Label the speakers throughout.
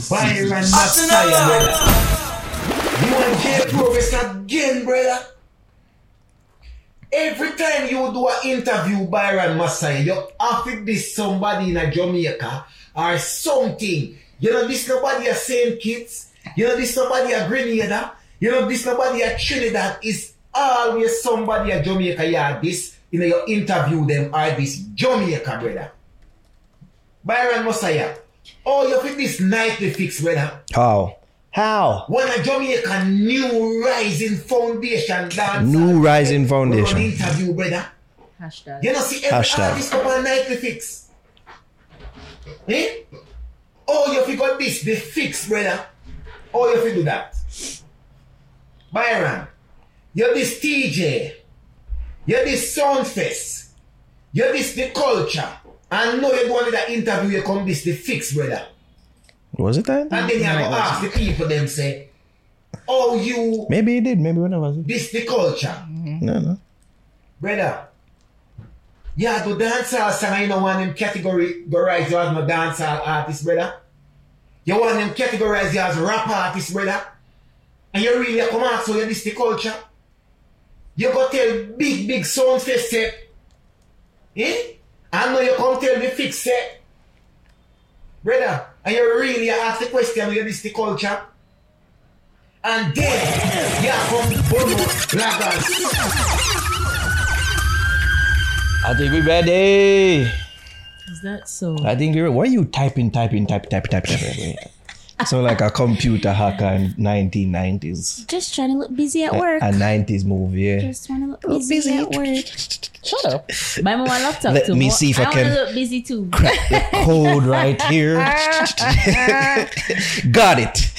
Speaker 1: Fire and not fire, brother. You ain't get progress again, brother. Every time you do an interview, Byron Masai, you have to diss somebody in a Jamaica or something. You know this nobody a Saint Kitts. You know this nobody a Grenada. You know this nobody a Trinidad. It's always somebody a Jamaica. Yeah, this you know you interview them or this Jamaica brother. Byron Masai, oh you fit this nightly fix brother.
Speaker 2: How? How?
Speaker 1: When a Jamaica new rising foundation dance.
Speaker 2: New rising
Speaker 1: We're gonna
Speaker 2: foundation.
Speaker 1: interview brother.
Speaker 3: Hashtag.
Speaker 1: You know, see every
Speaker 2: Hashtag.
Speaker 1: artist up on nightly fix. Eh? Oh, you fi got this, the fix, brother. Oh, you fi do that. Byron, you're this TJ. You're this Soundfest. You're this the culture. And now you're going to that interview, you come this, the fix, brother.
Speaker 2: Was it that?
Speaker 1: And then you have to ask the people, them say, oh, you,
Speaker 2: Maybe it did. Maybe when I was it.
Speaker 1: this the culture.
Speaker 2: No, no.
Speaker 1: Brother, yeah, do dancehall song, you know, want them categorize you as no dancehall artist, brother. You want them categorize you as rap artist, brother. And you really come out, so you this the culture. You go tell big, big sound face set. Eh? I know you come tell me fix set. Brother, and you really ask the question, you this the culture. And then, yeah, come, Bono, Lagos.
Speaker 2: I think we're ready.
Speaker 3: Is that so?
Speaker 2: I think we're. Why are you typing, typing, type, type, type, type? type? so like a computer hacker in 1990s,
Speaker 4: Just trying to look busy at
Speaker 2: a
Speaker 4: work.
Speaker 2: 90s movie. Yeah.
Speaker 4: Just want to look busy, at work.
Speaker 2: Shut up.
Speaker 3: Buy me one laptop
Speaker 2: Let
Speaker 3: too.
Speaker 2: me
Speaker 3: but
Speaker 2: see if I
Speaker 3: I
Speaker 2: can-
Speaker 3: wanna look busy too.
Speaker 2: Crack the code right here. Got it.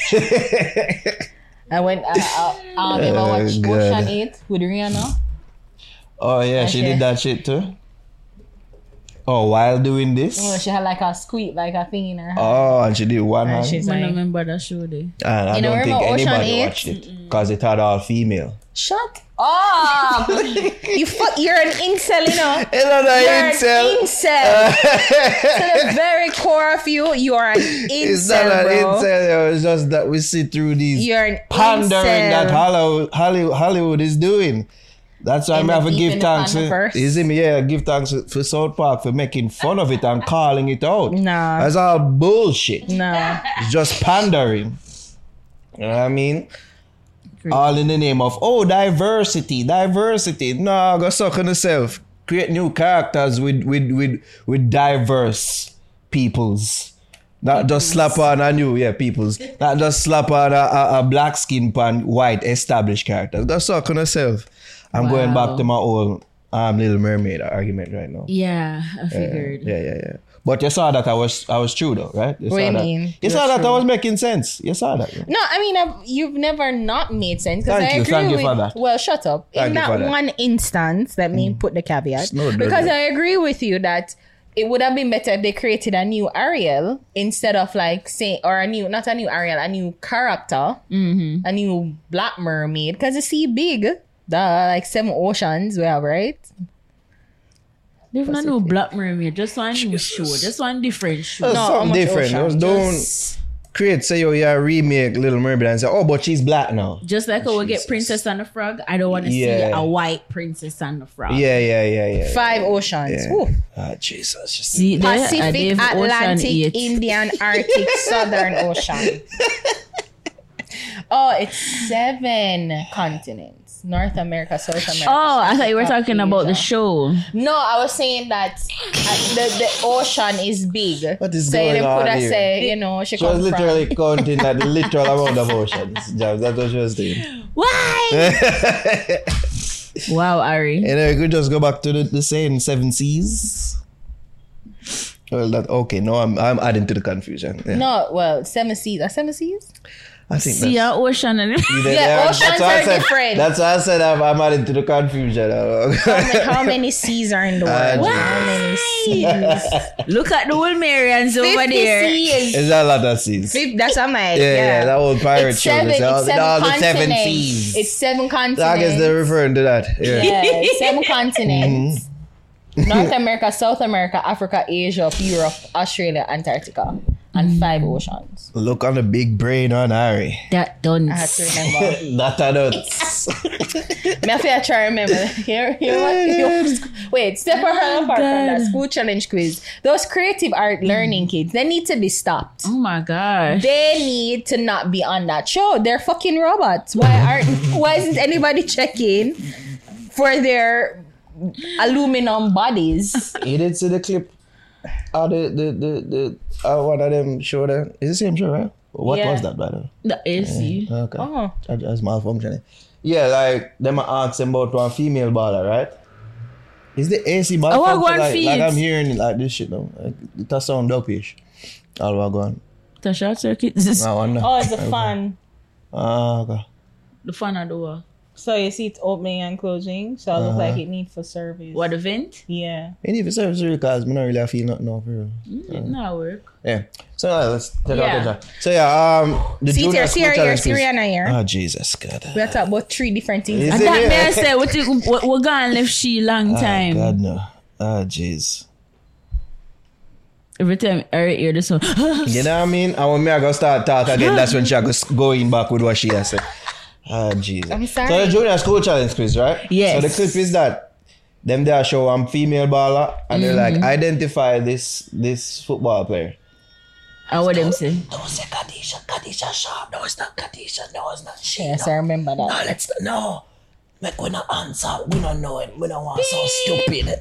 Speaker 3: I went. I, I, um, if I
Speaker 2: Oh,
Speaker 3: watched
Speaker 2: God.
Speaker 3: Ocean Eight with Rihanna.
Speaker 2: oh yeah, she did
Speaker 3: Okay.
Speaker 2: that shit too. Oh, while doing this.
Speaker 3: You know, Oh, she had like a squeak, like a thing in her. hand.
Speaker 2: Oh, and she did one
Speaker 3: And
Speaker 2: hand.
Speaker 3: she's
Speaker 4: I
Speaker 3: like,
Speaker 4: remember that show day.
Speaker 2: And I
Speaker 3: You know,
Speaker 2: don't think
Speaker 3: remember Ocean
Speaker 2: anybody
Speaker 3: Eight?
Speaker 2: watched it because it had all female.
Speaker 3: shut up! you fuck. You're an incel, you know.
Speaker 2: Hello,
Speaker 3: You're an incel.
Speaker 2: Uh.
Speaker 3: to the very core of you, you are an incel,
Speaker 2: It's not an
Speaker 3: bro.
Speaker 2: incel. It's just that we see through these
Speaker 3: You're an
Speaker 2: pandering
Speaker 3: incel.
Speaker 2: that Hollywood, Hollywood, Hollywood is doing. That's why I'm
Speaker 3: In the
Speaker 2: have to
Speaker 3: deep
Speaker 2: give
Speaker 3: in the
Speaker 2: thanks. To,
Speaker 3: pandaverse.
Speaker 2: you see me? Yeah, give thanks for South Park for making fun of it and calling it out.
Speaker 3: Nah.
Speaker 2: that's all bullshit.
Speaker 3: No,
Speaker 2: It's just pandering. You know what I mean? All in the name of oh diversity, diversity. No, go suck on yourself. Create new characters with with with with diverse peoples. Not just slap on a new, yeah, peoples. Not just slap on a, a, a black skin pan white established characters. Go suck on yourself. I'm going back to my old um, Little Mermaid argument right now.
Speaker 4: Yeah, I figured.
Speaker 2: Yeah, yeah, yeah. But you saw that I was I was true though, right? You
Speaker 3: What
Speaker 2: saw
Speaker 3: do you
Speaker 2: that.
Speaker 3: mean?
Speaker 2: You
Speaker 3: You're
Speaker 2: saw that I
Speaker 3: true.
Speaker 2: was making sense. You saw that.
Speaker 3: no. I mean, I've, you've never not made sense because
Speaker 2: Thank
Speaker 3: I
Speaker 2: you,
Speaker 3: agree
Speaker 2: thank you
Speaker 3: with.
Speaker 2: for that.
Speaker 3: Well, shut up.
Speaker 2: Thank
Speaker 3: In
Speaker 2: you for
Speaker 3: that
Speaker 2: that. Mm.
Speaker 3: one instance, let me put the caveat
Speaker 2: no doubt
Speaker 3: because
Speaker 2: that.
Speaker 3: I agree with you that it would have been better if they created a new Ariel instead of like say or a new not a new Ariel, a new character,
Speaker 2: Mm-hmm.
Speaker 3: a new black mermaid because you see big. Duh, like seven oceans we have, right?
Speaker 4: There's not no Black Mermaid. Just one new show. Just one different show.
Speaker 2: It was
Speaker 3: No, how
Speaker 2: something
Speaker 3: much
Speaker 2: different.
Speaker 3: ocean?
Speaker 2: It was don't
Speaker 4: Just,
Speaker 2: create say oh yeah remake Little Mermaid and say oh but she's black now.
Speaker 4: just like I would get Princess and the Frog. I don't want to see
Speaker 2: Yeah.
Speaker 4: a white Princess and the Frog.
Speaker 2: Yeah, yeah, yeah, yeah.
Speaker 3: Five oceans.
Speaker 2: Yeah.
Speaker 3: Whew.
Speaker 2: Ah, Jesus. Just,
Speaker 4: See, there, I
Speaker 3: Pacific,
Speaker 4: live ocean
Speaker 3: Atlantic,
Speaker 4: eight.
Speaker 3: Indian, Arctic, Southern Ocean. oh, it's seven continents: North America, South America.
Speaker 4: Oh, I thought you were talking about the
Speaker 3: Asia.
Speaker 4: show.
Speaker 3: No, I was saying that uh, the, the ocean is big.
Speaker 2: What is
Speaker 3: so you
Speaker 2: going
Speaker 3: didn't put
Speaker 2: on
Speaker 3: a
Speaker 2: here?
Speaker 3: say, you know, she
Speaker 2: she was
Speaker 3: comes from.
Speaker 2: literally counting that literal amount of oceans. Jams, that's what she was doing.
Speaker 4: Why?
Speaker 2: and
Speaker 4: wow, Ari.
Speaker 2: then we could just go back to the, the same seven seas. Well, that okay. No, I'm I'm adding to the confusion. Yeah.
Speaker 3: No, well, seven seas. Are seven seas?
Speaker 2: I think
Speaker 4: See
Speaker 2: that's-
Speaker 4: our ocean and
Speaker 2: They-
Speaker 3: uh, Yeah,
Speaker 2: they are-
Speaker 3: oceans
Speaker 2: um, that's why I
Speaker 3: are
Speaker 2: said,
Speaker 3: different. Oh
Speaker 2: That's why I said I'm, I'm adding to the confusion. Oh,
Speaker 3: How many, how many seas are in the
Speaker 2: Ah,
Speaker 3: world? how
Speaker 2: Jesus.
Speaker 3: many seas?
Speaker 4: look at the old Marians over
Speaker 3: 50
Speaker 4: there.
Speaker 3: seas.
Speaker 2: Is that a lot of seas? Yeah,
Speaker 3: Fif- That's what I'm like.
Speaker 2: yeah, that old pirate
Speaker 3: it's
Speaker 2: show.
Speaker 3: seven,
Speaker 2: It's all,
Speaker 3: it's seven
Speaker 2: oh, all the seven
Speaker 3: continents.
Speaker 2: seas.
Speaker 3: It's seven continents.
Speaker 2: I guess they're referring to that. Yeah.
Speaker 3: yeah, seven continents. North America, South America, Africa, Asia, Europe, Australia, Antarctica. and five oceans.
Speaker 2: Look on the big brain on Harry.
Speaker 4: That done.
Speaker 3: I had to remember.
Speaker 2: Not on us.
Speaker 3: Me have to try remember. Here, here, what- here. Wait, step around apart from that
Speaker 4: God.
Speaker 3: school challenge quiz. Those creative art learning kids, they need to be stopped.
Speaker 4: Oh my gosh.
Speaker 3: They need to not be on that show. They're fucking robots. Why aren't? Why isn't anybody checking for their aluminum bodies?
Speaker 2: He did see the clip. Oh, the the the the uh, one of them show there. Is the same show, right? What
Speaker 3: Yeah.
Speaker 2: was that, by the way?
Speaker 4: The AC.
Speaker 2: Okay.
Speaker 3: Oh.
Speaker 2: That was malfunctioning. Yeah, like them I asked them about one female baller, right? Is the AC
Speaker 3: Oh,
Speaker 2: baller?
Speaker 4: I want
Speaker 2: like,
Speaker 4: feeds.
Speaker 2: like I'm hearing it like this shit though. Like, it does sound dopish. All right, go on.
Speaker 4: The short circuit. This is
Speaker 2: No, I know.
Speaker 3: Oh, it's a fan.
Speaker 2: Ah, okay.
Speaker 4: the fan at the wall.
Speaker 3: So you see, it's opening and closing. So it looks
Speaker 2: Uh-huh.
Speaker 3: like it needs for service.
Speaker 4: What the vent?
Speaker 3: Yeah.
Speaker 2: Any if it's service because I'm not really I feel nothing now for real.
Speaker 4: Mm, It not work.
Speaker 2: Yeah. So uh, let's take
Speaker 4: Yeah.
Speaker 2: out the So yeah, um the
Speaker 3: See,
Speaker 2: junior
Speaker 3: here, see
Speaker 2: school
Speaker 3: her here,
Speaker 2: challenge
Speaker 3: see
Speaker 2: quiz.
Speaker 3: Rihanna here.
Speaker 2: Oh Jesus God.
Speaker 3: We are talking about three different things.
Speaker 2: Is
Speaker 4: And
Speaker 2: it
Speaker 4: that
Speaker 2: here?
Speaker 4: man said, what you, what, we're gone left she long
Speaker 2: Ah,
Speaker 4: time.
Speaker 2: God no. Ah jeez.
Speaker 4: Every time I hear this one,
Speaker 2: You know what I mean? And when me I go start talk again, that's when she go going back with what she has said. Ah, Jesus.
Speaker 3: I'm sorry.
Speaker 2: So the junior school challenge quiz, right?
Speaker 4: Yes.
Speaker 2: So the clip is that them they are show one female baller and they're like identify this this football player.
Speaker 4: I what them say.
Speaker 2: No, it's Kadisha. Kadisha Sharp. No, it's not Kadisha. No, it's not she.
Speaker 3: Yes, I remember that.
Speaker 2: let's no. Make we not answer. We don't know it. We don't want so stupid.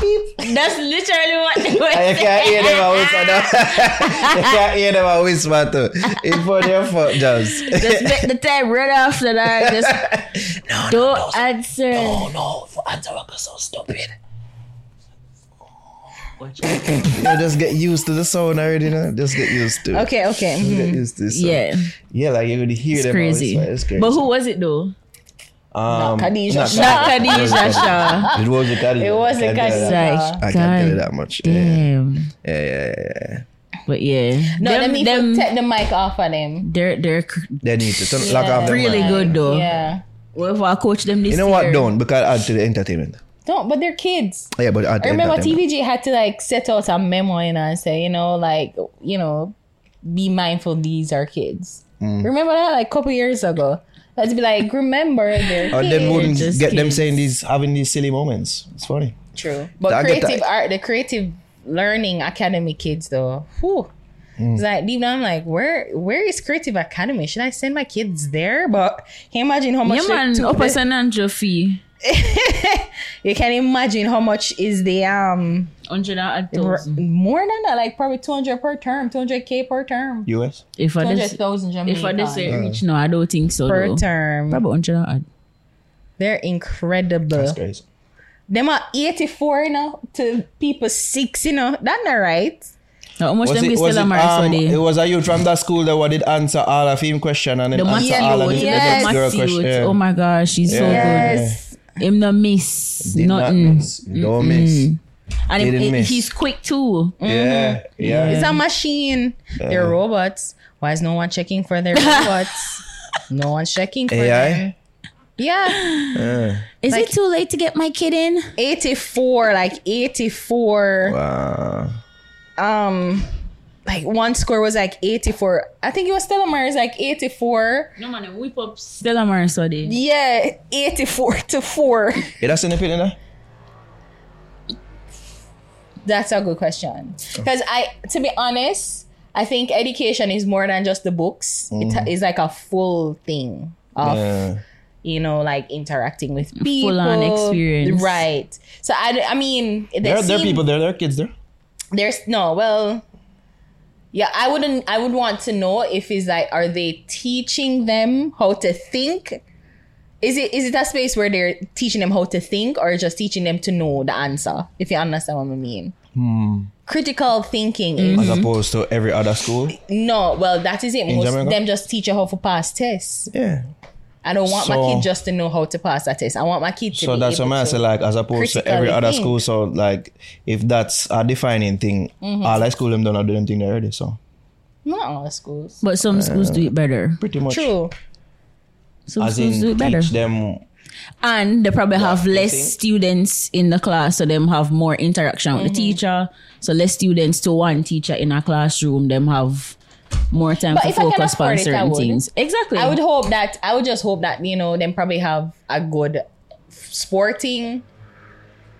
Speaker 2: Beep.
Speaker 4: That's literally what they were
Speaker 2: You can't hear them a whisper. No. you can't hear them a whisper too. It's for their fault, Jobs.
Speaker 4: Just make the time right after that. Just
Speaker 2: no, Oh,
Speaker 4: don't answer.
Speaker 2: no, for answer was so stupid.
Speaker 4: Watch out.
Speaker 2: Yeah, just get used to the sound already. No? Just get used to. it.
Speaker 3: Okay, okay. mhm.
Speaker 2: Get used to. it, So.
Speaker 4: Mm-hmm. Yeah,
Speaker 2: Yeah, like you would hear
Speaker 4: it's
Speaker 2: them.
Speaker 4: crazy.
Speaker 2: Always, it's crazy.
Speaker 4: But who was it though?
Speaker 2: Um,
Speaker 3: Khadija
Speaker 2: not
Speaker 3: Shah.
Speaker 4: Not Khadija Shah.
Speaker 2: It was a Khadija.
Speaker 3: It was
Speaker 2: I
Speaker 3: a
Speaker 2: can't tell you that.
Speaker 3: Khadija.
Speaker 4: Like,
Speaker 2: I can't tell you
Speaker 4: God
Speaker 2: that much. Yeah,
Speaker 4: Damn.
Speaker 2: yeah, yeah. yeah, yeah.
Speaker 4: But yeah,
Speaker 3: No, let
Speaker 4: them,
Speaker 3: me
Speaker 4: them,
Speaker 3: take the mic off of them.
Speaker 4: they're they're cr-
Speaker 2: They need to turn, lock off their
Speaker 4: Really
Speaker 2: mic.
Speaker 4: good though.
Speaker 3: Yeah.
Speaker 4: Well, if I coach them this
Speaker 2: You know what?
Speaker 4: year,
Speaker 2: Don't because add to the entertainment.
Speaker 3: Don't, but they're kids.
Speaker 2: Yeah, but add to
Speaker 3: I
Speaker 2: the
Speaker 3: remember
Speaker 2: entertainment.
Speaker 3: TVG had to like set out a memo you know, and say, you know, like, you know, be mindful these are kids.
Speaker 2: Mm.
Speaker 3: Remember that like a couple years ago? Let's be like, remember they're
Speaker 2: Or
Speaker 3: kids.
Speaker 2: then wouldn't
Speaker 4: just
Speaker 2: get Oh, them
Speaker 4: kids.
Speaker 2: saying these having these silly moments. It's funny.
Speaker 3: True. But
Speaker 2: I get
Speaker 3: creative
Speaker 2: that.
Speaker 3: art, the creative learning academy kids though. Whew.
Speaker 2: Mm.
Speaker 3: It's like deep down, I'm like, where where is Creative Academy? Should I send my kids there? But can you imagine how much
Speaker 4: Yeah,
Speaker 3: the
Speaker 4: man.
Speaker 3: two-
Speaker 4: Upper San Andrew fee.
Speaker 3: you can imagine how much is the um
Speaker 4: Hundred and
Speaker 3: r-
Speaker 4: thousand.
Speaker 3: more than that, like probably two hundred per term, two hundred K per term.
Speaker 2: US.
Speaker 4: If
Speaker 3: Two
Speaker 4: I
Speaker 3: hundred
Speaker 4: just
Speaker 3: thousand
Speaker 4: if I just
Speaker 3: Jamaican
Speaker 4: say reach, no, I don't think so.
Speaker 3: per
Speaker 4: though.
Speaker 3: term.
Speaker 4: Probably hundred and
Speaker 3: They're incredible.
Speaker 2: That's crazy.
Speaker 3: Them are eighty four, you know, to people six, you know. That not right.
Speaker 4: How much
Speaker 2: Was
Speaker 4: them
Speaker 2: it,
Speaker 4: be
Speaker 2: was it,
Speaker 4: still a
Speaker 2: um, it
Speaker 4: Marisol
Speaker 2: was a youth from that school that what did answer all of him question and then
Speaker 4: The
Speaker 2: answer
Speaker 4: Matthew,
Speaker 2: all of
Speaker 4: yes.
Speaker 2: his
Speaker 3: Yes.
Speaker 2: yes. girl question. Yeah.
Speaker 4: Oh my gosh, she's so
Speaker 2: Yeah.
Speaker 4: good.
Speaker 3: Yes.
Speaker 4: Him no miss
Speaker 2: Did not
Speaker 4: nothing.
Speaker 2: miss. Don't miss.
Speaker 4: And
Speaker 2: Didn't
Speaker 4: him-
Speaker 2: miss.
Speaker 4: he's quick too.
Speaker 2: Yeah, yeah.
Speaker 3: It's a machine. They're robots. Why is no one checking for their robots? no one's checking for them.
Speaker 2: AI.
Speaker 3: Yeah.
Speaker 4: Is it too late to get my kid in?
Speaker 3: 84, like 84.
Speaker 2: Wow.
Speaker 3: Um like one score was like 84. I think it was Stella Maris like 84.
Speaker 4: No man, whip up Stella Marisol. day.
Speaker 3: Yeah, 84 to 4.
Speaker 2: You that's in the pit in there?
Speaker 3: That's a good question.
Speaker 2: Oh.
Speaker 3: Because I, to be honest, I think education is more than just the books. It is like a full thing of,
Speaker 2: Mm-hmm. Yeah.
Speaker 3: you know, like interacting with people.
Speaker 4: Full-on experience.
Speaker 3: Right. So I, I mean, there,
Speaker 2: There, there are
Speaker 3: seem-
Speaker 2: people there. There are kids there.
Speaker 3: There's no, well, yeah, I wouldn't, I would want to know if it's like, are they teaching them how to think? Is it is it that space where they're teaching them how to think or just teaching them to know the answer? If you understand what I mean.
Speaker 2: Hmm.
Speaker 3: Critical thinking is
Speaker 2: As opposed to every other school.
Speaker 3: no, well, that is it. Most
Speaker 2: Jamaica?
Speaker 3: them just teach you how to pass tests.
Speaker 2: Yeah.
Speaker 3: I don't want my
Speaker 2: So-
Speaker 3: kid just to know how to pass that test. I want my kid to.
Speaker 2: So
Speaker 3: be
Speaker 2: that's
Speaker 3: able
Speaker 2: what I
Speaker 3: to-
Speaker 2: say, like, as opposed to every
Speaker 3: critically
Speaker 2: other
Speaker 3: think.
Speaker 2: school. So, like, if that's a defining thing,
Speaker 4: Mm-hmm.
Speaker 2: all I school them don't do them thing there already. So,
Speaker 3: Not all schools.
Speaker 4: But some schools do it better.
Speaker 2: pretty much.
Speaker 3: True.
Speaker 4: Some
Speaker 2: As
Speaker 4: schools do
Speaker 2: in,
Speaker 4: it better.
Speaker 2: teach them
Speaker 4: And they probably have less
Speaker 2: think.
Speaker 4: students in the class, so them have more interaction
Speaker 3: Mm-hmm.
Speaker 4: with the teacher. So less students to one teacher in a classroom, them have more time
Speaker 3: But
Speaker 4: to
Speaker 3: if I can
Speaker 4: focus
Speaker 3: afford
Speaker 4: on
Speaker 3: it, I
Speaker 4: certain
Speaker 3: would.
Speaker 4: things. Exactly.
Speaker 3: I would hope that I would just hope that you know them probably have a good sporting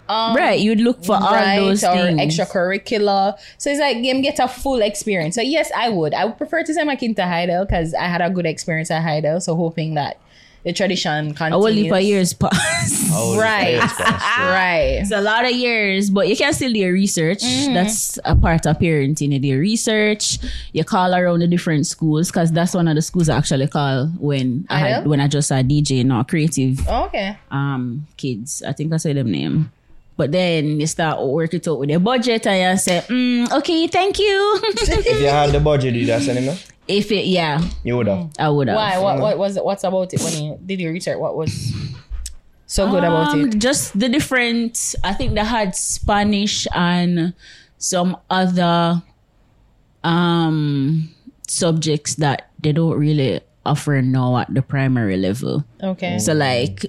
Speaker 3: um,
Speaker 4: right, you'd look for
Speaker 3: right,
Speaker 4: all those
Speaker 3: or
Speaker 4: things.
Speaker 3: extracurricular. So it's like them get a full experience. So yes, I would. I would prefer to send my kid to Heidel because I had a good experience at Heidel. So hoping that the tradition
Speaker 4: I will
Speaker 3: continues.
Speaker 4: leave for years past.
Speaker 2: Oh,
Speaker 3: Right.
Speaker 2: yes, boss.
Speaker 3: right.
Speaker 4: It's a lot of years, but you can still do your research.
Speaker 3: Mm-hmm.
Speaker 4: That's a part of parenting. You do your research. You call around the different schools because that's one of the schools I actually call when I had
Speaker 3: Hello?
Speaker 4: when I just had DJ, not creative
Speaker 3: Okay.
Speaker 4: um kids. I think I said them name. But then you start working out with the budget and you say, mm, okay, thank you.
Speaker 2: If you had the budget, you'd have sent him, no?
Speaker 4: if it, yeah,
Speaker 2: You would have.
Speaker 4: I would have.
Speaker 3: Why? What? What was? What's about it? When you did your research, what was so good about
Speaker 4: Um,
Speaker 3: it?
Speaker 4: Just the different. I think they had Spanish and some other um subjects that they don't really offer now at the primary level.
Speaker 3: Okay.
Speaker 4: So like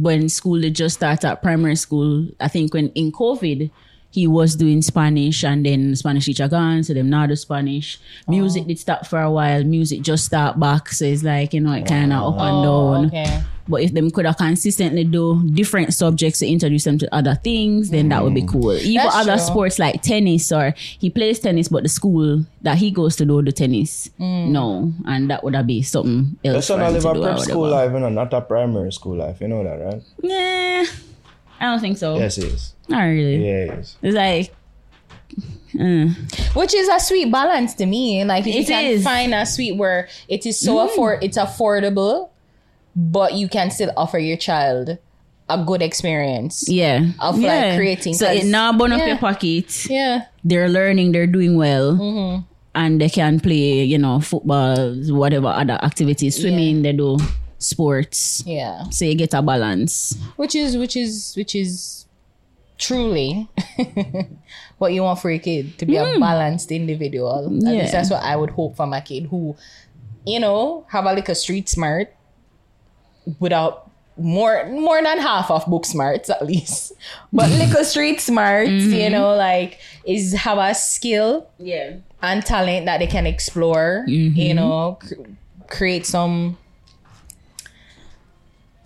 Speaker 4: when school they just start at primary school, I think when in COVID he was doing Spanish and then Spanish teacher gone, so them now do Spanish.
Speaker 3: Oh.
Speaker 4: Music did stop for a while, music just start back. So it's like, you know, it kinda up and
Speaker 3: Oh,
Speaker 4: down.
Speaker 3: okay.
Speaker 4: But if them could have consistently do different subjects to introduce them to other things, then that would be cool. Even
Speaker 3: Mm. That's
Speaker 4: other
Speaker 3: true.
Speaker 4: sports like tennis or he plays tennis, but the school that he goes to do the tennis.
Speaker 3: Mm.
Speaker 4: No, and that would have been something
Speaker 2: Your
Speaker 4: else.
Speaker 2: son
Speaker 4: for him
Speaker 2: live
Speaker 4: to
Speaker 2: a
Speaker 4: do or
Speaker 2: prep school
Speaker 4: whatever.
Speaker 2: life, you know, not a primary school life. You know that, right?
Speaker 4: Mm. Nah, I don't think so.
Speaker 2: Yes, he is.
Speaker 4: Not really.
Speaker 2: Yes.
Speaker 4: It's like mm,
Speaker 3: Which is a sweet balance to me. Like if you
Speaker 4: It
Speaker 3: can
Speaker 4: is. Mm.
Speaker 3: find a sweet where it is so afford, it's affordable, but you can still offer your child a good experience.
Speaker 4: yeah,
Speaker 3: Of, like,
Speaker 4: yeah.
Speaker 3: creating
Speaker 4: So it
Speaker 3: cause-
Speaker 4: now burn up
Speaker 3: yeah.
Speaker 4: your pocket.
Speaker 3: Yeah.
Speaker 4: They're learning. They're doing well.
Speaker 3: Mm-hmm.
Speaker 4: And they can play, you know, football, whatever other activities, swimming, they do sports.
Speaker 3: Yeah.
Speaker 4: So you get a balance.
Speaker 3: Which is which is which is truly what you want for your kid to be a balanced individual. At
Speaker 4: Yeah.
Speaker 3: least that's what I would hope for my kid who, you know, have a little street smart without more more than half of book smarts at least. But little street smarts, you know, like is have a skill
Speaker 4: Yeah.
Speaker 3: and talent that they can explore, you know, cr- create some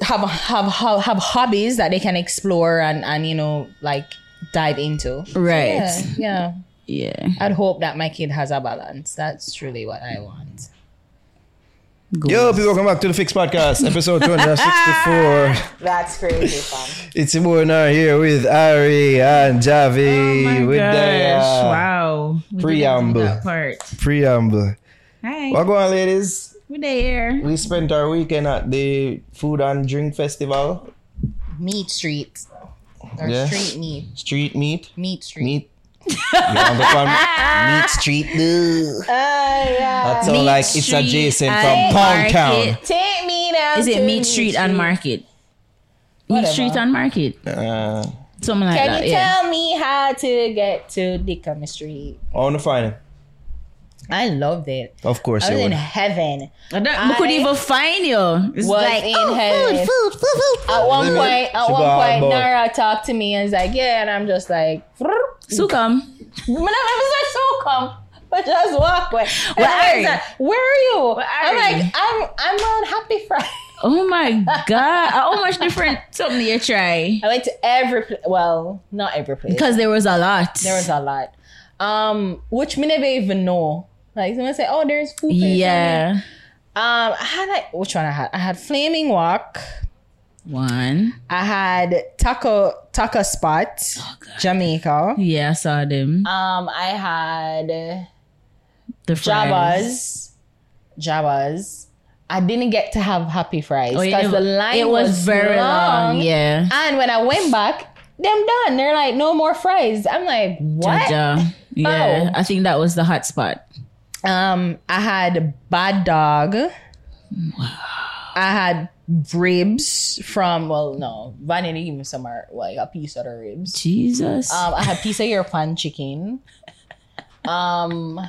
Speaker 3: have, have have have hobbies that they can explore and and you know like dive into.
Speaker 4: Right.
Speaker 3: Yeah, yeah.
Speaker 4: yeah.
Speaker 3: I'd hope that my kid has a balance. That's truly what I want.
Speaker 4: Go.
Speaker 2: Yo, people, welcome back to the Fix Podcast, episode 264.
Speaker 3: That's crazy, fam.
Speaker 2: it's Imona here with Ari and Javi with the uh,
Speaker 4: Oh wow.
Speaker 2: preamble. that
Speaker 4: part.
Speaker 2: preamble.
Speaker 4: Hi.
Speaker 2: What going on, ladies?
Speaker 4: We're there.
Speaker 2: We spent our weekend at the food and drink festival,
Speaker 3: Meat street. Or
Speaker 2: Yeah.
Speaker 3: street meat.
Speaker 2: street meat,
Speaker 3: Meat street.
Speaker 2: meat. You want to call me- meat street. dude. That's all
Speaker 4: Meat
Speaker 2: like it's
Speaker 4: Street
Speaker 2: adjacent
Speaker 4: and
Speaker 2: from Pound Town.
Speaker 4: Market.
Speaker 3: Take me down.
Speaker 4: Is
Speaker 3: to
Speaker 4: it Meat Street and Market? Meat
Speaker 3: Whatever.
Speaker 4: Street and Market.
Speaker 2: Uh,
Speaker 4: Something like
Speaker 3: Can
Speaker 4: that.
Speaker 3: you
Speaker 4: yeah.
Speaker 3: tell me how to get to Dickham Street?
Speaker 2: I want to find it.
Speaker 3: I loved it.
Speaker 2: Of course,
Speaker 3: I
Speaker 2: you
Speaker 3: was in
Speaker 2: would.
Speaker 3: heaven.
Speaker 4: I don't, we could
Speaker 3: I
Speaker 4: even find you. It's
Speaker 3: was
Speaker 4: like,
Speaker 3: eh? in
Speaker 4: oh,
Speaker 3: heaven.
Speaker 4: food, food, food, food.
Speaker 3: At one
Speaker 2: Women,
Speaker 3: point, at
Speaker 2: she
Speaker 3: one
Speaker 2: got a
Speaker 3: point,
Speaker 2: ball.
Speaker 3: Nara talked to me and was like, "Yeah," and I'm just like, "When
Speaker 4: So come.
Speaker 3: I so come." But just walk away. And
Speaker 4: Where
Speaker 3: I
Speaker 4: are
Speaker 3: was
Speaker 4: you?
Speaker 3: like, Where are you?
Speaker 4: are
Speaker 3: I'm
Speaker 4: you?
Speaker 3: like, I'm I'm on Happy Friday.
Speaker 4: Oh my God. How much different something you try?
Speaker 3: I went to every pla- well, not every place.
Speaker 4: Because there was a lot.
Speaker 3: There was a lot. Um, which me never even know. Like someone say, Oh, there's food. place."
Speaker 4: Yeah.
Speaker 3: Um, I had like which one I had? I had Flaming Walk.
Speaker 4: One.
Speaker 3: I had Taco Taco Spot, Jamaica.
Speaker 4: Yeah, I saw them.
Speaker 3: Um, I had
Speaker 4: The fries.
Speaker 3: Jabba's. Jabba's. I didn't get to have Happy Fries
Speaker 4: Oh, you
Speaker 3: because the
Speaker 4: never-
Speaker 3: line
Speaker 4: It was, very long. Yeah.
Speaker 3: And when I went back, them done. They're like, no more fries. I'm like, what?
Speaker 4: Jaja. Yeah.
Speaker 3: Oh.
Speaker 4: I think that was the hot spot.
Speaker 3: Um, I had Bad Dog. I had ribs from well, no, Vanity gave me some art, like a piece of the ribs.
Speaker 4: Jesus.
Speaker 3: Um, I had piece of your pan chicken. Um,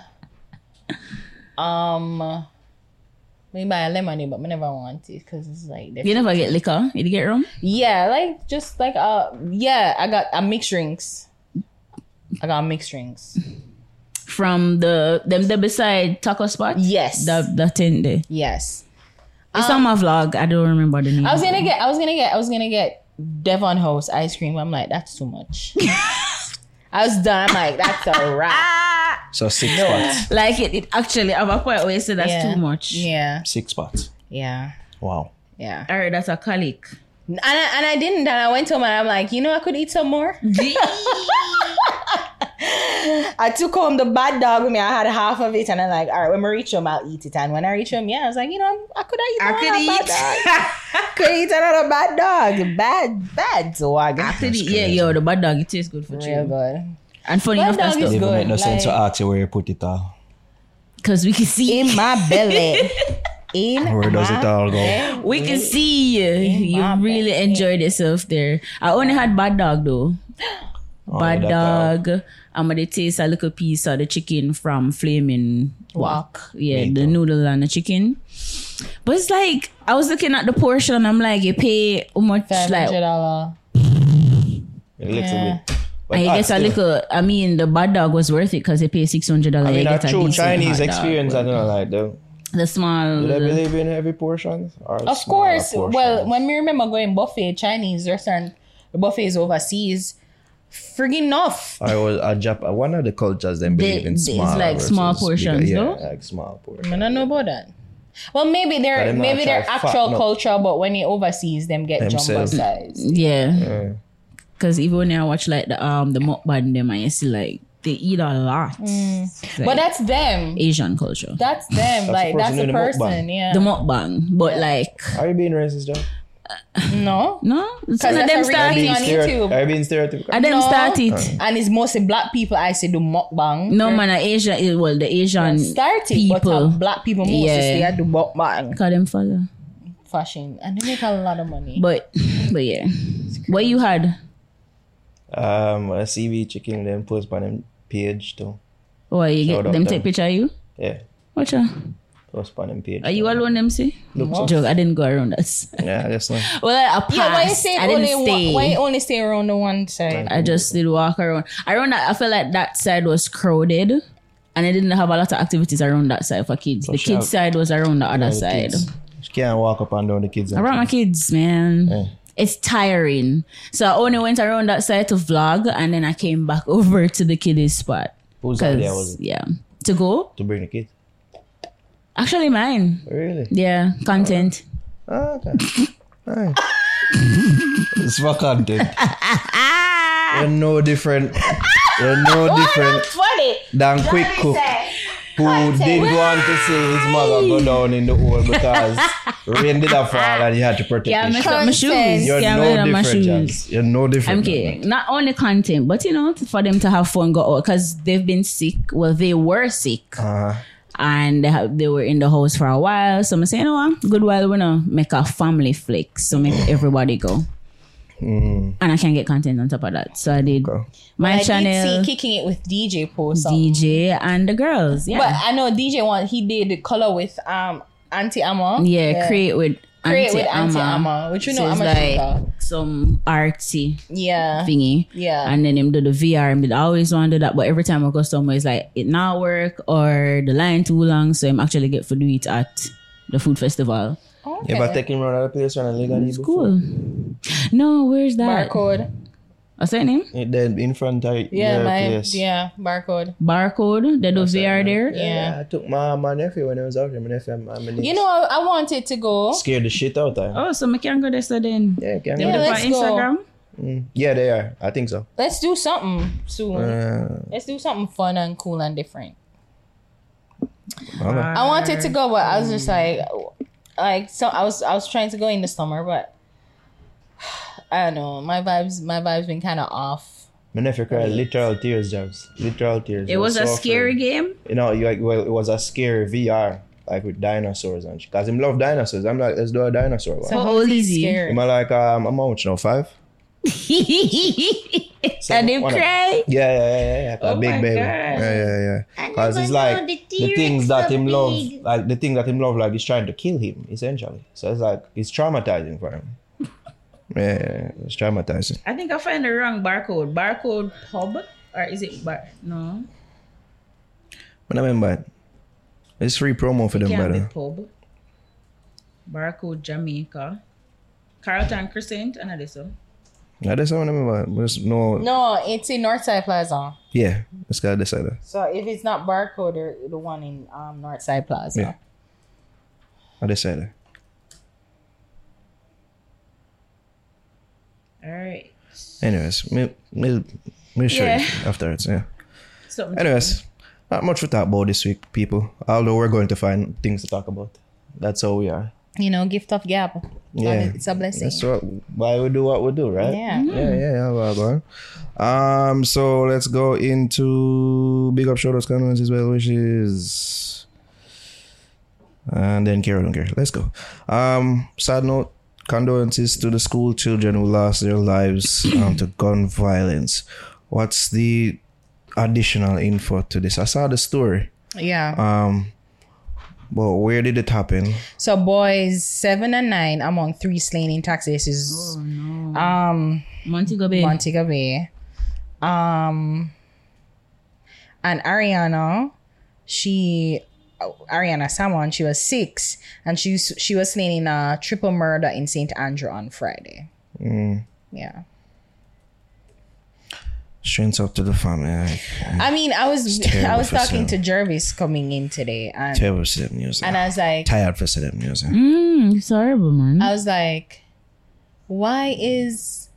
Speaker 3: um, what Me buy a lemonade, but I never want it because it's like
Speaker 4: You never get liquor. You get rum.
Speaker 3: yeah, like just like uh yeah, I got I mixed drinks. I got mixed drinks.
Speaker 4: from the them the beside taco spot.
Speaker 3: Yes.
Speaker 4: the the tent there.
Speaker 3: Yes.
Speaker 4: It's on my vlog. Um, I don't remember the name.
Speaker 3: I was gonna get I was gonna get I was gonna get Devon House ice cream. but I'm like, that's too much. I was done. I'm like, that's a wrap.
Speaker 2: So six spots.
Speaker 4: like it, it actually. I've a point where you say that's
Speaker 3: Yeah.
Speaker 4: too much.
Speaker 3: Yeah,
Speaker 2: Six spots.
Speaker 3: yeah,
Speaker 2: Wow.
Speaker 3: yeah.
Speaker 4: All right, that's a colic.
Speaker 3: And I, and I didn't. And I went home and I'm like, you know, I could eat some more. I took home the bad dog with me. I had half of it, and I'm like, all right, when I reach home, I'll eat it. And when I reach home, yeah, I was like, you know, I could eat.
Speaker 4: I
Speaker 3: another bad
Speaker 4: could
Speaker 3: dog.
Speaker 4: eat.
Speaker 3: could eat another bad dog. Bad, bad dog. Oh,
Speaker 4: I could eat. Yeah, yo, the bad dog. It tastes good for
Speaker 3: Real
Speaker 4: you.
Speaker 3: good.
Speaker 4: And funny
Speaker 3: Bad
Speaker 4: enough, that's
Speaker 3: dog is
Speaker 4: the
Speaker 2: It
Speaker 3: Good,
Speaker 2: would make no sense to
Speaker 3: like-
Speaker 2: ask you where you put it all.
Speaker 4: because we can see.
Speaker 3: In my belly. In
Speaker 2: Where does
Speaker 3: my
Speaker 2: it all go?
Speaker 3: belly.
Speaker 4: we can see you. You
Speaker 3: my
Speaker 4: really enjoyed yourself there. I only had bad dog though.
Speaker 3: Oh,
Speaker 4: Bad
Speaker 2: Oh, that
Speaker 4: dog. I'm gonna taste a little piece of the chicken from Flaming Wok. Yeah, the noodle and the chicken. But it's like I was looking at the portion and I'm like, you pay how much like
Speaker 3: $500.
Speaker 2: A little
Speaker 3: Yeah.
Speaker 2: bit. But
Speaker 4: and you
Speaker 2: hot
Speaker 4: get a
Speaker 2: still.
Speaker 4: little I mean the bad dog was worth it because you pay six hundred dollars.
Speaker 2: I mean, a
Speaker 4: get a
Speaker 2: true
Speaker 4: decent
Speaker 2: Chinese
Speaker 4: hot dog. Mm-hmm.
Speaker 2: experience, I don't know, like, though.
Speaker 4: The small
Speaker 2: Do they believe in heavy portions? Or
Speaker 3: Of course. Well, when we remember going buffet, Chinese restaurant, the buffet is overseas. Friggin' enough.
Speaker 2: I was a Japan. One of the cultures then believe in
Speaker 4: it's
Speaker 2: small.
Speaker 4: like small
Speaker 2: versus
Speaker 4: portions,
Speaker 2: bigger.
Speaker 4: no?
Speaker 2: Yeah, like small portions.
Speaker 3: I don't know about that. Well, maybe
Speaker 2: But
Speaker 3: they're
Speaker 2: I'm not
Speaker 3: maybe their
Speaker 2: trying to fuck
Speaker 3: actual
Speaker 2: no-
Speaker 3: culture, but when they overseas, them get jumbo
Speaker 2: Themselves.
Speaker 3: size.
Speaker 4: Yeah.
Speaker 2: Yeah.
Speaker 4: Cause even when I watch like the um the mukbang them I see like they eat a lot.
Speaker 3: But that's them.
Speaker 4: Asian culture.
Speaker 3: That's them.
Speaker 2: the
Speaker 3: like that's
Speaker 2: person
Speaker 3: the
Speaker 2: doing the mukbang.
Speaker 3: person. Yeah.
Speaker 4: the mukbang. But like
Speaker 2: Are you being racist, John?
Speaker 3: no.
Speaker 4: no, it's
Speaker 3: Cause
Speaker 4: not
Speaker 3: that's
Speaker 4: them
Speaker 3: a
Speaker 4: start
Speaker 3: reality
Speaker 4: it.
Speaker 3: on YouTube.
Speaker 2: Are you being stereotypical?
Speaker 4: I didn't
Speaker 3: No.
Speaker 4: start it.
Speaker 3: And it's mostly black people. I say do mukbang.
Speaker 4: No man, a Asia. eh, Well, the Asian
Speaker 3: Start it, but
Speaker 4: people.
Speaker 3: uh, black people mostly
Speaker 4: Yeah.
Speaker 3: say I do mukbang
Speaker 4: Call them follow.
Speaker 3: fashion, and they make a lot of money.
Speaker 4: But but yeah, what you had?
Speaker 2: Um, a CV chicken them post by them page too.
Speaker 4: Why you
Speaker 2: Shout
Speaker 4: get
Speaker 2: out
Speaker 4: them
Speaker 2: them.
Speaker 4: take picture of you?
Speaker 2: Yeah,
Speaker 4: Watch out.
Speaker 2: post by them page.
Speaker 4: Are you alone, MC?
Speaker 2: Look,
Speaker 4: Joke. I didn't go around us.
Speaker 2: yeah, I just know.
Speaker 4: Well, I passed.
Speaker 3: yeah, why you say
Speaker 4: I
Speaker 3: only
Speaker 4: didn't stay.
Speaker 3: one, why you only stay around the one side?
Speaker 4: I just did walk around. Around that, I felt like that side was crowded, and I didn't have a lot of activities around that side for kids. the
Speaker 2: sure.
Speaker 4: kids side was around the other
Speaker 2: the
Speaker 4: side.
Speaker 2: kids. She can't walk up and down the kids.
Speaker 4: I brought my kids, man. It's tiring. So I only went around that side to vlog and then I came back over to the kiddies spot.
Speaker 2: Who's out there Oh, was
Speaker 4: Because,
Speaker 2: it?
Speaker 4: yeah. To go?
Speaker 2: to bring the kids?
Speaker 4: Actually, mine.
Speaker 2: Really?
Speaker 4: Yeah. Content.
Speaker 2: Ah, okay. Alright. it's for content. You're no different. You're no different
Speaker 3: Funny.
Speaker 2: than quick cook. Who didn't want to see his mother go down in the hole because rain did a fall and he had to protect
Speaker 4: Yeah, I
Speaker 2: his
Speaker 4: messed up my shoes.
Speaker 3: Content.
Speaker 2: You're
Speaker 4: yeah, I
Speaker 2: no
Speaker 4: messed up my
Speaker 2: different,
Speaker 4: shoes.
Speaker 2: Jans. You're no different.
Speaker 4: I'm kidding. Not only content, but you know, for them to have fun, go out because they've been sick. Well, they were sick
Speaker 2: Uh,
Speaker 4: and they, have, they were in the house for a while. So I'm saying, you know what? Good while we're gonna make a family flick. So make everybody go. And I can get content on top of that. So I did
Speaker 2: Okay.
Speaker 4: my
Speaker 3: I
Speaker 4: channel,
Speaker 3: did see kicking it with DJ post.
Speaker 4: DJ, and the girls. Yeah.
Speaker 3: But I know DJ one he did color with um Auntie Amma.
Speaker 4: yeah, create with
Speaker 3: Create
Speaker 4: Auntie
Speaker 3: with Auntie
Speaker 4: Amma.
Speaker 3: Amma, which you
Speaker 4: So
Speaker 3: know
Speaker 4: it's
Speaker 3: Amma
Speaker 4: like
Speaker 3: Shuka.
Speaker 4: some artsy
Speaker 3: Yeah.
Speaker 4: thingy.
Speaker 3: Yeah.
Speaker 4: And then him do the VR and I always want to do that. But every time I go somewhere, it's like it not work or the line too long. So I'm actually get to do it at the food festival.
Speaker 3: Okay.
Speaker 2: You ever take him around other place when I legally
Speaker 4: It's
Speaker 2: before?
Speaker 4: cool. No, where's that?
Speaker 3: barcode.
Speaker 4: What's that name?
Speaker 2: It then in front of
Speaker 3: Yeah,
Speaker 2: your
Speaker 3: my
Speaker 2: uh, place.
Speaker 3: yeah, barcode.
Speaker 4: Barcode. They do VR there.
Speaker 3: Yeah.
Speaker 2: I took my, my nephew when I was out there. My nephew, I'm, I'm
Speaker 3: You know, I, I wanted to go.
Speaker 2: scared the shit out of him.
Speaker 4: Oh, so I can go there so then.
Speaker 2: Yeah, can
Speaker 4: Them
Speaker 3: Yeah,
Speaker 4: do it
Speaker 3: let's
Speaker 4: on
Speaker 3: go.
Speaker 4: Instagram.
Speaker 2: Mm. Yeah, they are. I think so.
Speaker 3: Let's do something soon.
Speaker 2: Uh,
Speaker 3: Let's do something fun and cool and different.
Speaker 4: Uh-huh.
Speaker 2: okay.
Speaker 3: I wanted to go, but I was just like, like so. I was I was trying to go in the summer, but I don't know. My vibes, my vibes, been kind of off.
Speaker 2: My nephew cried literal tears, James. Literal tears.
Speaker 4: It was a
Speaker 2: so
Speaker 4: scary
Speaker 2: afraid.
Speaker 4: game.
Speaker 2: You know, you like well, it was a scary VR, like with dinosaurs and shit. Cause him love dinosaurs. I'm like, let's do a dinosaur one.
Speaker 4: How old
Speaker 3: he's
Speaker 4: is he?
Speaker 3: scared.
Speaker 2: I'm like, um, I'm out now, five.
Speaker 4: and him
Speaker 2: one of-
Speaker 4: cry.
Speaker 2: Yeah, yeah, yeah, yeah, yeah.
Speaker 4: Oh
Speaker 2: a big
Speaker 4: my
Speaker 2: baby.
Speaker 4: God.
Speaker 2: Yeah, yeah, yeah.
Speaker 5: I
Speaker 2: Because
Speaker 5: never
Speaker 2: it's like
Speaker 5: know
Speaker 2: the,
Speaker 5: the T-Rex
Speaker 2: things that
Speaker 5: so
Speaker 2: him love,
Speaker 5: big.
Speaker 2: like the thing that him love, like is trying to kill him essentially. So it's like it's traumatizing for him. Yeah, yeah, yeah, it's traumatizing.
Speaker 4: I think I find the wrong barcode. Barcode pub or is it bar? No,
Speaker 2: But I mean, but it's free promo for them,
Speaker 4: can't be
Speaker 2: brother.
Speaker 4: pub. Barcode Jamaica. Carlton Crescent, another so.
Speaker 2: Yeah, that's what I mean, but there's no.
Speaker 3: No, it's in Northside Plaza.
Speaker 2: Yeah, it's got this other.
Speaker 3: So if it's not barcode, or the one in um, Northside Plaza.
Speaker 2: Yeah. I just said
Speaker 4: All right.
Speaker 2: Anyways, we'll, we'll, we'll show
Speaker 4: Yeah.
Speaker 2: you afterwards. Yeah.
Speaker 4: Something.
Speaker 2: Anyways, not much to talk about this week, people. Although we're going to find things to talk about. That's how we are.
Speaker 3: You know, gift of gab.
Speaker 2: Yeah.
Speaker 3: It's a blessing.
Speaker 2: That's what, why we do what we do, right?
Speaker 3: Yeah.
Speaker 2: Yeah, yeah, yeah. Well, well. Um, so let's go into big up shoutouts, condolences, well wishes, and then Carol don't care. Let's go. Um, sad note: condolences to the school children who lost their lives um, to gun violence. What's the additional info to this? I saw the story, Um,
Speaker 3: Yeah.
Speaker 2: Uh. but where did it happen?
Speaker 3: So boys seven and nine among three slain in Texas,
Speaker 4: Oh no.
Speaker 3: um,
Speaker 4: Montego Bay.
Speaker 3: Montego Bay, um, and Ariana, she, Ariana Salmon, she was six, and she was- she was slain in a triple murder in Saint Andrew on Friday.
Speaker 2: Mm.
Speaker 3: Yeah,
Speaker 2: Strength up to the eh? family. Like,
Speaker 3: I mean, I was I
Speaker 2: terrible
Speaker 3: was
Speaker 2: for Sam.
Speaker 3: talking to Jervis coming in today, and
Speaker 2: terrible for them news.
Speaker 3: and I was like,
Speaker 2: tired for them news.
Speaker 4: Mm, sorry, but man.
Speaker 3: I was like, why is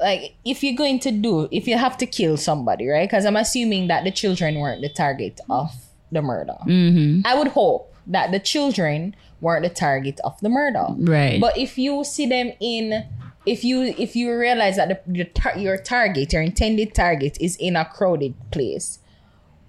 Speaker 3: like if you're going to do if you have to kill somebody, right? Because I'm assuming that the children weren't the target of the murder.
Speaker 4: mm-hmm.
Speaker 3: I would hope that the children weren't the target of the murder.
Speaker 4: Right.
Speaker 3: But if you see them in, if you if you realize that the, your, tar- your target, your intended target, is in a crowded place,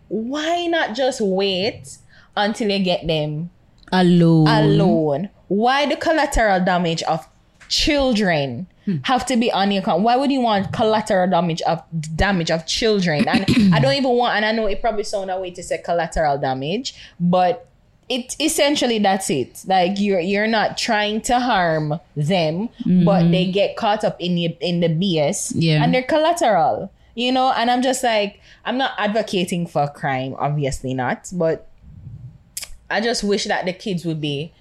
Speaker 3: why not just wait until you get them
Speaker 4: alone.
Speaker 3: alone. Why the collateral damage of children have to be on your account? Why would you want collateral damage of damage of children? And I don't even want. And I know it probably sounds a way to say collateral damage, but it essentially that's it. Like you're you're not trying to harm them, but they get caught up in the in the BS,
Speaker 4: Yeah.
Speaker 3: and they're collateral. You know, and I'm just like, I'm not advocating for crime, obviously not, but I just wish that the kids would be.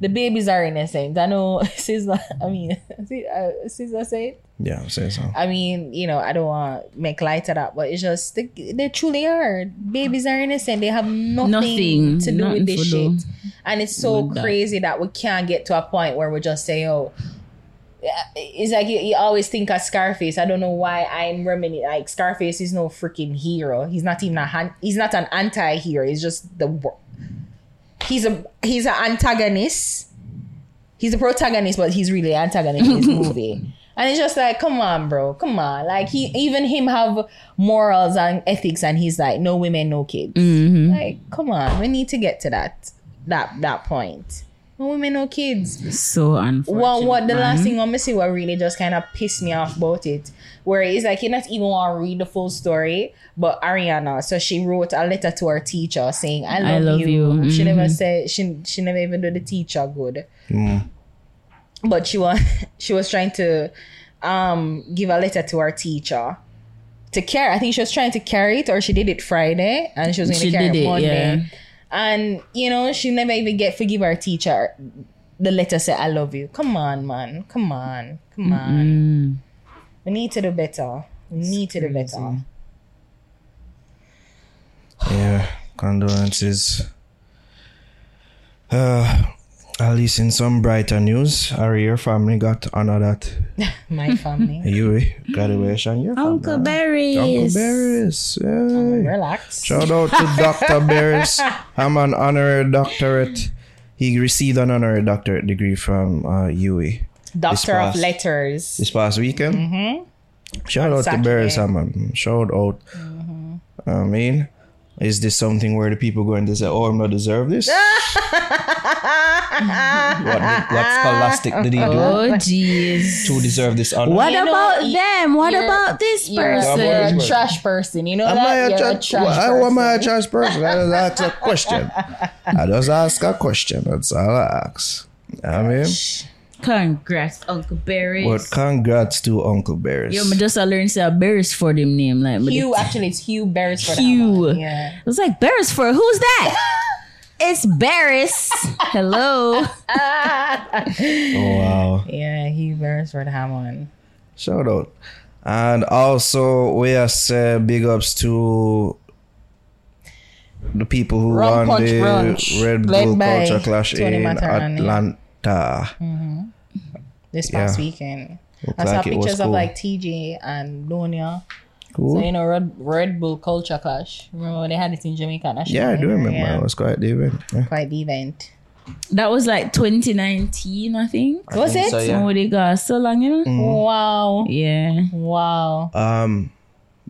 Speaker 3: The babies are innocent. I know Sizzla. I mean, see, uh, Sizzla said.
Speaker 2: Yeah, I'm saying so.
Speaker 3: I mean, you know, I don't want to make light of that, but it's just they, they truly are. Babies are innocent. They have nothing,
Speaker 4: Nothing.
Speaker 3: to do
Speaker 4: Nothing
Speaker 3: with this
Speaker 4: to do
Speaker 3: shit. And it's so
Speaker 4: with that.
Speaker 3: crazy that. we can't get to a point where we just say, "Oh." It's like you, you always think of Scarface. I don't know why I'm reminiscing. Like Scarface is no freaking hero. He's not even a han- he's not an anti-hero. He's just the wor- he's a he's an antagonist. He's a protagonist, but he's really antagonist in this movie. And it's just like, come on, bro, come on. Like he even him have morals and ethics, and he's like, no women, no kids.
Speaker 4: Mm. Mm-hmm.
Speaker 3: Like, come on, we need to get to that that that point. No women, no kids.
Speaker 4: So unfortunate.
Speaker 3: Well, what the
Speaker 4: man.
Speaker 3: last thing I'm see what really just kind of pissed me off about it, where it's like you not even want to read the full story, but Ariana, so she wrote a letter to her teacher saying, "I love,
Speaker 4: I love
Speaker 3: you."
Speaker 4: you.
Speaker 3: She never
Speaker 4: Mhm.
Speaker 3: said she she never even do the teacher good, but she was she was trying to um give a letter to her teacher to carry. I think she was trying to carry it, or she did it Friday, and she was going
Speaker 4: She
Speaker 3: to carry
Speaker 4: did
Speaker 3: it
Speaker 4: it,
Speaker 3: Monday.
Speaker 4: yeah.
Speaker 3: And you know, she never even get forgive her teacher. The letter said, "I love you." Come on, man. Come on. Come on.
Speaker 4: Mm.
Speaker 3: We need to do better. We need to do better.
Speaker 2: Yeah, condolences. Uh, at least in some brighter news, our your family got another
Speaker 3: My family.
Speaker 2: Yuri graduation. Your family,
Speaker 4: Uncle
Speaker 2: right?
Speaker 4: Barry.
Speaker 2: Uncle Barris. Yeah.
Speaker 3: Relax.
Speaker 2: Shout out to Dr. Barris. I'm an honorary doctorate. He received an honorary doctorate degree from uh, UE
Speaker 3: Doctor of
Speaker 2: past-
Speaker 3: Letters.
Speaker 2: this past weekend. Mm-hmm. Shout out to
Speaker 3: Saturday. Mm-hmm.
Speaker 2: Barry Salmon. Shout out. I mean, is this something where the people going to say, oh, I'm not deserve this? What, did- what scholastic did he do
Speaker 4: Oh jeez.
Speaker 2: to deserve this honor?
Speaker 4: What
Speaker 3: You know,
Speaker 4: about
Speaker 3: y-
Speaker 4: them? What
Speaker 3: you're-
Speaker 4: about this
Speaker 3: You're a-
Speaker 4: person?
Speaker 2: Yeah,
Speaker 3: you're
Speaker 2: boy,
Speaker 3: a
Speaker 2: boy.
Speaker 3: trash person. You know
Speaker 2: Am I
Speaker 3: that?
Speaker 2: a
Speaker 3: You're
Speaker 2: tra-
Speaker 3: a trash
Speaker 2: why,
Speaker 3: person.
Speaker 2: am I a trash person? I just ask a question. I just ask a question. That's all I ask. I mean,
Speaker 4: Congrats, Uncle Barry.
Speaker 2: but congrats to Uncle Bears.
Speaker 4: Yo, I just I learned say Barry's for them name like but
Speaker 3: Hugh, actually, it's Hugh Beresford.
Speaker 4: it's Hugh.
Speaker 3: Yeah.
Speaker 4: I was like Barry's for who's that? it's Barris. Hello.
Speaker 2: Oh, wow.
Speaker 3: Yeah, Hugh Beresford Hammond.
Speaker 2: Shout out. And also, we are say big ups to the people who won
Speaker 3: Rum Punch
Speaker 2: the
Speaker 3: Brunch,
Speaker 2: Red
Speaker 3: led
Speaker 2: Bull
Speaker 3: by
Speaker 2: Culture Clash
Speaker 3: Tony
Speaker 2: in
Speaker 3: Matarani.
Speaker 2: Atlanta.
Speaker 3: This past
Speaker 2: Yeah.
Speaker 3: weekend.
Speaker 2: Looked
Speaker 3: I saw
Speaker 2: like it was
Speaker 3: pictures of
Speaker 2: cool.
Speaker 3: like TJ and Donia. So,
Speaker 2: Cool.
Speaker 3: you know, Red, Red Bull Culture Clash. Remember when they had it in Jamaica? and that
Speaker 2: Yeah, I
Speaker 3: shit?
Speaker 2: do remember.
Speaker 3: Yeah,
Speaker 2: It was quite the event. Yeah.
Speaker 3: Quite the event.
Speaker 4: That was like 2019, I think.
Speaker 3: Was it?
Speaker 2: so, yeah.
Speaker 4: Oh, they got so long, you know?
Speaker 2: Mm.
Speaker 3: Wow.
Speaker 4: Yeah.
Speaker 3: Wow.
Speaker 2: Um,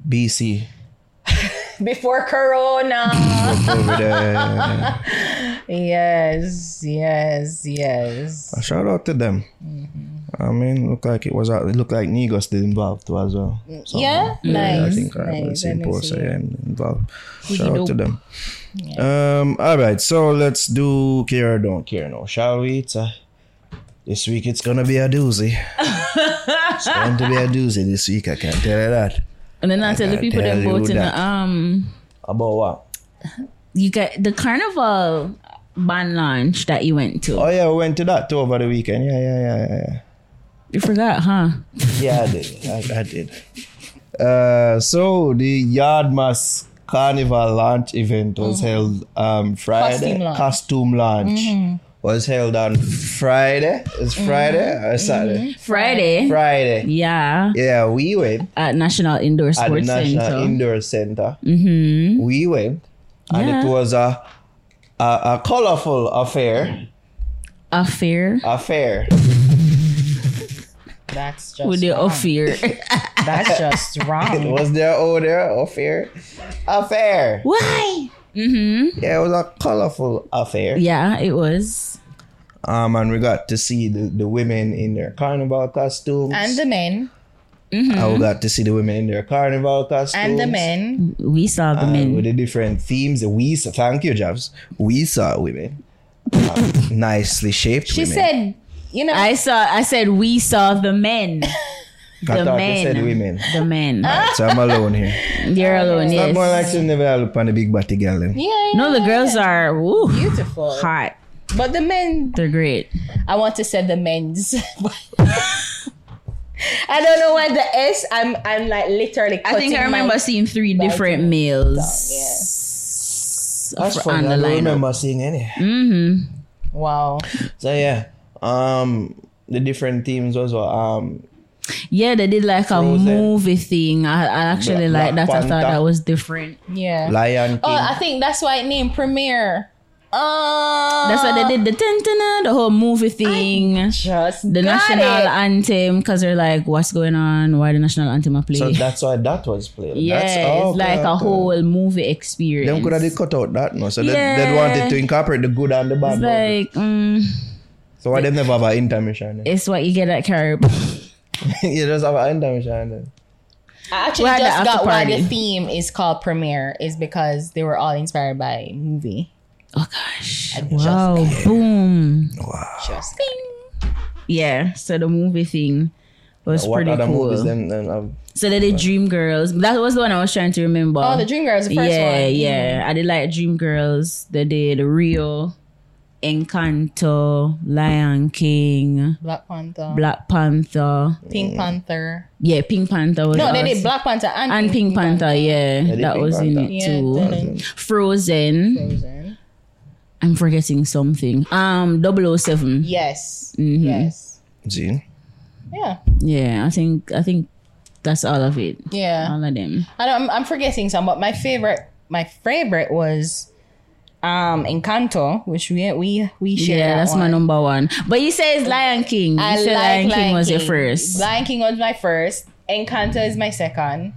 Speaker 2: BC.
Speaker 3: Before Corona.
Speaker 2: Over there.
Speaker 3: yes, yes, yes.
Speaker 2: A shout out to them.
Speaker 3: Mm-hmm.
Speaker 2: I mean, look like it was. It looked like Negos did involved too as well. So,
Speaker 3: Yeah?
Speaker 2: Oh, I
Speaker 3: Nice,
Speaker 2: think I
Speaker 3: nice.
Speaker 2: would
Speaker 3: That
Speaker 2: see
Speaker 3: makes
Speaker 2: posts
Speaker 3: it-
Speaker 2: yeah, involved. Shout out to them. Um. All right. So let's do care or don't care now, shall we? It's a, this week it's gonna be a doozy. it's going to be a doozy this week. I can tell you that.
Speaker 4: And then I tell the
Speaker 2: gotta
Speaker 4: people
Speaker 2: tell
Speaker 4: that
Speaker 2: you
Speaker 4: vote in
Speaker 2: that.
Speaker 4: the um
Speaker 2: About what?
Speaker 4: you get the carnival band launch that you went to.
Speaker 2: Oh yeah, we went to that too over the weekend. Yeah, yeah, yeah, yeah. yeah.
Speaker 4: You forgot, huh?
Speaker 2: Yeah, I did. I, I did. Uh, so the Yardmas Carnival launch event was held um, Friday.
Speaker 3: Costume launch.
Speaker 2: Costume launch was held on Friday. It's Friday or Saturday?
Speaker 4: Friday.
Speaker 2: Friday.
Speaker 4: Yeah.
Speaker 2: Yeah, we went
Speaker 4: At National Indoor
Speaker 2: at the
Speaker 4: Sports
Speaker 2: National
Speaker 4: Center.
Speaker 2: Indoor Center. Mm-hmm. We went, and
Speaker 4: Yeah.
Speaker 2: it was a a, a colorful affair.
Speaker 4: Affair.
Speaker 2: Affair.
Speaker 3: That's just
Speaker 4: With the
Speaker 3: wrong.
Speaker 4: affair.
Speaker 3: That's just wrong.
Speaker 2: was there order affair? Affair.
Speaker 4: Why?
Speaker 2: Yeah, it was a colorful affair.
Speaker 4: Yeah, it was.
Speaker 2: Um, and we got to see the, the women in their carnival costumes.
Speaker 3: And the men,
Speaker 2: I got to see the women in their carnival costumes.
Speaker 3: and the men.
Speaker 4: We saw the
Speaker 2: uh,
Speaker 4: men.
Speaker 2: with the different themes. We saw, thank you, Javs. We saw women. um, nicely shaped
Speaker 3: She
Speaker 2: women.
Speaker 3: said, you know,
Speaker 4: I saw I said we saw the men.
Speaker 2: I
Speaker 4: the
Speaker 2: thought
Speaker 4: men.
Speaker 2: you said Ah. women.
Speaker 4: The men.
Speaker 2: Alright, so I'm alone here.
Speaker 4: You're alone,
Speaker 2: Not
Speaker 4: yes.
Speaker 2: more like to never look on the big body girl. eh? Them.
Speaker 3: yeah,
Speaker 4: no, the
Speaker 3: yeah,
Speaker 4: girls
Speaker 3: yeah.
Speaker 4: are woo,
Speaker 3: beautiful,
Speaker 4: hot.
Speaker 3: but the men.
Speaker 4: They're great.
Speaker 3: I want to say the men's. I don't know why the S. I'm I'm like literally.
Speaker 4: I
Speaker 3: cutting
Speaker 4: think I
Speaker 3: my-
Speaker 4: remember seeing three
Speaker 3: biting
Speaker 4: different
Speaker 3: my
Speaker 4: males
Speaker 2: That's
Speaker 4: for- on
Speaker 2: funny. I
Speaker 4: the
Speaker 2: don't
Speaker 4: lineup.
Speaker 2: remember seeing any.
Speaker 3: Mm.
Speaker 4: Mm-hmm.
Speaker 3: Wow.
Speaker 2: So yeah, um, the different themes was well. Um,
Speaker 4: Yeah, they did like a
Speaker 2: Frozen.
Speaker 4: movie thing. I, I actually
Speaker 2: Bla-
Speaker 4: like
Speaker 2: Black
Speaker 4: that. I thought
Speaker 2: Panther.
Speaker 4: that was different.
Speaker 3: Yeah.
Speaker 2: Lion King.
Speaker 3: oh, I think that's why it named premiere. Uh,
Speaker 4: That's why they did the dun, dun, dun, the whole movie thing,
Speaker 3: Uh, Just
Speaker 4: the national anthem. Because they're like, what's going on? Why the national anthem are
Speaker 2: so
Speaker 4: playing?
Speaker 2: that's why that was played.
Speaker 4: yeah,
Speaker 2: that's,
Speaker 4: it's
Speaker 2: okay,
Speaker 4: like a
Speaker 2: okay.
Speaker 4: whole movie experience.
Speaker 2: Them could have cut out that no. So they, they
Speaker 4: Yeah.
Speaker 2: wanted to incorporate the good and the bad.
Speaker 4: it's
Speaker 2: no?
Speaker 4: like, mm,
Speaker 2: so why them never have an intermission? eh?
Speaker 4: it's what you get at Caribbean.
Speaker 2: you just have an intermission. eh?
Speaker 3: I actually
Speaker 4: We had the
Speaker 3: just
Speaker 4: after
Speaker 3: got why the
Speaker 4: party.
Speaker 3: theme is called premiere is because they were all inspired by movie.
Speaker 4: Oh gosh!
Speaker 3: just
Speaker 4: Wow! Boom!
Speaker 3: Just
Speaker 4: Yeah. So the movie thing was
Speaker 2: What
Speaker 4: pretty
Speaker 2: other
Speaker 4: cool.
Speaker 2: movies them, them have?
Speaker 4: So they did Dream Girls. That was the one I was trying to remember.
Speaker 3: oh, the Dream Girls, the first
Speaker 4: yeah,
Speaker 3: one. Mm.
Speaker 4: yeah. I did like Dream Girls. They did Rio, Encanto, Lion King,
Speaker 3: Black Panther,
Speaker 4: Black Panther.
Speaker 3: Pink Panther.
Speaker 4: Yeah, Pink Panther was
Speaker 3: No, they
Speaker 4: us.
Speaker 3: did Black Panther and,
Speaker 4: and Pink Panther. Yeah,
Speaker 2: did
Speaker 4: that
Speaker 2: Pink
Speaker 4: was in
Speaker 2: Panther.
Speaker 4: it
Speaker 3: Yeah,
Speaker 4: too.
Speaker 3: dun-
Speaker 4: Frozen.
Speaker 3: Frozen.
Speaker 4: I'm forgetting something. Um, 007.
Speaker 3: Yes.
Speaker 4: Mhm.
Speaker 3: Yes.
Speaker 2: Gene.
Speaker 3: Yeah.
Speaker 4: Yeah, I think I think that's all of it.
Speaker 3: Yeah.
Speaker 4: All of them.
Speaker 3: I don't, I'm, I'm forgetting some, but my favorite, my favorite was um Encanto, which we we we shared.
Speaker 4: yeah,
Speaker 3: that
Speaker 4: that's my
Speaker 3: one.
Speaker 4: number one. But you say it's Lion King. You
Speaker 3: I
Speaker 4: say
Speaker 3: like
Speaker 4: Lion King was your first.
Speaker 3: Lion King was my first. Encanto is my second.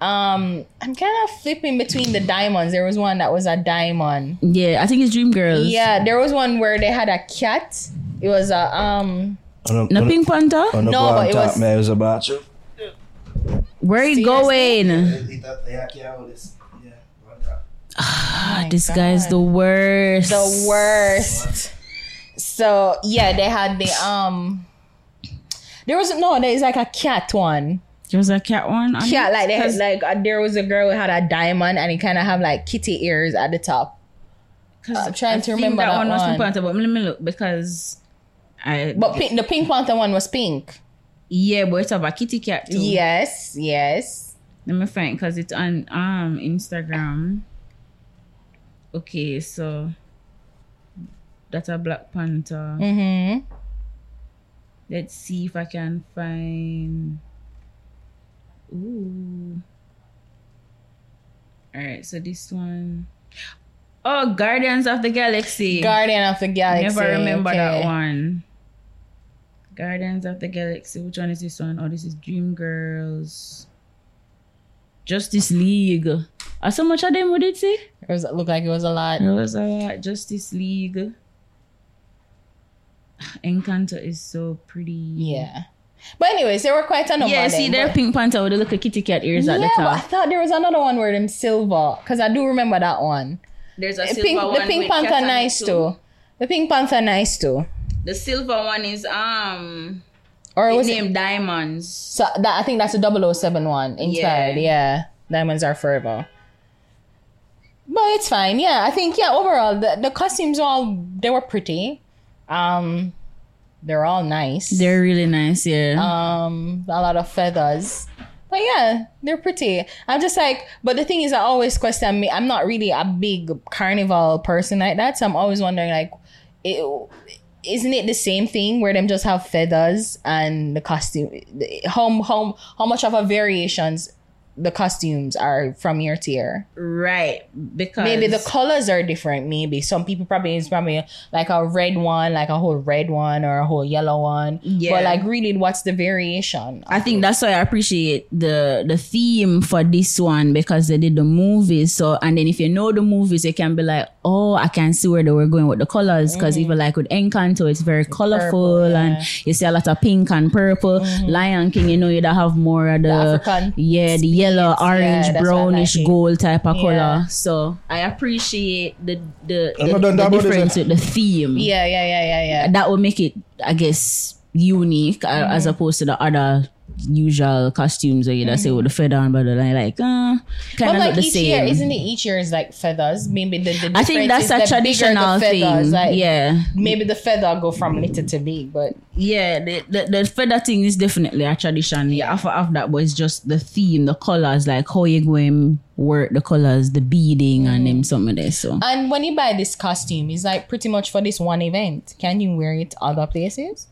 Speaker 3: Um, I'm kind of flipping between the diamonds. There was one that was a diamond.
Speaker 4: Yeah, I think it's Dream Girls.
Speaker 3: Yeah, there was one where they had a cat. It was a um.
Speaker 4: No Pink Panther?
Speaker 2: On the
Speaker 3: No,
Speaker 2: no,
Speaker 3: but
Speaker 2: it
Speaker 3: it
Speaker 2: top,
Speaker 3: was-
Speaker 2: man, it was about you.
Speaker 4: Where you
Speaker 3: Seriously? Oh
Speaker 4: going?
Speaker 3: my
Speaker 4: Ah, This guy's the worst.
Speaker 3: the worst. So yeah, they had the um. There was no. There is like a cat one.
Speaker 4: There was a cat one. on
Speaker 3: Yeah,
Speaker 4: it?
Speaker 3: like they had,
Speaker 4: 'Cause
Speaker 3: like uh, there was a girl who had a diamond and it kind of have like kitty ears at the top.
Speaker 4: 'Cause
Speaker 3: I'm uh, trying to
Speaker 4: think
Speaker 3: remember that
Speaker 4: one was
Speaker 3: one.
Speaker 4: Pink Panther, but let me look because I.
Speaker 3: But pink, the pink panther one was pink.
Speaker 4: yeah, but it's about kitty cat too.
Speaker 3: Yes, yes.
Speaker 4: Let me find because it's on um Instagram. Okay, so that's a Black Panther.
Speaker 3: hmm
Speaker 4: Let's see if I can find. Ooh. All right, so this one. Oh, Guardians of the Galaxy.
Speaker 3: Guardian of the Galaxy.
Speaker 4: Never remember that
Speaker 3: okay.
Speaker 4: one. Guardians of the Galaxy. Which one is this one? Oh, this is Dream Girls. Justice League. Are so much of them would it say?
Speaker 3: It was looked like it was a lot.
Speaker 4: There was a lot. Justice League. Encanto is so pretty.
Speaker 3: Yeah. But anyways, there were quite a number.
Speaker 4: Yeah, see
Speaker 3: then,
Speaker 4: their
Speaker 3: but-
Speaker 4: Pink Panther with the little kitty cat ears
Speaker 3: Yeah,
Speaker 4: at the
Speaker 3: but I
Speaker 4: top.
Speaker 3: thought there was another one where them silver because I do remember that one.
Speaker 4: There's a
Speaker 3: The pink, the pink panther nice too. The pink panther nice too.
Speaker 4: The silver one is um
Speaker 3: Or was it?
Speaker 4: named Diamonds.
Speaker 3: So that, I think that's a 007 one instead. Yeah. Diamonds are forever. But it's fine. Yeah. I think, yeah, overall, the, the costumes all, they were pretty. Um, they're all nice.
Speaker 4: They're really nice, yeah.
Speaker 3: um, a lot of feathers. But yeah, they're pretty. I'm just like, but the thing is, I always question me. I'm not really a big carnival person like that, so I'm always wondering like, it, isn't it the same thing where them just have feathers and the costume? How how how much of a variations the costumes are from year to year?
Speaker 4: right. Because
Speaker 3: Maybe the colors are different. Maybe some people probably it's probably like a red one, like a whole red one or a whole yellow one.
Speaker 4: Yeah.
Speaker 3: But like, really, what's the variation?
Speaker 4: I think that's why I appreciate the the theme for this one because they did the movies. So and then if you know the movies, you can be like, oh, I can see where they were going with the colors because even like with Encanto, it's very colorful
Speaker 3: yeah. Mm-hmm.
Speaker 4: and you see a lot of pink and purple. Lion King, you know, you don't have more of the,
Speaker 3: African
Speaker 4: yeah, the yellow, orange,
Speaker 3: that's what I
Speaker 4: brownish,
Speaker 3: like it.
Speaker 4: gold type of
Speaker 3: Yeah.
Speaker 4: color. So I appreciate the the,
Speaker 2: I'm
Speaker 4: the,
Speaker 2: not done
Speaker 4: the
Speaker 2: that, but is
Speaker 4: difference with the theme
Speaker 3: Yeah, yeah, yeah, yeah, yeah.
Speaker 4: that would make it, I guess, unique uh,
Speaker 3: Mm-hmm.
Speaker 4: as opposed to the other usual costumes where you just say with the feather and blah blah blah. Like, uh, kind
Speaker 3: Mm-hmm. But
Speaker 4: of
Speaker 3: like
Speaker 4: look the
Speaker 3: each year,
Speaker 4: same.
Speaker 3: isn't it each year is like feathers? Maybe the, the
Speaker 4: I think
Speaker 3: difference is
Speaker 4: that's a
Speaker 3: the bigger the
Speaker 4: traditional
Speaker 3: feathers,
Speaker 4: thing.
Speaker 3: Like,
Speaker 4: yeah,
Speaker 3: Maybe the feather go from little to big, but
Speaker 4: yeah. The, the, the feather thing is definitely a tradition. Yeah, half of that, but it's just the theme, the colors, like how you going work the colors, the beading,
Speaker 3: Mm.
Speaker 4: and them something like that. So
Speaker 3: and when you buy this costume, it's like pretty much for this one event. Can you wear it other places?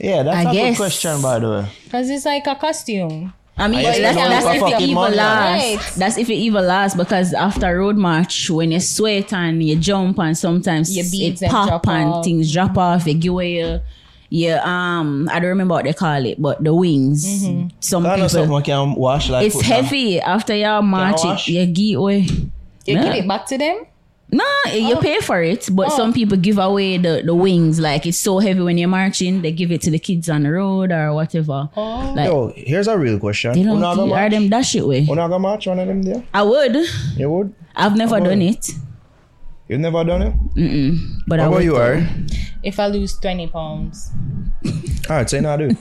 Speaker 2: Yeah, that's
Speaker 4: I
Speaker 2: a good
Speaker 4: guess.
Speaker 2: question, by the way.
Speaker 3: Because it's like a costume.
Speaker 4: I mean,
Speaker 2: But
Speaker 4: that's,
Speaker 2: you know
Speaker 4: that's
Speaker 2: for
Speaker 4: if it
Speaker 2: fucking
Speaker 4: even
Speaker 2: money.
Speaker 4: lasts.
Speaker 3: Right.
Speaker 4: That's if it even lasts because after road march, when you sweat and you jump and sometimes
Speaker 3: Your beads
Speaker 4: it
Speaker 3: and
Speaker 4: pop
Speaker 3: drop
Speaker 4: and
Speaker 3: off.
Speaker 4: things drop off, you give away your, your um, I don't remember what they call it, but the wings.
Speaker 3: Mm-hmm.
Speaker 4: Some
Speaker 2: I know something
Speaker 4: people,
Speaker 2: I can wash like
Speaker 4: it's
Speaker 2: foot now.
Speaker 4: heavy after your march.
Speaker 2: wash?
Speaker 4: It, you give away.
Speaker 3: You
Speaker 4: Yeah.
Speaker 3: give it Oh. back to them.
Speaker 4: No, you pay for it, but some people give away the, the wings. Like it's so heavy when you're marching, they give it to the kids on the road or whatever.
Speaker 3: Oh.
Speaker 4: Like
Speaker 2: Yo, here's a real question.
Speaker 4: they don't
Speaker 2: Una go
Speaker 4: give,
Speaker 2: match?
Speaker 4: are them dash it way.
Speaker 2: Una go match one of them there?
Speaker 4: I would.
Speaker 2: You would?
Speaker 4: I've never done it,
Speaker 2: You've never done it?
Speaker 4: but I
Speaker 2: How about
Speaker 4: would.
Speaker 2: you, Ari?
Speaker 3: If I lose twenty pounds,
Speaker 2: Alright, say no, I do.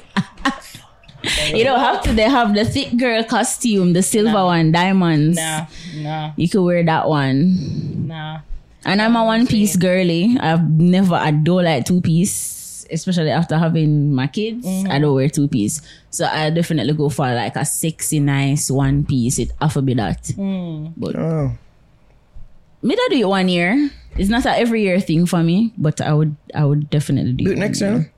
Speaker 4: You don't have to. They have the thick girl costume, the silver one, diamonds.
Speaker 3: nah, nah,
Speaker 4: You could wear that one.
Speaker 3: nah.
Speaker 4: And I'm a one piece girly. I've never adored like two piece, especially after having my kids. I don't wear two piece, so I definitely go for like a sexy, nice one piece. It have to be that.
Speaker 2: Oh.
Speaker 4: Me that do it one year. It's not a every year thing for me, but I would, I would definitely do,
Speaker 2: Do it
Speaker 4: it.
Speaker 2: next year.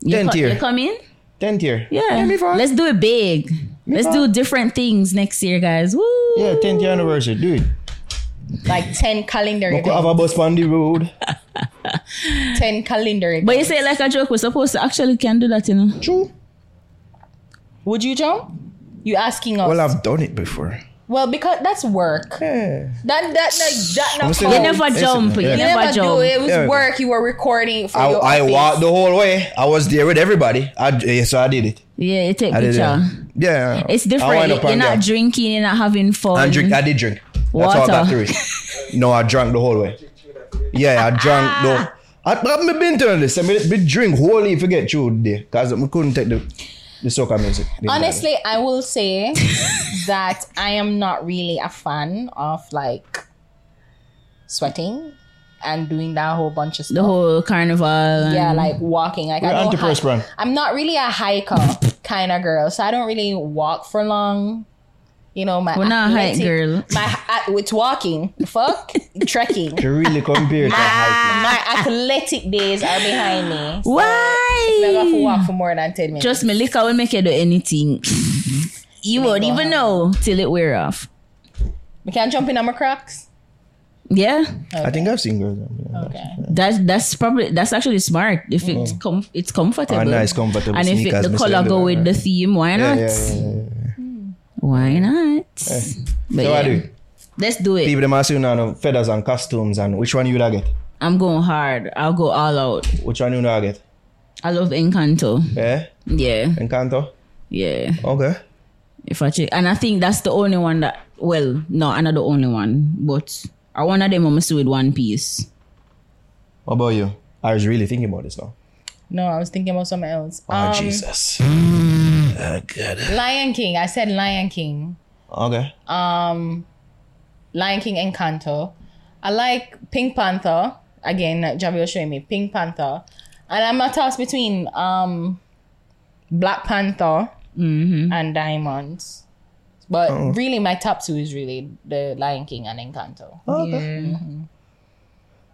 Speaker 4: You,
Speaker 2: tenth
Speaker 4: co-
Speaker 2: year.
Speaker 4: you come in.
Speaker 2: Tenth year.
Speaker 4: Yeah. Let's do it big. Let's
Speaker 2: fun.
Speaker 4: do different things next year, guys. Woo!
Speaker 2: Yeah, tenth year anniversary. Do it.
Speaker 3: Like ten calendar
Speaker 2: We could have
Speaker 3: events.
Speaker 2: a bus on the road.
Speaker 3: Ten calendar.
Speaker 4: But
Speaker 3: events.
Speaker 4: you say it like a joke, we're supposed to actually can do that, you know.
Speaker 2: True.
Speaker 3: Would you, Joe? You asking us?
Speaker 2: Well, I've done it before.
Speaker 3: Well, because that's work.
Speaker 2: Yeah.
Speaker 3: That that that, that not
Speaker 2: Honestly,
Speaker 3: count.
Speaker 4: You
Speaker 2: Oh,
Speaker 4: never
Speaker 2: it's-
Speaker 4: jump. You
Speaker 2: yeah.
Speaker 3: You
Speaker 4: never
Speaker 3: never do it. It
Speaker 4: jump.
Speaker 3: was
Speaker 2: Yeah.
Speaker 3: work. You were recording for
Speaker 2: I,
Speaker 3: your
Speaker 2: I
Speaker 3: office.
Speaker 2: walked the whole way. I was there with everybody. I, yeah, so I did it.
Speaker 4: Yeah, you take
Speaker 2: I did
Speaker 4: picture.
Speaker 2: it. Yeah.
Speaker 4: It's
Speaker 2: I
Speaker 4: different.
Speaker 2: wind up
Speaker 4: You're
Speaker 2: on
Speaker 4: not
Speaker 2: there.
Speaker 4: drinking. You're not having fun.
Speaker 2: And drink. I did drink. That's how I
Speaker 4: Water.
Speaker 2: got through it. no, I drank the whole way. Yeah, I drank the.
Speaker 4: Ah.
Speaker 2: I, I've been to this. I mean, me drink whole if you get through the day because we couldn't take the the soccer music.
Speaker 3: Honestly, I will say that I am not really a fan of like sweating and doing that whole bunch of stuff.
Speaker 4: the whole carnival. and-
Speaker 3: yeah, like walking. Like
Speaker 2: We're
Speaker 3: I don't
Speaker 2: antiperspirant.
Speaker 3: I'm not really a hiker kind of girl, so I don't really walk for long. You know, my
Speaker 4: We're not a hike
Speaker 3: athletic-
Speaker 4: girl.
Speaker 3: My a- it's walking, fuck trekking.
Speaker 2: you really compare it to height.
Speaker 4: Ah.
Speaker 3: My athletic days are behind me. So I have to
Speaker 4: Why?
Speaker 3: walk for more than ten minutes.
Speaker 4: Just me liquor will make you do anything. you won't even know till it wear off.
Speaker 3: we can't jump in on my Crocs.
Speaker 4: Yeah,
Speaker 2: I think I've seen girls. that-
Speaker 3: Okay.
Speaker 4: that's that's probably that's actually smart if it's com- it's comfortable.
Speaker 2: Ah, Oh. nice, comfortable
Speaker 4: And if it,
Speaker 2: sneakers,
Speaker 4: the
Speaker 2: Mr.
Speaker 4: color go
Speaker 2: Elder.
Speaker 4: with the theme, why
Speaker 2: Yeah,
Speaker 4: not?
Speaker 2: yeah, yeah, yeah, yeah.
Speaker 4: Why not? But
Speaker 2: So I
Speaker 4: yeah,
Speaker 2: do.
Speaker 4: let's do it.
Speaker 2: People them ask you now no, feathers and costumes and which one you would get?
Speaker 4: I'm going hard. I'll go all out.
Speaker 2: Which one you would get?
Speaker 4: I love Encanto.
Speaker 2: Yeah,
Speaker 4: Yeah,
Speaker 2: Encanto.
Speaker 4: yeah.
Speaker 2: Okay.
Speaker 4: If I check, and I think that's the only one that. Well, no, I'm not the only one, but I one of them I'm with One Piece.
Speaker 2: What about you? I was really thinking about this now.
Speaker 3: No, I was thinking about something else.
Speaker 2: Oh
Speaker 3: Um,
Speaker 2: Jesus. Oh God.
Speaker 3: Lion King. I said Lion King.
Speaker 2: Okay.
Speaker 3: Um, Lion King Encanto. I like Pink Panther. Again, Javi was showing me Pink Panther, and I'm a toss between um, Black Panther
Speaker 4: Mm-hmm.
Speaker 3: and Diamonds. But really, my top two is really the Lion King and Encanto.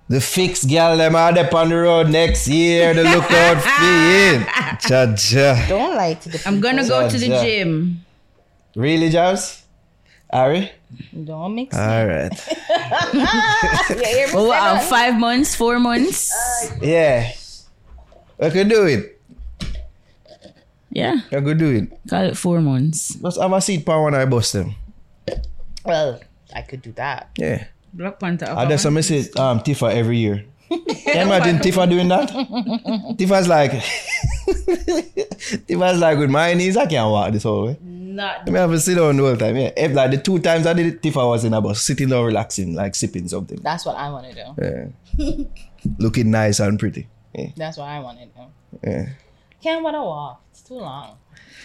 Speaker 2: The fixed gal them out up on the road next year. The lookout fee in. Cha cha.
Speaker 3: Don't lie to the
Speaker 4: I'm gonna go to the
Speaker 2: Yeah.
Speaker 4: gym.
Speaker 2: Really, Jobs? Ari?
Speaker 3: Don't mix.
Speaker 2: All right.
Speaker 3: You hear me?
Speaker 4: Oh, wow, five months, four months.
Speaker 2: Yeah. I could do it.
Speaker 4: yeah,
Speaker 2: I could do it.
Speaker 4: call it four months.
Speaker 2: Let's have a seat power when I bust them.
Speaker 3: well, I could do that.
Speaker 2: Yeah.
Speaker 4: Black Panther.
Speaker 2: I just miss it um Tifa every year. Can you imagine Tifa doing that? Tifa's like Tifa's like with my knees, I can't walk this whole way.
Speaker 4: Not
Speaker 2: I mean, I've been sitting down the whole time. Yeah, If, like the two times I did it, Tifa was in a bus, sitting down, relaxing, like sipping something,
Speaker 3: That's what I want to do.
Speaker 2: Yeah. looking nice and pretty. Yeah.
Speaker 3: That's what I want to do.
Speaker 2: yeah.
Speaker 3: Can't want to walk. It's too long.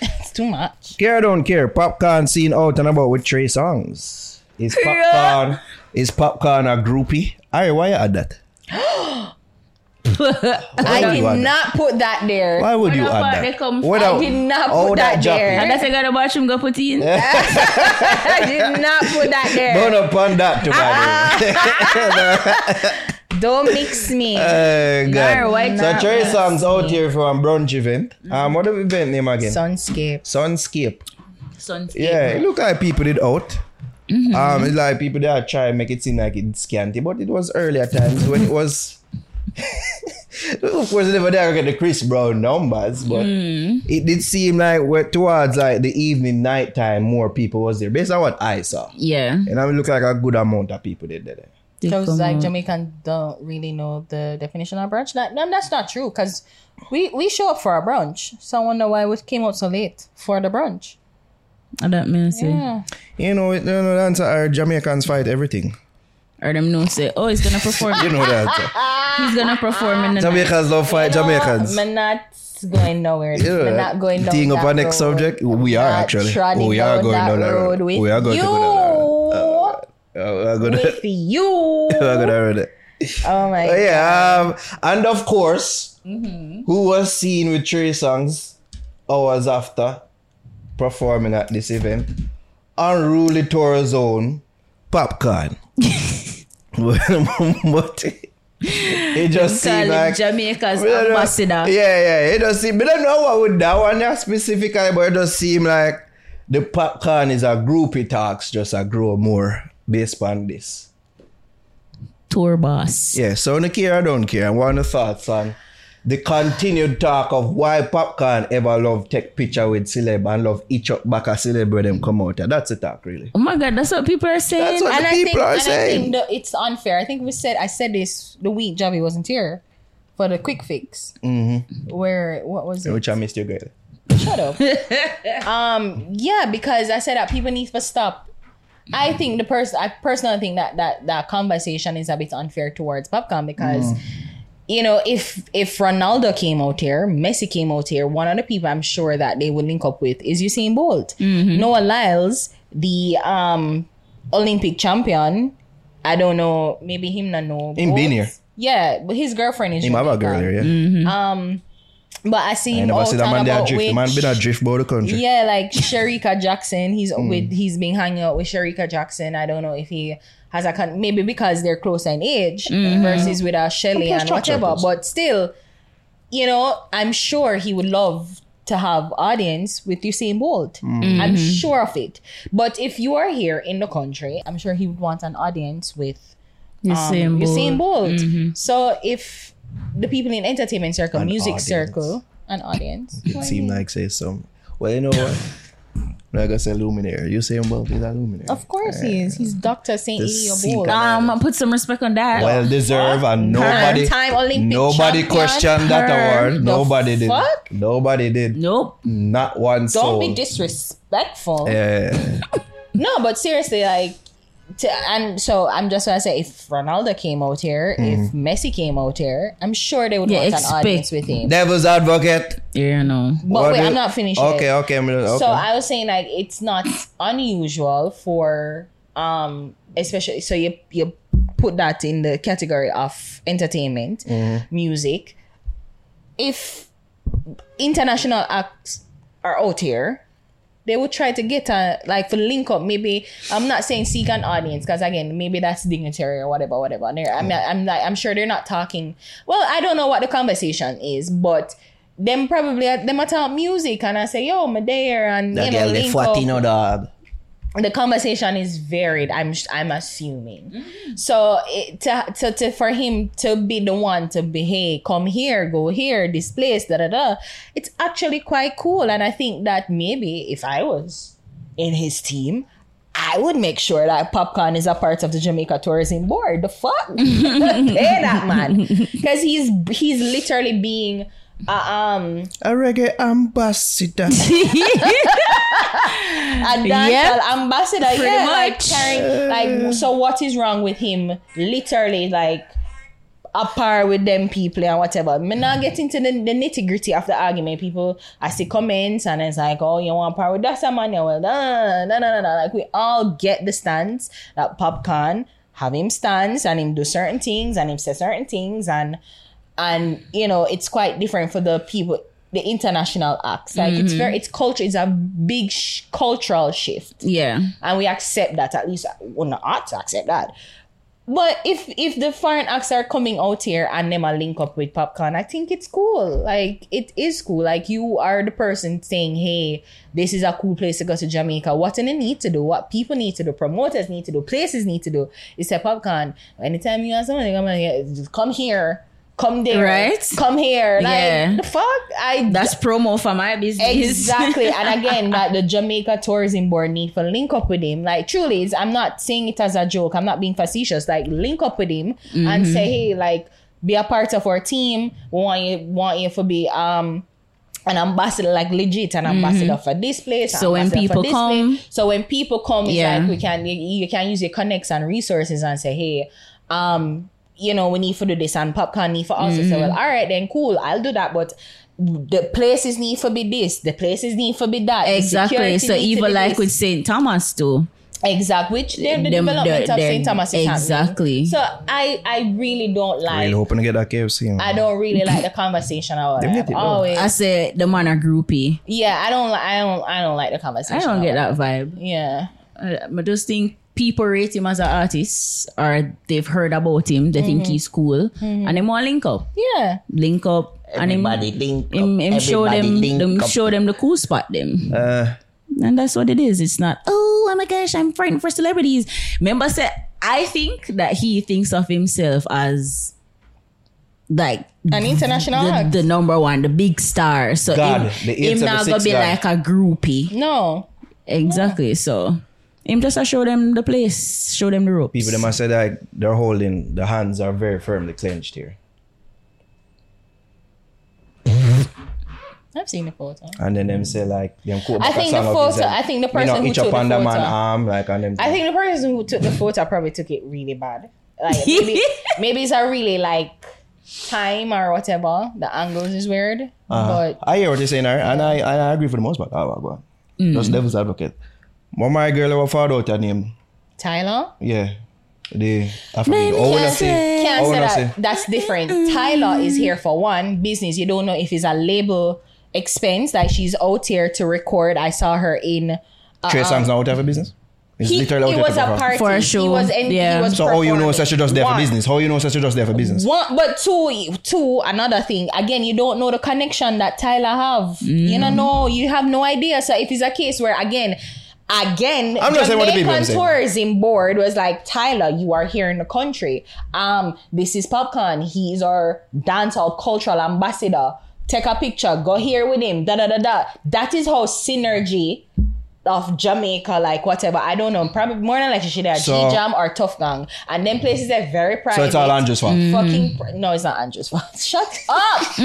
Speaker 3: it's too much.
Speaker 2: Care don't care. Popcorn seen out and about with Trey songs. Is popcorn is popcorn a groupie? Alright, why you add that?
Speaker 3: I
Speaker 2: would
Speaker 3: did
Speaker 2: you add that?
Speaker 3: not put that there.
Speaker 2: Why would
Speaker 4: Where
Speaker 2: you
Speaker 4: the fuck
Speaker 2: add
Speaker 4: they
Speaker 2: that?
Speaker 4: come
Speaker 2: Where
Speaker 3: I
Speaker 2: the-
Speaker 3: did not
Speaker 2: all
Speaker 3: put that
Speaker 2: jappy.
Speaker 4: I
Speaker 3: there.
Speaker 4: guess I got a bathroom go put in.
Speaker 3: I did not put that there.
Speaker 2: Burn upon that too,
Speaker 3: Don't mix me.
Speaker 2: by the way. Uh, God.
Speaker 4: Nah, why
Speaker 2: so
Speaker 4: not?
Speaker 2: Trey songs out here for a brunch event. Um, what the event name again?
Speaker 3: Sunscape.
Speaker 2: Sunscape.
Speaker 4: Sunscape.
Speaker 2: Yeah, it looked like people did out. Um, it's like people that try and make it seem like it's scanty, but it was earlier times when it was. of course, they never there get the Chris Brown numbers, but it did seem like we're towards like the evening, nighttime, more people was there based on what I saw,
Speaker 4: Yeah.
Speaker 2: and I mean, look like a good amount of people did there.
Speaker 4: They
Speaker 3: Those
Speaker 4: come
Speaker 3: like
Speaker 4: out.
Speaker 3: Jamaican don't really know the definition of brunch. That, no, that's not true because we, we show up for a brunch. So I wonder why we came out so late for the brunch.
Speaker 4: I don't mean say.
Speaker 3: Yeah.
Speaker 2: You know, it- you know, the answer are Jamaicans fight everything.
Speaker 4: Or them know say, oh, he's gonna perform.
Speaker 2: You know that. answer.
Speaker 4: he's gonna perform in the night.
Speaker 2: Jamaicans love fight Jamaicans.
Speaker 3: I'm not going nowhere.
Speaker 2: You know
Speaker 3: I'm
Speaker 2: that.
Speaker 3: not going down
Speaker 2: Teeing up
Speaker 3: that
Speaker 2: our next
Speaker 3: road.
Speaker 2: subject, we are
Speaker 3: Not
Speaker 2: actually. Oh,
Speaker 3: treading
Speaker 2: We are
Speaker 3: down
Speaker 2: going
Speaker 3: that
Speaker 2: down that road.
Speaker 3: road with
Speaker 2: We are going to go down that road.
Speaker 3: you.
Speaker 2: Uh, we are going to.
Speaker 3: With you.
Speaker 2: we are going to read it.
Speaker 3: Oh my
Speaker 2: But yeah, um, and of course,
Speaker 3: Mm-hmm.
Speaker 2: who was seen with Trey Songs hours after performing at this event? Unruly Toro Zone, popcorn. but it just
Speaker 4: Call
Speaker 2: seemed
Speaker 4: him
Speaker 2: like
Speaker 4: Jamaica's
Speaker 2: We don't know-
Speaker 4: ambassador.
Speaker 2: Yeah, yeah. It does seem. But I don't know what with that one yeah, specifically, but it does seem like the popcorn is a group. It talks just a grow more based on this.
Speaker 4: Tour bus.
Speaker 2: Yeah. So I don't care. I don't care. What are the thoughts on the continued talk of why popcorn ever love take picture with celeb and love each up back a celeb where them come out. That's the talk, really.
Speaker 4: Oh my god, that's what people are
Speaker 2: That's
Speaker 4: saying.
Speaker 2: what
Speaker 3: and
Speaker 2: the
Speaker 3: I
Speaker 2: people
Speaker 3: think,
Speaker 2: are
Speaker 3: and I
Speaker 2: saying.
Speaker 3: think the, it's unfair. I think we said I said this the week Javi wasn't here for the quick fix. Mm-hmm. Where what was it?
Speaker 2: Which I missed you guys.
Speaker 3: Shut up. um, yeah, because I said that people need to stop. I think the person I personally think that that that conversation is a bit unfair towards Popcorn
Speaker 2: Mm.
Speaker 3: because you know if if Ronaldo came out here, Messi came out here, one of the people I'm sure that they would link up with is Usain Bolt,
Speaker 2: Mm-hmm.
Speaker 3: Noah Lyles, the um Olympic champion. I don't know, maybe him not know.
Speaker 2: Him
Speaker 3: Bolt.
Speaker 2: been here.
Speaker 3: Yeah, but his girlfriend is.
Speaker 2: Him have a girl
Speaker 3: Jamaican.
Speaker 2: here, yeah.
Speaker 3: But I see
Speaker 2: I
Speaker 3: him
Speaker 2: never
Speaker 3: out
Speaker 2: see that
Speaker 3: and
Speaker 2: man there
Speaker 3: about
Speaker 2: drift. The
Speaker 3: with-
Speaker 2: man been a drift board the country.
Speaker 3: yeah, like Sherika Jackson. He's with he's been hanging out with Sherika Jackson. I don't know if he has a con- maybe because they're close in age versus with a Shelly
Speaker 2: Plus
Speaker 3: and
Speaker 2: Chuck
Speaker 3: whatever.
Speaker 2: Chuckles.
Speaker 3: But still, you know, I'm sure he would love to have audience with Usain Bolt. I'm sure of it. But if you are here in the country, I'm sure he would want an audience with
Speaker 4: You're
Speaker 3: um,
Speaker 4: saying
Speaker 3: Usain
Speaker 4: bull.
Speaker 3: Bolt. So if the people in entertainment circle,
Speaker 2: An
Speaker 3: music
Speaker 2: audience.
Speaker 3: circle, an audience.
Speaker 2: It seemed like say some. Well, you know what? like I said, luminaire. You say about is a luminaire.
Speaker 3: Of course he is. He's Dr. St.
Speaker 2: This
Speaker 3: Elio
Speaker 2: seat
Speaker 3: Ball.
Speaker 2: up.
Speaker 4: Um, put some respect on that.
Speaker 2: well deserved, and nobody,
Speaker 3: Time Olympic
Speaker 2: nobody
Speaker 3: champion,
Speaker 2: questioned that
Speaker 3: her.
Speaker 2: award.
Speaker 3: The
Speaker 2: Nobody did.
Speaker 3: fuck?
Speaker 2: Nobody did.
Speaker 4: nope.
Speaker 2: Not one
Speaker 3: Don't
Speaker 2: soul.
Speaker 3: be disrespectful.
Speaker 2: yeah.
Speaker 3: No, but seriously, like, to, and so I'm just gonna say, if Ronaldo came out here, if
Speaker 2: Mm-hmm.
Speaker 3: Messi came out here, I'm sure they would
Speaker 4: Yeah,
Speaker 3: want
Speaker 4: expect-
Speaker 3: an audience with him.
Speaker 2: Devil's advocate.
Speaker 4: Yeah, no.
Speaker 3: but
Speaker 2: What
Speaker 3: wait,
Speaker 2: do-
Speaker 3: I'm not finished. yet.
Speaker 2: Okay, okay, I'm gonna- okay.
Speaker 3: So I was saying like it's not unusual for um especially so you you put that in the category of entertainment,
Speaker 2: Mm-hmm.
Speaker 3: music. If international acts are out here, they would try to get a like for link up. Maybe I'm not saying seek an audience because again, maybe that's dignitary or whatever, whatever. And they're- I'm not, I'm like I'm sure they're not talking. Well, I don't know what the conversation is, but them probably them are talking music, and I say yo, I'm there, and you know, link up.
Speaker 2: dog.
Speaker 3: The conversation is varied. I'm sh- I'm assuming. So it, to, to to for him to be the one to be hey come here go here this place da da da, it's actually quite cool. And I think that maybe if I was in his team, I would make sure that Popcorn is a part of the Jamaica Tourism Board. The fuck, pay that man because he's he's literally being uh, um
Speaker 2: A reggae ambassador.
Speaker 3: a dancehall
Speaker 4: Yep.
Speaker 3: ambassador.
Speaker 4: Pretty
Speaker 3: yeah, like
Speaker 4: much.
Speaker 3: carrying like so what is wrong with him? Literally like a par with them people and whatever. Me not get into the, the nitty gritty of the argument. People I see comments and it's like, oh you want par with that man, you well no no no no. Like we all get the stance that popcorn have him stance and him do certain things and him say certain things and and you know it's quite different for the people the international acts like
Speaker 4: Mm-hmm.
Speaker 3: it's very it's culture it's a big sh- cultural shift
Speaker 4: Yeah.
Speaker 3: and we accept that at least we're not ought to accept that but if if the foreign acts are coming out here and them a link up with popcorn i think it's cool like it is cool like you are the person saying hey this is a cool place to go to jamaica what do they need to do what people need to do promoters need to do places need to do it's a popcorn anytime you have somebody come, and get- come here come there
Speaker 4: Right?
Speaker 3: come here like
Speaker 4: Yeah.
Speaker 3: the fuck i
Speaker 4: That's promo for my business.
Speaker 3: Exactly. and again, that the Jamaica Tourism Board need to link up with him. Like, truly, it's, I'm not saying it as a joke. I'm not being facetious. Like, link up with him and
Speaker 4: Mm-hmm.
Speaker 3: say, hey, like, be a part of our team. We want you, want you to be um an ambassador, like legit an ambassador for this place. an
Speaker 4: Mm-hmm. So when
Speaker 3: ambassador for
Speaker 4: people
Speaker 3: this
Speaker 4: come-
Speaker 3: place. so when people come, it's
Speaker 4: Yeah.
Speaker 3: like we can you, you can use your connects and resources and say, hey, um, you know, we need to do this and popcorn need for us.
Speaker 4: Mm-hmm.
Speaker 3: So well, all right, then cool, I'll do that, but. The places need for be this. The places need for be that. the
Speaker 4: Exactly.
Speaker 3: security
Speaker 4: So
Speaker 3: need to
Speaker 4: even
Speaker 3: be
Speaker 4: like
Speaker 3: this.
Speaker 4: with St. Thomas too.
Speaker 3: exact, which then the
Speaker 4: Them-
Speaker 3: development
Speaker 4: the-
Speaker 3: of
Speaker 4: them-
Speaker 3: Saint Thomas is happening.
Speaker 4: exactly.
Speaker 3: So I, I really don't like.
Speaker 2: really hoping to get that KFC. Man.
Speaker 3: I don't really like the conversation. about
Speaker 2: Them
Speaker 3: it.
Speaker 2: need
Speaker 3: I've
Speaker 2: to know.
Speaker 3: always,
Speaker 4: I said the man are groupie.
Speaker 3: yeah, I don't, li- I don't, I don't like the conversation.
Speaker 4: I don't get
Speaker 3: about
Speaker 4: that vibe.
Speaker 3: it. Yeah.
Speaker 4: I I just think people rate him as an artist or they've heard about him. They think he's cool. And they want to link up.
Speaker 3: Yeah.
Speaker 4: Link up.
Speaker 5: Everybody
Speaker 4: and
Speaker 5: link
Speaker 4: him,
Speaker 5: up.
Speaker 4: him, him show
Speaker 5: Everybody
Speaker 4: them,
Speaker 5: link
Speaker 4: them
Speaker 5: up.
Speaker 4: show them the cool spot them.
Speaker 2: Uh,
Speaker 4: And that's what it is. It's not, oh, oh my gosh, I'm fighting for celebrities. Member said, I think that he thinks of himself as like
Speaker 3: An international
Speaker 4: the,
Speaker 3: act.
Speaker 4: the number one, the big star. So
Speaker 2: God,
Speaker 4: him,
Speaker 2: the eighth
Speaker 4: him
Speaker 2: of the
Speaker 4: not gonna
Speaker 2: sixth
Speaker 4: be
Speaker 2: God.
Speaker 4: like a groupie.
Speaker 3: no.
Speaker 4: Exactly. So him just to show them the place, show them the ropes.
Speaker 2: People them must say like they're holding the hands are very firmly clenched here.
Speaker 3: I've seen the photo.
Speaker 2: And then them say like them quote
Speaker 3: I
Speaker 2: back a
Speaker 3: think the
Speaker 2: song out
Speaker 3: photo-
Speaker 2: is, like,
Speaker 3: I think the
Speaker 2: me
Speaker 3: person
Speaker 2: not
Speaker 3: who
Speaker 2: itch
Speaker 3: took
Speaker 2: up
Speaker 3: the
Speaker 2: on the man
Speaker 3: photo-
Speaker 2: arm like and them
Speaker 3: I think the person who took the photo probably took it really bad. Like maybe, maybe it's a really like time or whatever. The angles is weird,
Speaker 2: Uh,
Speaker 3: but
Speaker 2: I hear what you're saying, Aaron, and I and I agree for the most part. Oh, go on.
Speaker 3: Mm.
Speaker 2: Just devil's advocate. One my girl ever found out her name.
Speaker 3: Tyler
Speaker 2: Yeah. The I forget. Oh, when I
Speaker 3: can't
Speaker 2: say,
Speaker 3: can't
Speaker 2: oh,
Speaker 3: say
Speaker 2: when I say,
Speaker 3: that. That's different. Tyler is here for one business. You don't know if it's a label expense. Like she's out here to record. I saw her in.
Speaker 2: Trey Songz now out of a business. It's
Speaker 3: He, it
Speaker 2: literally out
Speaker 3: was
Speaker 2: of
Speaker 3: a
Speaker 2: her.
Speaker 3: party
Speaker 4: For a
Speaker 3: He
Speaker 4: show,
Speaker 3: was, en-
Speaker 4: yeah.
Speaker 3: he was
Speaker 2: So how you know
Speaker 3: performing.
Speaker 2: such a just there for
Speaker 3: One.
Speaker 2: business? How you know such a just there for business?
Speaker 3: One, but two, two. Another thing. Again, you don't know the connection that Tyler have. You
Speaker 2: Mm.
Speaker 3: don't know. You have no idea. So if it's a case where again, again,
Speaker 2: I'm not saying what the people are saying.
Speaker 3: tourism board was like, Tyler, you are here in the country. Um, this is Popcorn. He is our dancehall cultural ambassador. Take a picture. Go here with him. Da da da da. That is how synergy. Of Jamaica, like whatever, I don't know. Probably more than likely, she did
Speaker 2: So-
Speaker 3: G Jam or Tough Gang, and then places are very private.
Speaker 2: So it's all Andrew's fault.
Speaker 3: Mm. Fucking pri- no, it's not Andrew's fault. Shut up.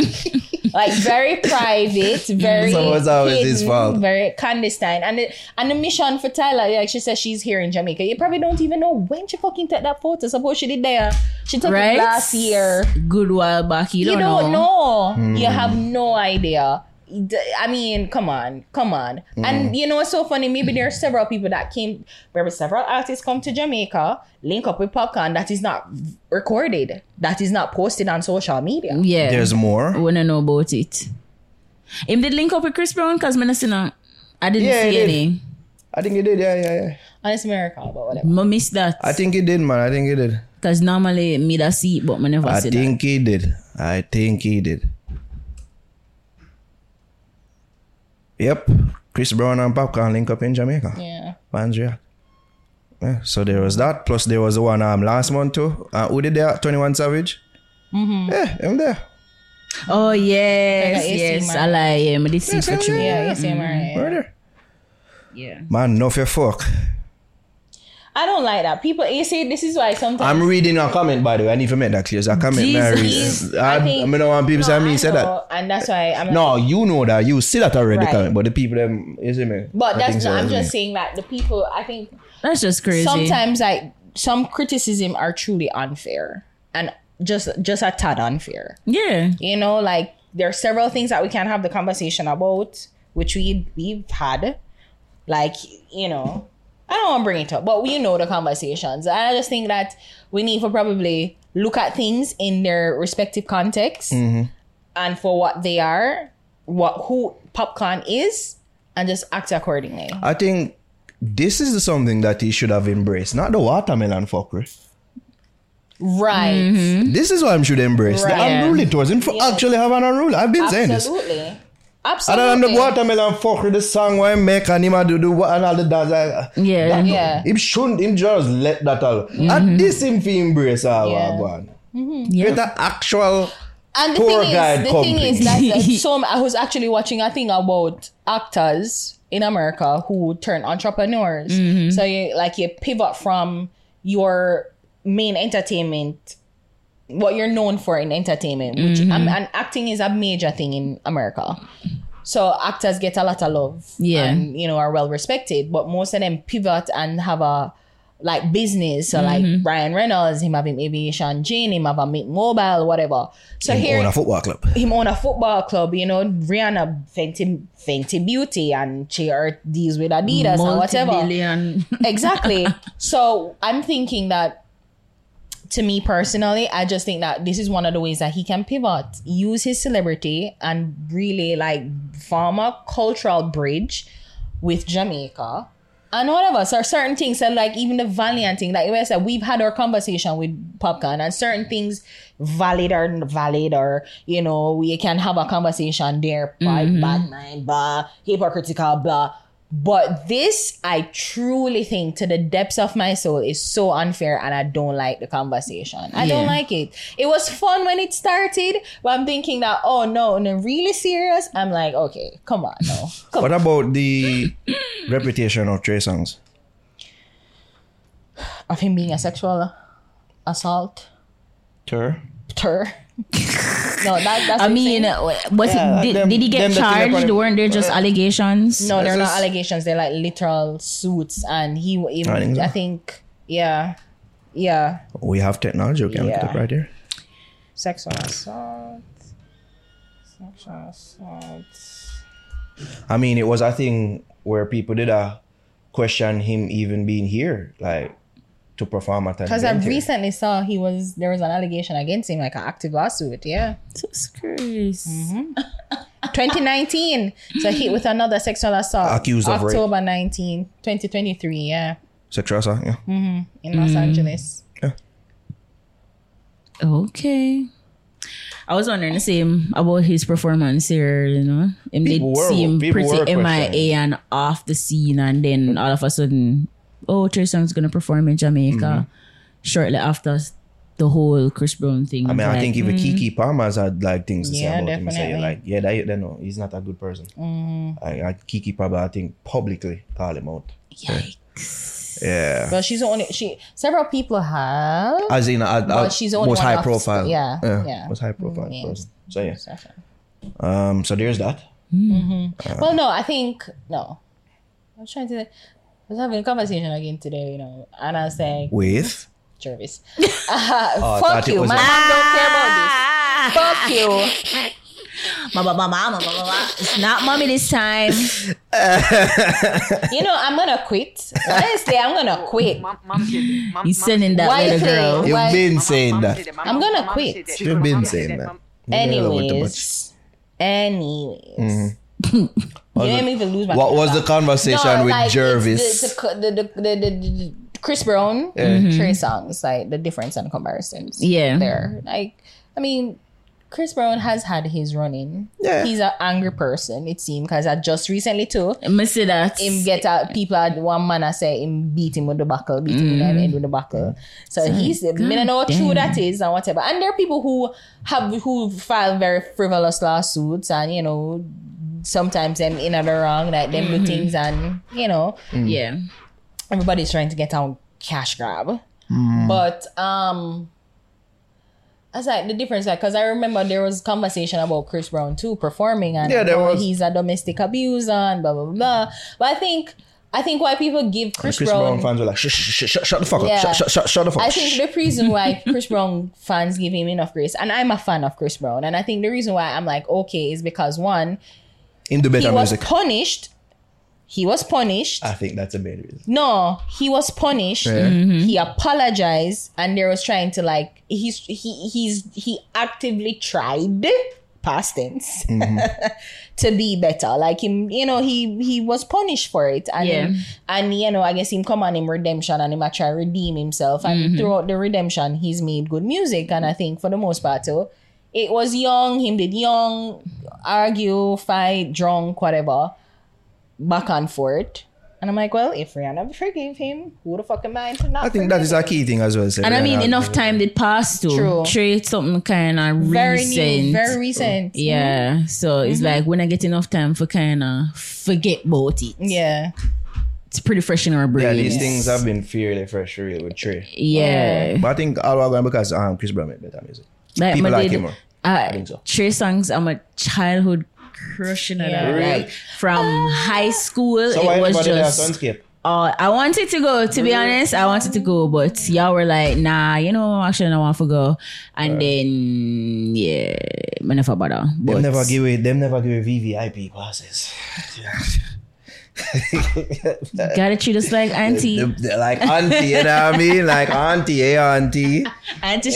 Speaker 3: like very private, very
Speaker 2: So it's always his
Speaker 3: hidden,
Speaker 2: fault.
Speaker 3: very clandestine, and the, and the mission for Tyler, like she says, she's here in Jamaica. You probably don't even know when she fucking took that photo. Suppose she did there. She took
Speaker 4: right
Speaker 3: it last year.
Speaker 4: Good while back. You,
Speaker 3: You don't
Speaker 4: don't,
Speaker 3: know.
Speaker 2: Mm-hmm.
Speaker 3: You have no idea. D- I mean, come on, come on.
Speaker 2: Mm-hmm.
Speaker 3: And you know what's so funny? Maybe there are several people that came, maybe several artists come to Jamaica, link up with Popcorn. That is not recorded. That is not posted on social media.
Speaker 4: Yeah.
Speaker 2: There's more.
Speaker 4: wanna know about it. Him did link up with Chris Brown because Minnesota. I didn't
Speaker 2: Yeah, he
Speaker 4: see
Speaker 2: did.
Speaker 4: any.
Speaker 2: I think it did. Yeah, yeah, yeah.
Speaker 3: And it's a miracle, but whatever.
Speaker 4: I miss that
Speaker 2: I think it did, man. I think it did.
Speaker 4: because normally me that see it, but me never
Speaker 2: I
Speaker 4: see
Speaker 2: think he did. I think he did. Yep. Chris Brown and Popcorn link up in Jamaica.
Speaker 3: Yeah.
Speaker 2: Fans react. Yeah, so there was that. Plus there was the one um last month too. Uh, who did that? 21 Savage. Mm-hmm. Yeah, I'm there.
Speaker 4: that. Oh yes,
Speaker 3: Like a AC
Speaker 4: yes.
Speaker 3: man.
Speaker 4: I like yeah, me did see
Speaker 2: Yes,
Speaker 4: for
Speaker 2: I'm
Speaker 4: true.
Speaker 2: there.
Speaker 3: Yeah, you see, Mariah.
Speaker 2: We're there.
Speaker 4: Yeah.
Speaker 2: Man, no fear fuck.
Speaker 3: I don't like that. People, you see, this is why sometimes.
Speaker 2: I'm reading a comment by the way. I need to make that clear. It's a comment. me I,
Speaker 3: Please,
Speaker 2: read. I, I,
Speaker 3: think-
Speaker 2: mean, no one people say
Speaker 3: No,
Speaker 2: me
Speaker 3: I
Speaker 2: say that.
Speaker 3: know, And that's why I'm
Speaker 2: No, you know that. You see that already,
Speaker 3: Right.
Speaker 2: comment. But the people them, is it me?
Speaker 3: But
Speaker 2: I
Speaker 3: that's
Speaker 2: think so,
Speaker 3: not, I'm
Speaker 2: isn't
Speaker 3: just
Speaker 2: it?
Speaker 3: saying that the people, I think
Speaker 4: That's just crazy.
Speaker 3: sometimes like some criticism are truly unfair and just just a tad unfair.
Speaker 4: Yeah.
Speaker 3: You know, like there are several things that we can have the conversation about, which we we've had. Like you know, I don't want to bring it up, but you know the conversations. I just think that we need to probably look at things in their respective context and for what they are, what who popcorn is, and just act accordingly.
Speaker 2: I think this is something that he should have embraced, not the watermelon fuckery.
Speaker 3: Right. Mm-hmm.
Speaker 2: This is what I should embrace.
Speaker 3: Hmm? Right.
Speaker 2: The unruly towards him for actually have an unruly. I've been saying this.
Speaker 3: Absolutely. Absolutely.
Speaker 2: Other than the watermelon fuckery, the song where I make and him a do the wa- and all the dance. I-
Speaker 4: Yeah.
Speaker 2: that-
Speaker 3: Yeah. Mm-hmm.
Speaker 2: Him shouldn't him just let that all. And this him fi embrace all
Speaker 3: Yeah. Mm-hmm.
Speaker 2: yeah. one.
Speaker 4: Yeah.
Speaker 2: With the actual
Speaker 3: And the
Speaker 2: Tour
Speaker 3: thing
Speaker 2: guide
Speaker 3: is, the thing
Speaker 2: company.
Speaker 3: is that like, some I was actually watching a thing about actors in America who turn entrepreneurs. So you like you pivot from your main entertainment, what you're known for in entertainment, which um, and acting is a major thing in America. So actors get a lot of love,
Speaker 4: Yeah.
Speaker 3: and you know are well respected. But most of them pivot and have a like business. So like Ryan Reynolds, him having aviation, Jane, him have a make mobile, whatever. So here,
Speaker 2: on a football club.
Speaker 3: him own a football club, you know, Rihanna Fenty, Fenty Beauty and she her deals with Adidas and whatever.
Speaker 4: Multi-billion.
Speaker 3: Exactly. so I'm thinking that to me personally, I just think that this is one of the ways that he can pivot, use his celebrity and really like form a cultural bridge with Jamaica. And all of us are certain things that like even the Valiant thing, like I said, we've had our conversation with Popcorn and certain things valid or not valid or you know, we can have a conversation there by bad mind, blah, hypocritical, blah. But this, I truly think to the depths of my soul, is so unfair and I don't like the conversation. I don't
Speaker 4: Yeah.
Speaker 3: like it. It was fun when it started, but I'm thinking that, oh no, no, really serious? I'm like, okay, come on now. Come
Speaker 2: What about the reputation of Trey Songs?
Speaker 3: Of him being a sexual assault.
Speaker 2: Ter?
Speaker 3: Tur. no, that, that's
Speaker 4: I
Speaker 3: insane.
Speaker 4: mean, uh, was
Speaker 2: Yeah,
Speaker 4: it, did,
Speaker 2: them-
Speaker 4: did he
Speaker 2: them
Speaker 4: get
Speaker 2: that thing they call
Speaker 4: charged?
Speaker 2: it- Uh,
Speaker 4: Weren't there just allegations?
Speaker 3: No, they're
Speaker 2: This
Speaker 3: not
Speaker 2: is-
Speaker 3: allegations. They're like literal suits, and he, he
Speaker 2: I
Speaker 3: I,
Speaker 2: think
Speaker 3: think
Speaker 2: so.
Speaker 3: yeah, yeah,
Speaker 2: We have technology. Okay, look it up
Speaker 3: Yeah.
Speaker 2: right here.
Speaker 3: sexual assault, sexual assault.
Speaker 2: I mean, it was a thing where people did uh, question him even being here, like to perform at an
Speaker 3: Because I
Speaker 2: event here.
Speaker 3: recently saw he was there was an allegation against him, like an active lawsuit. Yeah,
Speaker 4: Jesus Christ.
Speaker 3: 2019. so hit with another sexual assault.
Speaker 2: Accused of rape.
Speaker 3: October 19, 2023. Yeah,
Speaker 2: Sexual assault, yeah.
Speaker 3: in Los Angeles.
Speaker 4: Okay. I was wondering the same about his performance here, you know. Him did
Speaker 2: People were-
Speaker 4: seem
Speaker 2: people were
Speaker 4: pretty
Speaker 2: questioning.
Speaker 4: MIA and off the scene and then all of a sudden, oh, Trey Songz gonna perform in Jamaica
Speaker 2: Mm-hmm.
Speaker 4: shortly after the whole Chris Brown thing.
Speaker 2: I mean, I
Speaker 4: Like,
Speaker 2: think even Kiki Palmer's had like things to say
Speaker 3: Mm-hmm. Yeah,
Speaker 2: about him. Say
Speaker 3: definitely. Mm-hmm.
Speaker 2: like, yeah, that, that no, he's not a good person. I, I, Kiki Palmer, I think publicly called him out.
Speaker 4: yikes.
Speaker 2: Yeah,
Speaker 3: But she's the only she. Several people have.
Speaker 2: as in, uh, uh,
Speaker 3: But she's the only
Speaker 2: most
Speaker 3: one
Speaker 2: high
Speaker 3: off-
Speaker 2: profile.
Speaker 3: yeah,
Speaker 2: yeah,
Speaker 3: yeah. Mm,
Speaker 2: most high profile
Speaker 3: Yeah.
Speaker 2: person. So yeah, um, so there's that.
Speaker 3: well, no, I think no. I'm trying to. I was having a conversation again today, you know, and I was saying,
Speaker 2: With
Speaker 3: Jervis, Uh,
Speaker 2: Oh, I
Speaker 3: fuck
Speaker 2: thought it
Speaker 3: you,
Speaker 2: was
Speaker 3: my
Speaker 2: a-
Speaker 3: man don't care about this. Fuck you.
Speaker 4: Ma- ma- ma- ma- ma- ma- ma- It's not mommy this time.
Speaker 3: You know, I'm gonna quit. Honestly, I'm gonna quit.
Speaker 4: He's sending that
Speaker 3: Why you
Speaker 4: letter,
Speaker 3: say-
Speaker 4: girl.
Speaker 2: you've
Speaker 3: Why-
Speaker 2: been saying that.
Speaker 3: I'm gonna quit.
Speaker 2: You've been saying that.
Speaker 3: Anyways, anyways, you made me even lose
Speaker 2: Mm-hmm. What
Speaker 3: my. train of
Speaker 2: was the
Speaker 3: thought.
Speaker 2: conversation
Speaker 3: No,
Speaker 2: with
Speaker 3: like, it's
Speaker 2: Jervis?
Speaker 3: The, the, the, the, the, the- the- Chris Brown, Trey Songs, like the difference and comparisons.
Speaker 4: Yeah.
Speaker 3: There. Like, I mean, Chris Brown has had his running.
Speaker 2: Yeah.
Speaker 3: He's an angry person, it seems, because I just recently, too,
Speaker 4: I'ma say that.
Speaker 3: him get out people had one man I say him beat him with the buckle, beat him in the head with the buckle. So he's me no know how true that is and whatever. And there are people who have who file very frivolous lawsuits and you know sometimes them in the wrong like them do things and you know
Speaker 2: Mm.
Speaker 4: yeah.
Speaker 3: everybody's trying to get on cash grab.
Speaker 2: Hmm.
Speaker 3: But um that's like the difference, like, cause I remember there was conversation about Chris Brown too performing, and
Speaker 2: Yeah, there
Speaker 3: oh,
Speaker 2: was.
Speaker 3: he's a domestic abuser and blah blah blah. But I think, I think why people give Chris,
Speaker 2: Chris
Speaker 3: Brown,
Speaker 2: Brown fans were like, shut, shut, shut, shut the fuck up,
Speaker 3: Yeah.
Speaker 2: shut, shut, shut, shut the fuck
Speaker 3: I
Speaker 2: up.
Speaker 3: think the reason why Chris Brown fans give him enough grace, and I'm a fan of Chris Brown, and I think the reason why I'm like okay is because one,
Speaker 2: in the
Speaker 3: he
Speaker 2: better
Speaker 3: was
Speaker 2: music.
Speaker 3: punished, he was punished,
Speaker 2: I think that's a main reason.
Speaker 3: No, he was punished. He apologized, and there was trying to like he's he he's he actively tried past tense to be better. Like him, you know, he he was punished for it, and
Speaker 4: Yeah.
Speaker 3: and you know, I guess him come on him redemption and him a try redeem himself, and throughout the redemption, he's made good music, and I think for the most part too. It was young, him did young, argue, fight, drunk, whatever back and forth. And I'm like, well, if Rihanna forgave him, who the fuck am I to not?
Speaker 2: I think
Speaker 3: forgive
Speaker 2: that is
Speaker 3: him?
Speaker 2: a key thing as well.
Speaker 4: And I mean, enough time did pass to
Speaker 3: True.
Speaker 4: trade something kind of recent.
Speaker 3: very new, very recent. Mm-hmm.
Speaker 4: Yeah. So it's like when I get enough time for kind of forget about it.
Speaker 3: yeah.
Speaker 4: It's pretty fresh in our brains.
Speaker 2: Yeah, these things have been fairly fresh, really, with Trey.
Speaker 4: Yeah.
Speaker 2: But I think all we're going because um, Chris Brown made better music.
Speaker 4: Like,
Speaker 2: People
Speaker 4: my
Speaker 2: like
Speaker 4: dad-
Speaker 2: him more.
Speaker 4: I,
Speaker 2: think so.
Speaker 4: Trey songs. I'm a childhood crush on
Speaker 3: Yeah. Ah.
Speaker 4: that. Like from high school,
Speaker 2: So why
Speaker 4: it was
Speaker 2: everybody just...
Speaker 4: just.
Speaker 2: Sunscape?
Speaker 4: Uh, I wanted to go. To be
Speaker 2: Mm.
Speaker 4: honest, I wanted to go, but y'all were like, "Nah, you know, actually, I don't want to go." And then, yeah, I never bother.
Speaker 2: Them
Speaker 4: But
Speaker 2: never give away, them never give away VVIP passes.
Speaker 4: gotta treat us like auntie,
Speaker 2: Them- they're like auntie, you know what I mean? Like auntie, eh, auntie. You
Speaker 4: auntie
Speaker 2: know what I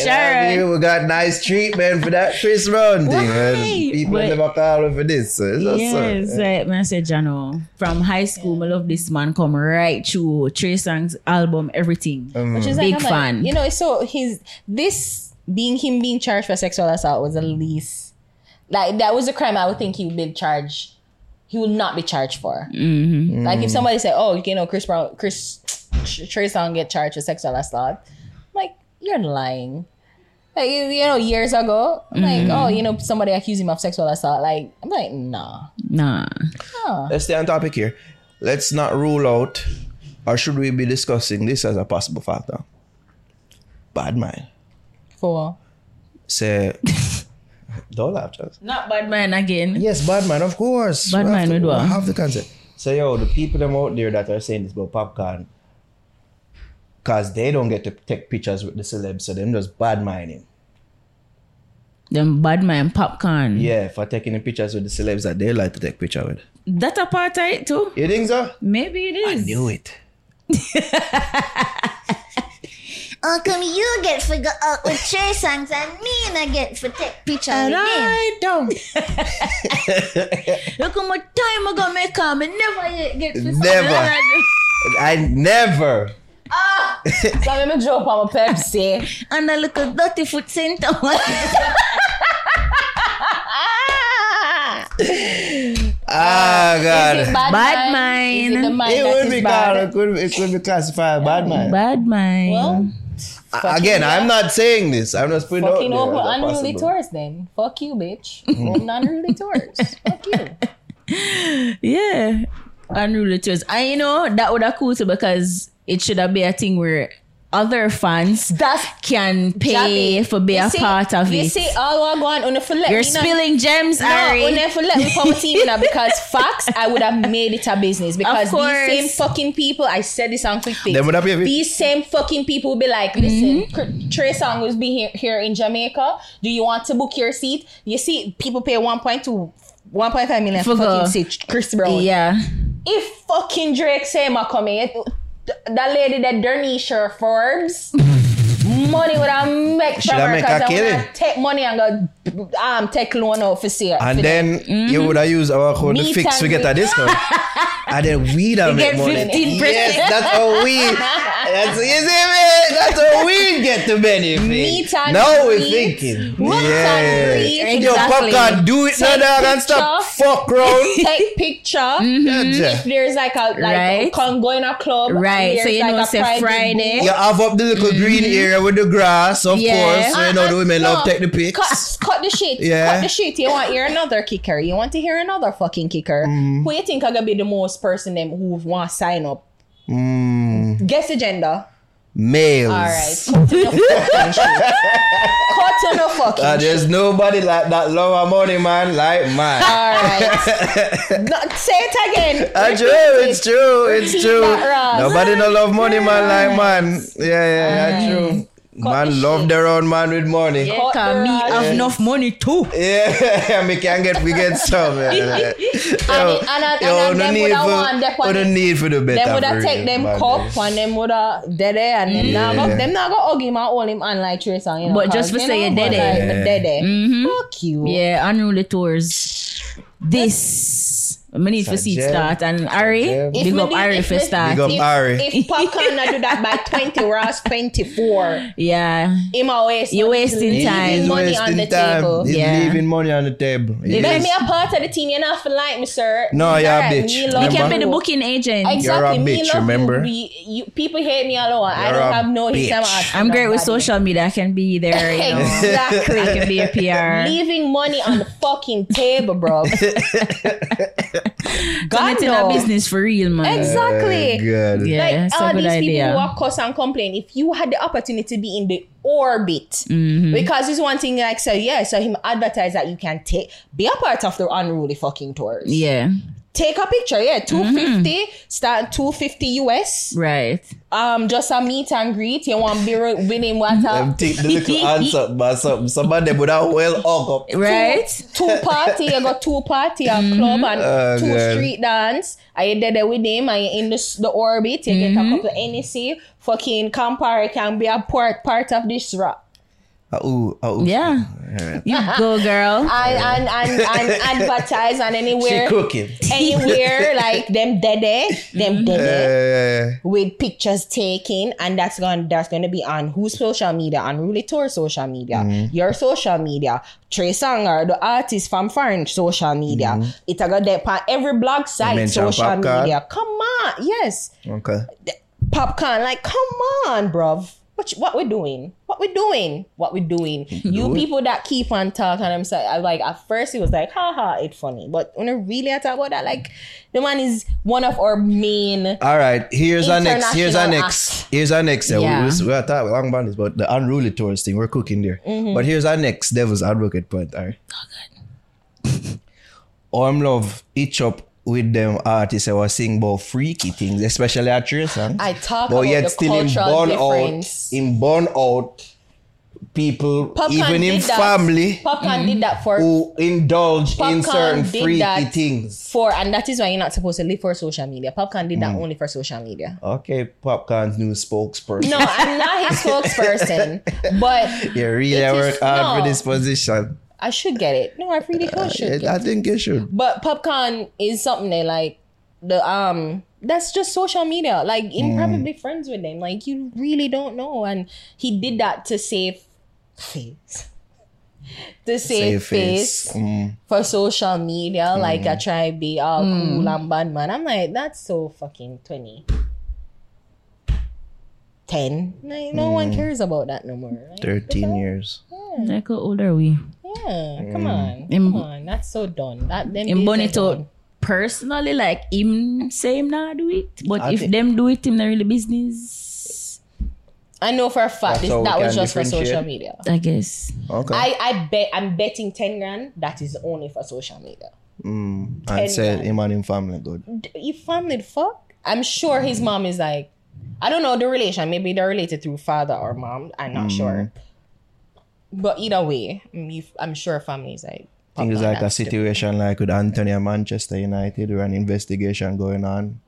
Speaker 4: Sharon.
Speaker 2: mean? We got nice treatment for that Chris Brown thing. and
Speaker 4: Why?
Speaker 2: People
Speaker 4: But-
Speaker 2: never call me for this. So eh. it's just,
Speaker 4: Yes, like man said, Jano. From high school, I love this man come right through Trey Songz album, everything.
Speaker 2: Um,
Speaker 3: Which is
Speaker 4: Big
Speaker 3: like, I'm
Speaker 4: fan.
Speaker 3: Like, you know, so his this being him being charged for sexual assault was the least. Like that was a crime I would think he would be charged he will not be charged for.
Speaker 4: Mm-hmm.
Speaker 3: Like if somebody said, "Oh, you know, Chris Brown, Chris Trey Song get charged with sexual assault," I'm like you're lying. Like you you know, years ago, I'm
Speaker 4: Mm-hmm.
Speaker 3: like, "Oh, you know, somebody accused him of sexual assault." Like I'm like, "Nah,
Speaker 4: Nah.
Speaker 3: nah."
Speaker 2: Let's stay on topic here. Let's not rule out, or should we be discussing this as a possible factor? Bad mind.
Speaker 3: For
Speaker 2: Say, don't laugh, just.
Speaker 4: Not bad man again.
Speaker 2: Yes, bad man, of course.
Speaker 4: Bad
Speaker 2: We have
Speaker 4: man
Speaker 2: to-
Speaker 4: with
Speaker 2: we
Speaker 4: what?
Speaker 2: Have the concept. So yo, the people them out there that are saying this about popcorn, cause they don't get to take pictures with the celebs, so them just bad minding.
Speaker 4: Them bad man popcorn.
Speaker 2: Yeah, for taking the pictures with the celebs that they like to take picture with.
Speaker 4: That apartheid too?
Speaker 2: You think so?
Speaker 4: Maybe it is.
Speaker 2: Knew it.
Speaker 5: Uncle, you get figure out with Trey songs and me and I get for take picture with him.
Speaker 4: don't. Look how much time I gonna make come and never yet get to something
Speaker 2: Never.
Speaker 4: like that.
Speaker 2: I never.
Speaker 3: so let me drop on my Pepsi.
Speaker 4: And I look a dirty foot center.
Speaker 2: Ah,
Speaker 3: Is
Speaker 2: God.
Speaker 3: it bad,
Speaker 4: Bad
Speaker 3: mind? Is it
Speaker 4: mind.
Speaker 3: the mind
Speaker 2: It
Speaker 3: that
Speaker 2: would
Speaker 3: is
Speaker 2: be
Speaker 3: bad?
Speaker 2: called, it could, it could be classified bad man.
Speaker 4: Bad mind.
Speaker 3: Well,
Speaker 2: A- Again, I'm not saying this. I'm just putting
Speaker 3: fucking
Speaker 2: it out
Speaker 3: over
Speaker 2: there. as a
Speaker 3: unruly
Speaker 2: possible.
Speaker 3: Taurus then. Fuck you, bitch. Open unruly Taurus. Fuck you.
Speaker 4: yeah. Unruly twist. And you know, that would have cool too because it should have been a thing where other fans
Speaker 3: That's
Speaker 4: can pay
Speaker 3: Jabby.
Speaker 4: for be
Speaker 3: You
Speaker 4: a
Speaker 3: see-
Speaker 4: part of
Speaker 3: you
Speaker 4: it.
Speaker 3: see, all I want on the fillet.
Speaker 4: You're spilling gems, Ari.
Speaker 3: No, on the fillet with our team now because facts, I would have made it a business because these
Speaker 4: course.
Speaker 3: same fucking people. I said this on quick Fix.
Speaker 2: Them would have been-
Speaker 3: These same fucking people would be like, listen,
Speaker 4: Mm-hmm.
Speaker 3: Cr- Trey Song will be here, here in Jamaica. Do you want to book your seat? You see, people pay one point two. 1.5 million
Speaker 4: For
Speaker 3: fucking
Speaker 4: go.
Speaker 3: seat, Chris Brown.
Speaker 4: yeah.
Speaker 3: If fucking Drake say my coming, it- th- that lady that Dernisha Forbes, money would I make
Speaker 2: Should
Speaker 3: from
Speaker 2: I
Speaker 3: her
Speaker 2: make
Speaker 3: because
Speaker 2: a
Speaker 3: I
Speaker 2: killing?
Speaker 3: would take money and go um take loan out for see her.
Speaker 2: And
Speaker 3: for
Speaker 2: then
Speaker 3: Mm-hmm.
Speaker 2: you would have used our code to
Speaker 3: Meat
Speaker 2: fix, we
Speaker 3: and
Speaker 2: get a
Speaker 3: grease.
Speaker 2: discount. and then we don't
Speaker 4: You
Speaker 2: make
Speaker 4: get
Speaker 2: money.
Speaker 4: 15%.
Speaker 2: Yes, that's how we. That's, you see me? That's how we get the benefit.
Speaker 3: Meat and
Speaker 2: now we're
Speaker 3: grease.
Speaker 2: thinking.
Speaker 3: Meat
Speaker 2: yeah.
Speaker 3: and grease.
Speaker 2: Yo,
Speaker 4: Exactly.
Speaker 2: popcorn, do it now,
Speaker 3: Take
Speaker 2: dog, and stop.
Speaker 3: picture.
Speaker 2: Fuck round.
Speaker 3: take picture.
Speaker 2: Gotcha.
Speaker 3: There's like a like
Speaker 4: Mm-hmm. Right.
Speaker 3: can go in a club. and
Speaker 4: Right. So
Speaker 3: there's
Speaker 4: you know
Speaker 3: like a
Speaker 4: say Friday.
Speaker 2: You have up the little
Speaker 3: Mm-hmm.
Speaker 2: green area with the grass, of
Speaker 4: Yeah.
Speaker 2: course. So you know the women
Speaker 3: No,
Speaker 2: love take the pics.
Speaker 3: Cut, cut the shit.
Speaker 2: Yeah.
Speaker 3: Cut the shit. You want to hear another kicker. You want to hear another fucking kicker.
Speaker 2: Mm.
Speaker 3: Who you think are gonna be the most person them who want to sign up?
Speaker 2: Mm.
Speaker 3: Guess the gender.
Speaker 2: Males.
Speaker 3: All right. Cut to the fucking shit. Cut to the fucking
Speaker 2: Uh,
Speaker 3: shit.
Speaker 2: there's nobody like that love and money man like mine.
Speaker 3: All right. No, say it again.
Speaker 2: I Ah, true, it's true, it's true.
Speaker 3: that, Ross.
Speaker 2: Nobody no love money man like man. Yeah, yeah, yeah, true. Man love their own man with money. Yeah,
Speaker 3: Cut the
Speaker 4: Cause me
Speaker 3: rod.
Speaker 4: have enough money too.
Speaker 2: we can get we get some. Yeah, yeah. Yo,
Speaker 3: and- and-
Speaker 2: yo,
Speaker 3: and
Speaker 2: no
Speaker 3: them
Speaker 2: need
Speaker 3: woulda
Speaker 2: for- oh,
Speaker 3: want that one.
Speaker 2: no need for the better.
Speaker 3: Them would
Speaker 2: for
Speaker 3: have
Speaker 2: real,
Speaker 3: take them
Speaker 2: man.
Speaker 3: cup and them would have dead there and them not
Speaker 2: Yeah.
Speaker 3: go, them not gonna hug him and hold him and like Trace and you know.
Speaker 4: But
Speaker 3: cause,
Speaker 4: just for
Speaker 3: you
Speaker 4: say
Speaker 3: know,
Speaker 4: you
Speaker 3: but
Speaker 4: did
Speaker 3: like,
Speaker 2: it.
Speaker 3: but Did it. Fuck you.
Speaker 4: Mm-hmm. Yeah, unruly tours. This we need for seat
Speaker 2: Sajel.
Speaker 4: start and Ari,
Speaker 2: Sajel.
Speaker 3: If
Speaker 4: big
Speaker 3: we
Speaker 4: up
Speaker 3: did-
Speaker 4: Ari
Speaker 3: if
Speaker 4: for
Speaker 3: we-
Speaker 4: start.
Speaker 2: Big up
Speaker 3: If,
Speaker 2: Ari.
Speaker 3: if Popcorn not do that by 20, Ross 24,
Speaker 4: Yeah,
Speaker 3: him a waste.
Speaker 4: You're wasting
Speaker 2: He
Speaker 3: leaving
Speaker 4: time.
Speaker 2: is
Speaker 3: money on
Speaker 2: wasting
Speaker 3: the
Speaker 2: time.
Speaker 3: table.
Speaker 2: He's
Speaker 4: Yeah.
Speaker 2: leaving money on the table. He
Speaker 4: It
Speaker 2: is.
Speaker 3: Make me a part of the team. You're not for like me, sir.
Speaker 2: No,
Speaker 3: It's
Speaker 2: you're a
Speaker 3: alright.
Speaker 2: bitch.
Speaker 3: Me love
Speaker 4: you can
Speaker 2: Remember?
Speaker 4: be the booking agent.
Speaker 3: Exactly.
Speaker 2: You're a
Speaker 3: me
Speaker 2: bitch,
Speaker 3: love you.
Speaker 2: remember?
Speaker 3: We- you- people hate me alone. I
Speaker 2: You're
Speaker 3: don't
Speaker 2: a
Speaker 3: have no
Speaker 2: bitch.
Speaker 3: hate. I'm a-
Speaker 4: I'm great with
Speaker 3: nobody.
Speaker 4: social media. I can be there. You know.
Speaker 3: Exactly.
Speaker 4: I can be a PR.
Speaker 3: leaving money on the fucking table, bro.
Speaker 4: Turn
Speaker 3: God
Speaker 4: it in a
Speaker 3: no.
Speaker 4: business for real, man.
Speaker 3: Exactly.
Speaker 2: Good.
Speaker 4: Yeah,
Speaker 3: Like
Speaker 4: it's
Speaker 3: all
Speaker 4: a good
Speaker 3: these people who
Speaker 4: idea.
Speaker 3: are cuss and complain, if you had the opportunity to be in the orbit,
Speaker 4: Mm-hmm.
Speaker 3: because it's one thing like so, yeah, so him advertise that you can take be a part of the unruly fucking tours.
Speaker 4: Yeah, Mm-hmm.
Speaker 3: Take a picture, yeah. 250, start 250 US.
Speaker 4: right.
Speaker 3: Um, just a meet and greet. You want beer winning water.
Speaker 2: Them take the little hands up, but some some of them would have well hug up.
Speaker 4: Right?
Speaker 3: two party, you got two party and club and
Speaker 2: Oh,
Speaker 3: two
Speaker 2: God.
Speaker 3: street dance. Are you there with them? Are you in the, s- the orbit? You get a couple E NEC. Fucking Campari can be a part part of this rock.
Speaker 2: Uh, ooh, uh, ooh.
Speaker 4: Yeah.
Speaker 2: right.
Speaker 4: You go, girl.
Speaker 3: and and and, and advertise on
Speaker 2: She
Speaker 3: anywhere
Speaker 2: cooking.
Speaker 3: anywhere like them dede them dede
Speaker 2: Yeah,
Speaker 3: with pictures taken and that's going that's going to be on whose social media on really tour social media your social media Trey Sanger the artist from foreign social media it's going to on every blog site
Speaker 2: mention
Speaker 3: social
Speaker 2: Popcorn.
Speaker 3: media come on yes
Speaker 2: yeah. Okay.
Speaker 3: popcorn. Like, come on, bruv. What, you- what we're doing? What we're doing? What we're doing? You
Speaker 2: it.
Speaker 3: people that keep on talking, I'm sorry. I like at first it was like, haha, it's funny. But when I really I talk about that, like the man is one of our main
Speaker 2: All right. Here's our next. Here's our
Speaker 3: International
Speaker 2: next.
Speaker 3: act.
Speaker 2: Here's our next. Yeah.
Speaker 4: Yeah.
Speaker 2: We, we, we are talking long about this, but the unruly tourist thing, we're cooking there.
Speaker 3: Mm-hmm.
Speaker 2: But here's our next devil's advocate point. All right.
Speaker 3: Oh,
Speaker 2: Arm love each up with them artists that were sing about freaky things, especially at Trey songs.
Speaker 3: I talk
Speaker 2: but
Speaker 3: about
Speaker 2: yet
Speaker 3: the
Speaker 2: still in
Speaker 3: cultural
Speaker 2: burn out,
Speaker 3: difference.
Speaker 2: in burn out, people even in
Speaker 3: did that.
Speaker 2: family
Speaker 3: Popcorn did that for
Speaker 2: who indulge in
Speaker 3: Popcorn
Speaker 2: certain
Speaker 3: did
Speaker 2: freaky
Speaker 3: that.
Speaker 2: things.
Speaker 3: for and that is why you're not supposed to live for social media. Popcorn did that only for social media.
Speaker 2: Okay, Popcorn's new spokesperson.
Speaker 3: No, I'm not his spokesperson, but
Speaker 2: You really
Speaker 3: It
Speaker 2: worked
Speaker 3: is-
Speaker 2: hard for
Speaker 3: no.
Speaker 2: this position.
Speaker 3: I should get it. No, I really could should
Speaker 2: I,
Speaker 3: get it.
Speaker 2: I think you should.
Speaker 3: But popcorn is something that like the um that's just social media. Like I'm probably friends with them. Like you really don't know. And he did that to save face. To
Speaker 2: Save
Speaker 3: save, face,
Speaker 2: Mm.
Speaker 3: for social media,
Speaker 2: Hmm.
Speaker 3: like I try be all cool and bad man. I'm like, that's so fucking twenty. Ten. Like,
Speaker 2: Hmm.
Speaker 3: no one cares about that no more. Like,
Speaker 2: 13 years.
Speaker 4: Like how old are we?
Speaker 3: yeah,
Speaker 2: Hmm.
Speaker 3: come on.
Speaker 4: Im-
Speaker 3: Come on. That's so done. That them
Speaker 4: Him
Speaker 3: days
Speaker 4: bun
Speaker 3: are
Speaker 4: it out
Speaker 3: done.
Speaker 4: personally, like him say him not do it. But
Speaker 2: I
Speaker 4: if
Speaker 2: think-
Speaker 4: them do it, him not really business.
Speaker 3: I know for a
Speaker 2: That's
Speaker 3: fact this,
Speaker 2: how we
Speaker 3: that was
Speaker 2: can
Speaker 3: just for social
Speaker 2: differentiate.
Speaker 3: media.
Speaker 4: I guess.
Speaker 2: Okay.
Speaker 3: I, I bet I'm betting ten grand that is only for social media.
Speaker 2: mm. And said him and him family good.
Speaker 3: D- You family the fuck? I'm sure his mom is like, I don't know the relation. Maybe they're related through father or mom. I'm not sure. But either way, mm, you- I'm sure family is like.
Speaker 2: I think it's
Speaker 3: fuck
Speaker 2: like
Speaker 3: that.
Speaker 2: a situation like with Anthony and Manchester United, where an investigation going on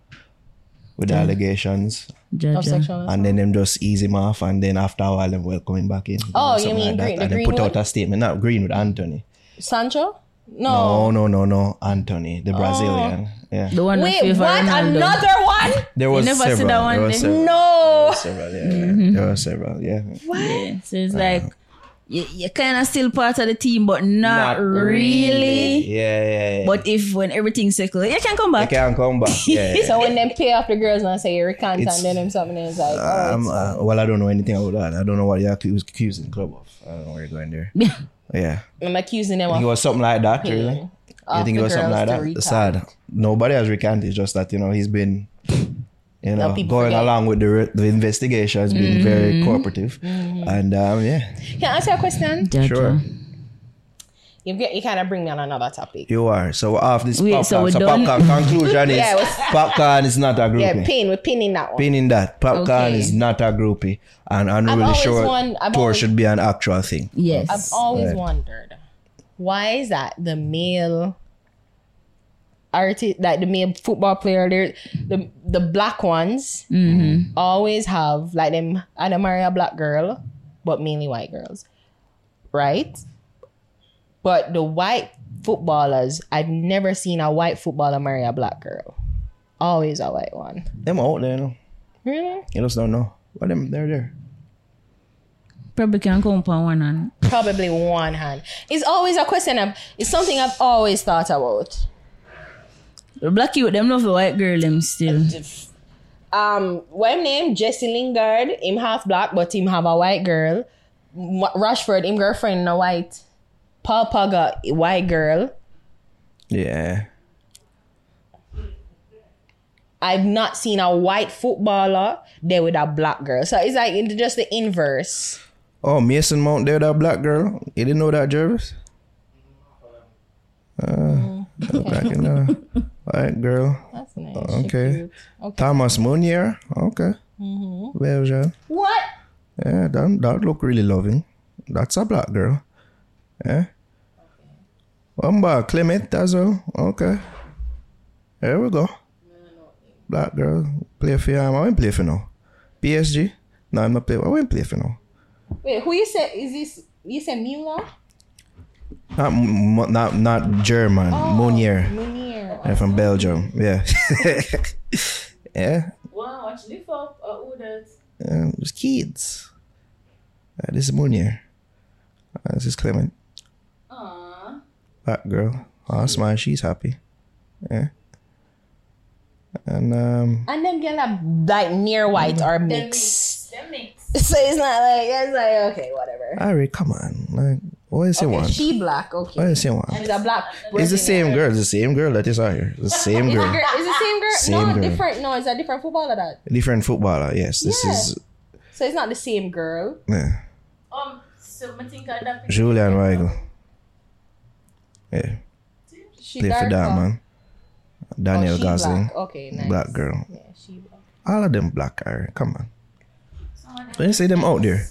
Speaker 2: with
Speaker 3: Mm.
Speaker 2: allegations.
Speaker 3: Of
Speaker 4: Jaja.
Speaker 3: sexual assault.
Speaker 2: And then them just ease him off, and then after a while, them welcoming back in.
Speaker 3: Oh,
Speaker 2: Or
Speaker 3: you
Speaker 2: something
Speaker 3: mean
Speaker 2: that.
Speaker 3: Green- the
Speaker 2: And then put out
Speaker 3: Greenwood?
Speaker 2: a statement, not Green with Anthony.
Speaker 3: Sancho?
Speaker 2: Oh,
Speaker 3: No.
Speaker 2: no, no, no, Anthony,
Speaker 3: Oh.
Speaker 2: the Brazilian. Yeah.
Speaker 4: The one with
Speaker 3: Wait,
Speaker 4: favor
Speaker 3: what?
Speaker 4: Ronaldo.
Speaker 3: Another one?
Speaker 2: There was
Speaker 4: never see
Speaker 2: several.
Speaker 4: that one
Speaker 2: there was
Speaker 4: then.
Speaker 2: several.
Speaker 3: No. Mm-hmm.
Speaker 2: several, yeah. There were several, yeah.
Speaker 4: Yeah, so it's
Speaker 2: Uh-huh.
Speaker 4: like you, you're kind of still part of the team, but not, really.
Speaker 2: Yeah, yeah, yeah.
Speaker 4: But if when everything's settled, you can come
Speaker 2: I
Speaker 4: back.
Speaker 2: can come back. Yeah. yeah.
Speaker 3: So when them pay off the girls and say you recant
Speaker 2: It's-
Speaker 3: and then them something is like, oh,
Speaker 2: um,
Speaker 3: it's
Speaker 2: uh, well, I don't know anything about that. I don't know what you're accu- accusing club of. I don't know where you're going there. yeah.
Speaker 3: I'm accusing them
Speaker 2: It
Speaker 3: of
Speaker 2: was something like that, really.
Speaker 3: Yeah.
Speaker 2: You
Speaker 3: Off
Speaker 2: think it
Speaker 3: the
Speaker 2: was something
Speaker 3: girls
Speaker 2: like
Speaker 3: to
Speaker 2: that?
Speaker 3: recant.
Speaker 2: Sad. Nobody has recanted. It's just that, you know, he's been, you know,
Speaker 3: people
Speaker 2: going
Speaker 3: forget. Mm-hmm.
Speaker 2: along with the, re- the investigation has been very cooperative. And, um, yeah,
Speaker 3: Can I ask you a question?
Speaker 4: Jaja.
Speaker 2: sure.
Speaker 3: You get, you kind of bring me on another topic.
Speaker 2: You are. So we're off this
Speaker 4: Wait,
Speaker 2: popcorn.
Speaker 4: so
Speaker 2: So,
Speaker 4: we're done?
Speaker 2: popcorn conclusion is
Speaker 3: Yeah, it was-
Speaker 2: popcorn is not a groupie.
Speaker 3: Yeah, pin. We're pinning that one.
Speaker 2: Pinning that. Popcorn
Speaker 4: Okay.
Speaker 2: is not a groupie. And unruly
Speaker 3: always
Speaker 2: short
Speaker 3: won- I've
Speaker 2: tour
Speaker 3: always-
Speaker 2: should be an actual thing.
Speaker 4: Yes.
Speaker 3: I've always wondered why is that the male artist, like the male football player, they're- the the black ones
Speaker 4: Mm-hmm.
Speaker 3: always have like them. Anna Maria black girl, but mainly white girls, right? But the white footballers, I've never seen a white footballer marry a black girl. Always a white one.
Speaker 2: Them out there, you know.
Speaker 3: Really?
Speaker 2: You just don't know. But them, they're there.
Speaker 4: Probably can come upon one and
Speaker 3: probably one hand. It's always a question of it's something I've always thought about.
Speaker 4: the black youth them love the white girl them still.
Speaker 3: Um, one name Jesse Lingard, him half black, but him have a white girl. M- Rashford, him girlfriend a white. Paul Pogba, a white girl.
Speaker 2: Yeah.
Speaker 3: I've not seen a white footballer there with a black girl. So it's like it's just the inverse.
Speaker 2: Oh, Mason Mount there, that black girl. You didn't know that, Jervis? Uh,
Speaker 3: Mm.
Speaker 2: back in the, all right, girl.
Speaker 3: That's nice.
Speaker 2: Okay. Thomas Munier. Okay. Mm-hmm. Belgium.
Speaker 3: What?
Speaker 2: Yeah, that, that look really loving. That's a black girl. Yeah. Umba Clement as well. Okay. There we go. Black girl. Play for him. I won't play for now. PSG? No, I'm not playing. I won't play for now.
Speaker 3: Wait, who you said is this you said Mula?
Speaker 2: Not Mo- not not German. Monier.
Speaker 3: Munir.
Speaker 2: I'm from Belgium. Yeah. yeah.
Speaker 4: Wow, actually, for orders.
Speaker 2: Um, it was kids. Uh, this is Monier. Uh, this is Clement.
Speaker 4: Aww.
Speaker 2: Black girl. Oh, smile. She's happy. Yeah. And um,
Speaker 3: And them girl are like near white or mixed.
Speaker 4: Them mix.
Speaker 3: So it's not like it's like okay, whatever.
Speaker 2: Ari, come on. Like, what is it
Speaker 3: Okay,
Speaker 2: one?
Speaker 3: she black, okay.
Speaker 2: What is it one?
Speaker 3: She's a black.
Speaker 2: It's the
Speaker 3: Brazilian.
Speaker 2: same girl. It's the same girl that is here. The same
Speaker 3: It's, a
Speaker 2: girl.
Speaker 3: girl. it's the same girl.
Speaker 2: Same
Speaker 3: no,
Speaker 2: girl.
Speaker 3: different. No, it's a different footballer that.
Speaker 2: Different footballer. Yes. This is
Speaker 3: So it's not the same girl.
Speaker 2: yeah.
Speaker 4: Um, so I think that
Speaker 2: Julian Weigel. Yeah.
Speaker 3: She
Speaker 2: Play for
Speaker 3: dark,
Speaker 2: that
Speaker 3: huh?
Speaker 2: man.
Speaker 3: Oh,
Speaker 2: Daniel
Speaker 3: she
Speaker 2: Gosling.
Speaker 3: Black. Okay, nice.
Speaker 2: Black, girl.
Speaker 3: Yeah, she black.
Speaker 2: All of them black are. Come on. Let's see them out there.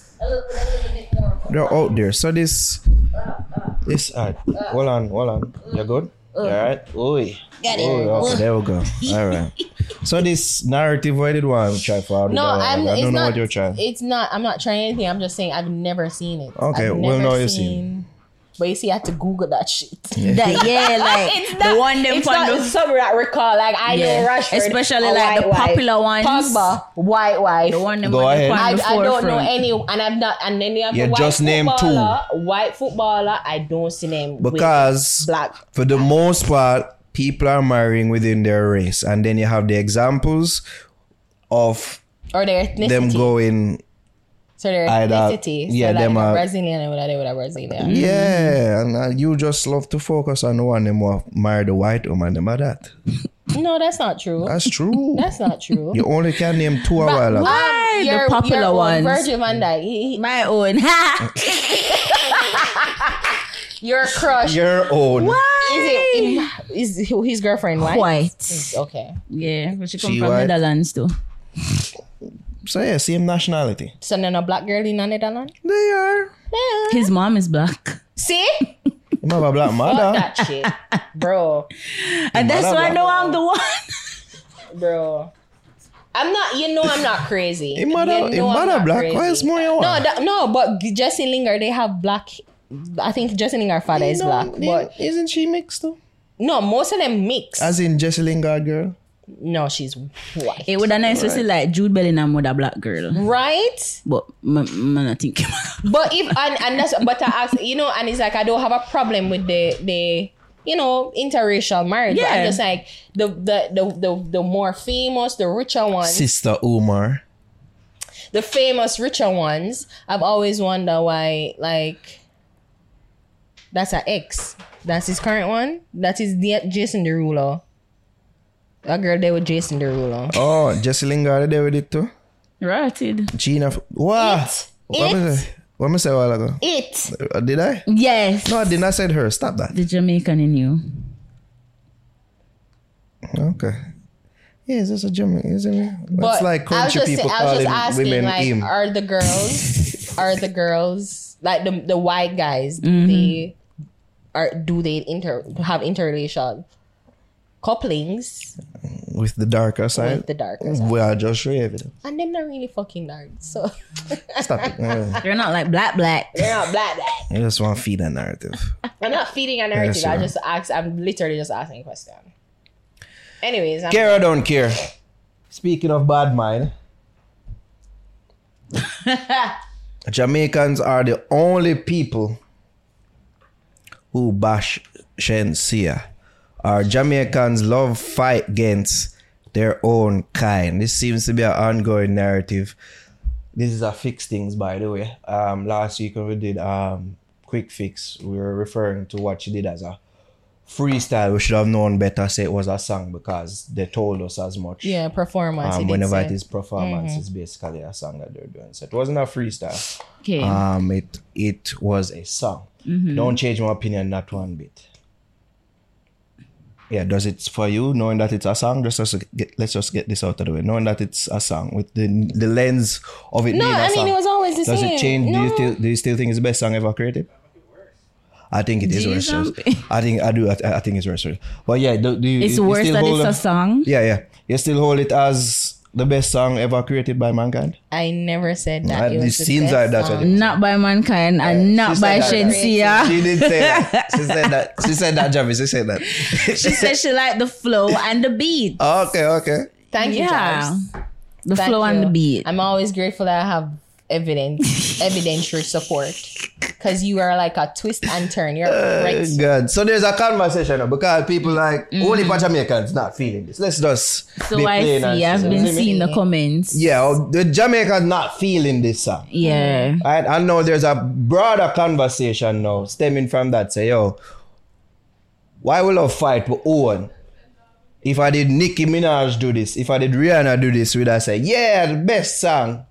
Speaker 2: They're out there. So this, this. Uh, hold on, hold on. You're good.
Speaker 3: Uh.
Speaker 2: All right. Oi.
Speaker 5: Got it.
Speaker 2: Oi, okay, there we go. All right. So this narrative, what did one try for?
Speaker 3: No, I'm.
Speaker 2: I
Speaker 3: it's
Speaker 2: don't know
Speaker 3: not,
Speaker 2: what you're trying.
Speaker 3: It's not. I'm not trying anything. I'm just saying I've never seen it.
Speaker 2: Okay,
Speaker 3: I've
Speaker 2: well,
Speaker 3: never
Speaker 2: now you see.
Speaker 3: But you see, I had to Google that shit.
Speaker 4: That, yeah, like the one them
Speaker 3: It's
Speaker 4: fun
Speaker 3: not
Speaker 4: of-
Speaker 3: some that recall. Like I
Speaker 4: Yeah.
Speaker 3: know Rashford,
Speaker 4: Especially
Speaker 3: a
Speaker 4: like
Speaker 3: white
Speaker 4: the
Speaker 3: wife.
Speaker 4: popular ones.
Speaker 3: Pogba, white wife.
Speaker 4: the one them
Speaker 2: Go
Speaker 4: on the
Speaker 2: ahead.
Speaker 4: front,
Speaker 3: I,
Speaker 4: the
Speaker 3: I don't know
Speaker 4: forefront.
Speaker 3: any, and I've not, and any of
Speaker 2: You
Speaker 3: the white
Speaker 2: just named two.
Speaker 3: footballer, white footballer. I don't see them with
Speaker 2: because
Speaker 3: black.
Speaker 2: for the most part, people are marrying within their race, and then you have the examples of
Speaker 3: or their ethnicity.
Speaker 2: them going,
Speaker 3: so their
Speaker 2: Either-
Speaker 3: ethnicity.
Speaker 2: yeah,
Speaker 3: so like
Speaker 2: them
Speaker 3: a
Speaker 2: are-
Speaker 3: Brazilian and whatever, whatever Brazilian.
Speaker 2: yeah, and uh, you just love to focus on the one them who have married a white woman, them are that.
Speaker 3: No, that's not true.
Speaker 2: That's true.
Speaker 3: That's not true.
Speaker 2: you only can name two a while ago.
Speaker 3: Um,
Speaker 4: the
Speaker 3: your-
Speaker 4: popular
Speaker 3: your own
Speaker 4: ones.
Speaker 3: Virgil Van Dyke. He- he-
Speaker 4: my own.
Speaker 3: Your crush.
Speaker 2: Your own.
Speaker 3: is it is his girlfriend white?
Speaker 4: White.
Speaker 3: Okay.
Speaker 4: Yeah, but she come
Speaker 2: She
Speaker 4: from
Speaker 2: white.
Speaker 4: Netherlands too.
Speaker 2: So yeah, same nationality.
Speaker 3: So then a black girl in the Netherlands?
Speaker 2: They are.
Speaker 4: His mom is black.
Speaker 3: See?
Speaker 2: You have a black
Speaker 3: Fuck
Speaker 2: mother.
Speaker 3: that shit. Bro.
Speaker 4: And that's
Speaker 2: mother
Speaker 4: why I
Speaker 2: black.
Speaker 4: know I'm the one.
Speaker 3: Bro. I'm not, you know, I'm not crazy.
Speaker 2: Your mother,
Speaker 3: you
Speaker 2: your
Speaker 3: know I'm
Speaker 2: mother
Speaker 3: not
Speaker 2: black.
Speaker 3: crazy.
Speaker 2: Why is more you
Speaker 3: No,
Speaker 2: want?
Speaker 3: that, no, but Justin Linger, they have black. I think Justin Linger father is
Speaker 2: No,
Speaker 3: black,
Speaker 2: then
Speaker 3: but
Speaker 2: isn't she mixed though?
Speaker 3: no, most of them mix.
Speaker 2: As in Jessie Lingard girl.
Speaker 3: no, she's white,
Speaker 4: It would have nice to see like Jude Bellingham with a black girl,
Speaker 3: right?
Speaker 4: but man, I think
Speaker 3: But if and, and that's but I ask you know, and it's like I don't have a problem with the the you know interracial marriage. But
Speaker 4: Yeah.
Speaker 3: I'm just like the the the the, the more famous, the richer ones,
Speaker 2: Sister Umar.
Speaker 3: the famous richer ones. I've always wondered why like that's an ex. That's his current one. That is the Jason Derulo. A girl there with Jason Derulo.
Speaker 2: Oh, Jessie Lingard there with it too.
Speaker 4: rotted.
Speaker 2: Gina. F- wow. What
Speaker 3: It.
Speaker 2: was I- What was I a while ago?
Speaker 3: It.
Speaker 2: Uh, Did I?
Speaker 4: Yes,
Speaker 2: No, I did not say her. Stop that.
Speaker 4: the Jamaican in you.
Speaker 2: Okay. Yeah, it's just a German, isn't it? it's like
Speaker 3: I was
Speaker 2: country
Speaker 3: just-
Speaker 2: people
Speaker 3: I was
Speaker 2: calling
Speaker 3: just asking,
Speaker 2: women
Speaker 3: like,
Speaker 2: him.
Speaker 3: Are the girls, are the girls like the the white guys? They are do they inter have interracial couplings
Speaker 2: with the darker side.
Speaker 3: with the dark?
Speaker 2: we are just raving.
Speaker 3: And them not really fucking dark, so
Speaker 2: Stop it. Uh,
Speaker 4: They're not like black black.
Speaker 3: they're not black. black.
Speaker 2: I just want to feed that narrative.
Speaker 3: I'm not feeding a narrative. I
Speaker 2: sure.
Speaker 3: just ask. I'm literally just asking a question. Anyways, I'm,
Speaker 2: Care or don't care? Speaking of bad mind, Jamaicans are the only people who bash Shensia. Our Jamaicans love fight against their own kind. This seems to be an ongoing narrative. This is a fix things, by the way. Um, last week when we did um quick fix, we were referring to what she did as a freestyle. We should have known better. Say it was a song because they told us as much.
Speaker 3: yeah, performance.
Speaker 2: Um,
Speaker 3: you did
Speaker 2: whenever
Speaker 3: say. Mm-hmm.
Speaker 2: it is performance, it's basically a song that they're doing. So it wasn't a freestyle.
Speaker 4: Okay,
Speaker 2: Um, it it was a song.
Speaker 3: Mm-hmm.
Speaker 2: Don't change my opinion not one bit. Yeah, does it for you knowing that it's a song? Just let's get, let's just get this out of the way. Knowing that it's a song with the the lens of it
Speaker 3: no,
Speaker 2: being a
Speaker 3: I mean
Speaker 2: song.
Speaker 3: it was always the
Speaker 2: does
Speaker 3: same.
Speaker 2: it change? Do you
Speaker 3: No.
Speaker 2: still do you still think it's the best song ever created? I think it is worse.
Speaker 4: Jesus.
Speaker 2: yes. I think I do. I, I think it's worse. But yeah, do, do you?
Speaker 4: it's
Speaker 2: you
Speaker 4: worse
Speaker 2: still
Speaker 4: that
Speaker 2: hold
Speaker 4: it's
Speaker 2: on-
Speaker 4: a song.
Speaker 2: yeah, yeah. You still hold it as the best song ever created by mankind?
Speaker 3: I never said that.
Speaker 2: And
Speaker 3: It,
Speaker 2: it
Speaker 3: was the
Speaker 2: seems
Speaker 3: best
Speaker 2: like that, I
Speaker 3: song.
Speaker 2: think.
Speaker 4: Not by mankind and not
Speaker 2: She
Speaker 4: by
Speaker 2: said that.
Speaker 4: Shensia.
Speaker 2: She didn't say that. She said that. She said that, Jarvis. She said that.
Speaker 4: She said she liked the flow and the beat.
Speaker 2: okay, okay.
Speaker 3: Thank you,
Speaker 4: Yeah.
Speaker 3: Jarvis.
Speaker 4: The
Speaker 3: Thank
Speaker 4: flow and
Speaker 3: you.
Speaker 4: the beat.
Speaker 3: I'm always grateful that I have evidence, evidentiary support. Because you are like a twist and turn. You're
Speaker 2: Uh,
Speaker 3: right.
Speaker 2: Good. So there's a conversation now because people like only bunch of Jamaicans not feeling this. Let's just
Speaker 4: Mm. So I
Speaker 2: plain and
Speaker 4: see. I've
Speaker 2: simple.
Speaker 4: been
Speaker 3: Really?
Speaker 4: seeing the comments.
Speaker 2: yeah. oh, The Jamaicans not feeling this song.
Speaker 4: Yeah.
Speaker 2: Right? I know there's a broader conversation now stemming from that. Say, yo, why will I fight with Owen? If I did Nicki Minaj do this, if I did Rihanna do this, would I say, yeah, the best song?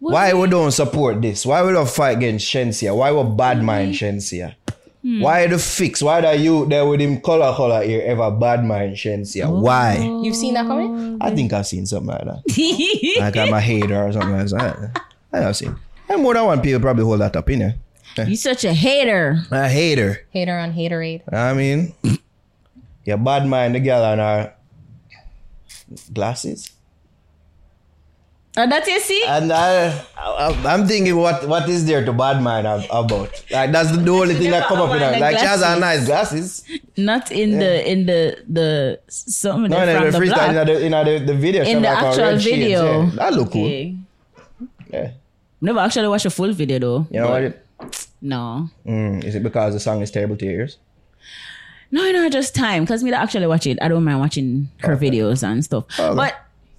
Speaker 2: Why we don't support this? Why would I fight against Shensia? Why we bad mind Shensia? Why the fix? Why the you there with him color color here ever bad mind Shensia? Why?
Speaker 3: You've seen that coming?
Speaker 2: I think I've seen something like that. like I'm a hater or something like that. I have seen. And more than one people probably hold that opinion.
Speaker 4: you such a hater.
Speaker 2: A hater.
Speaker 3: Hater on haterade.
Speaker 2: I mean, your bad mind, the girl and her glasses.
Speaker 4: Oh, that you see?
Speaker 2: And I, I, I'm thinking, what what is there to bad mind ab- about? Like that's the only thing that come up in her.
Speaker 4: Never
Speaker 2: Like she has her
Speaker 4: glasses.
Speaker 2: nice glasses.
Speaker 4: Not in the in the the some of
Speaker 2: No,
Speaker 4: them
Speaker 2: no,
Speaker 4: from
Speaker 2: the
Speaker 4: the
Speaker 2: freestyle,
Speaker 4: block.
Speaker 2: in the, in the, the video, she
Speaker 4: In the
Speaker 2: have, like, her
Speaker 4: actual
Speaker 2: red shades,
Speaker 4: video.
Speaker 2: yeah. That look
Speaker 4: Okay.
Speaker 2: cool. Yeah.
Speaker 4: Never actually watched a full video though.
Speaker 2: You know what? It,
Speaker 4: No.
Speaker 2: mm, is it because the song is terrible to your ears?
Speaker 4: No, no, just time. Because me that actually watch it. I don't mind watching her videos and stuff.
Speaker 2: Okay.
Speaker 4: But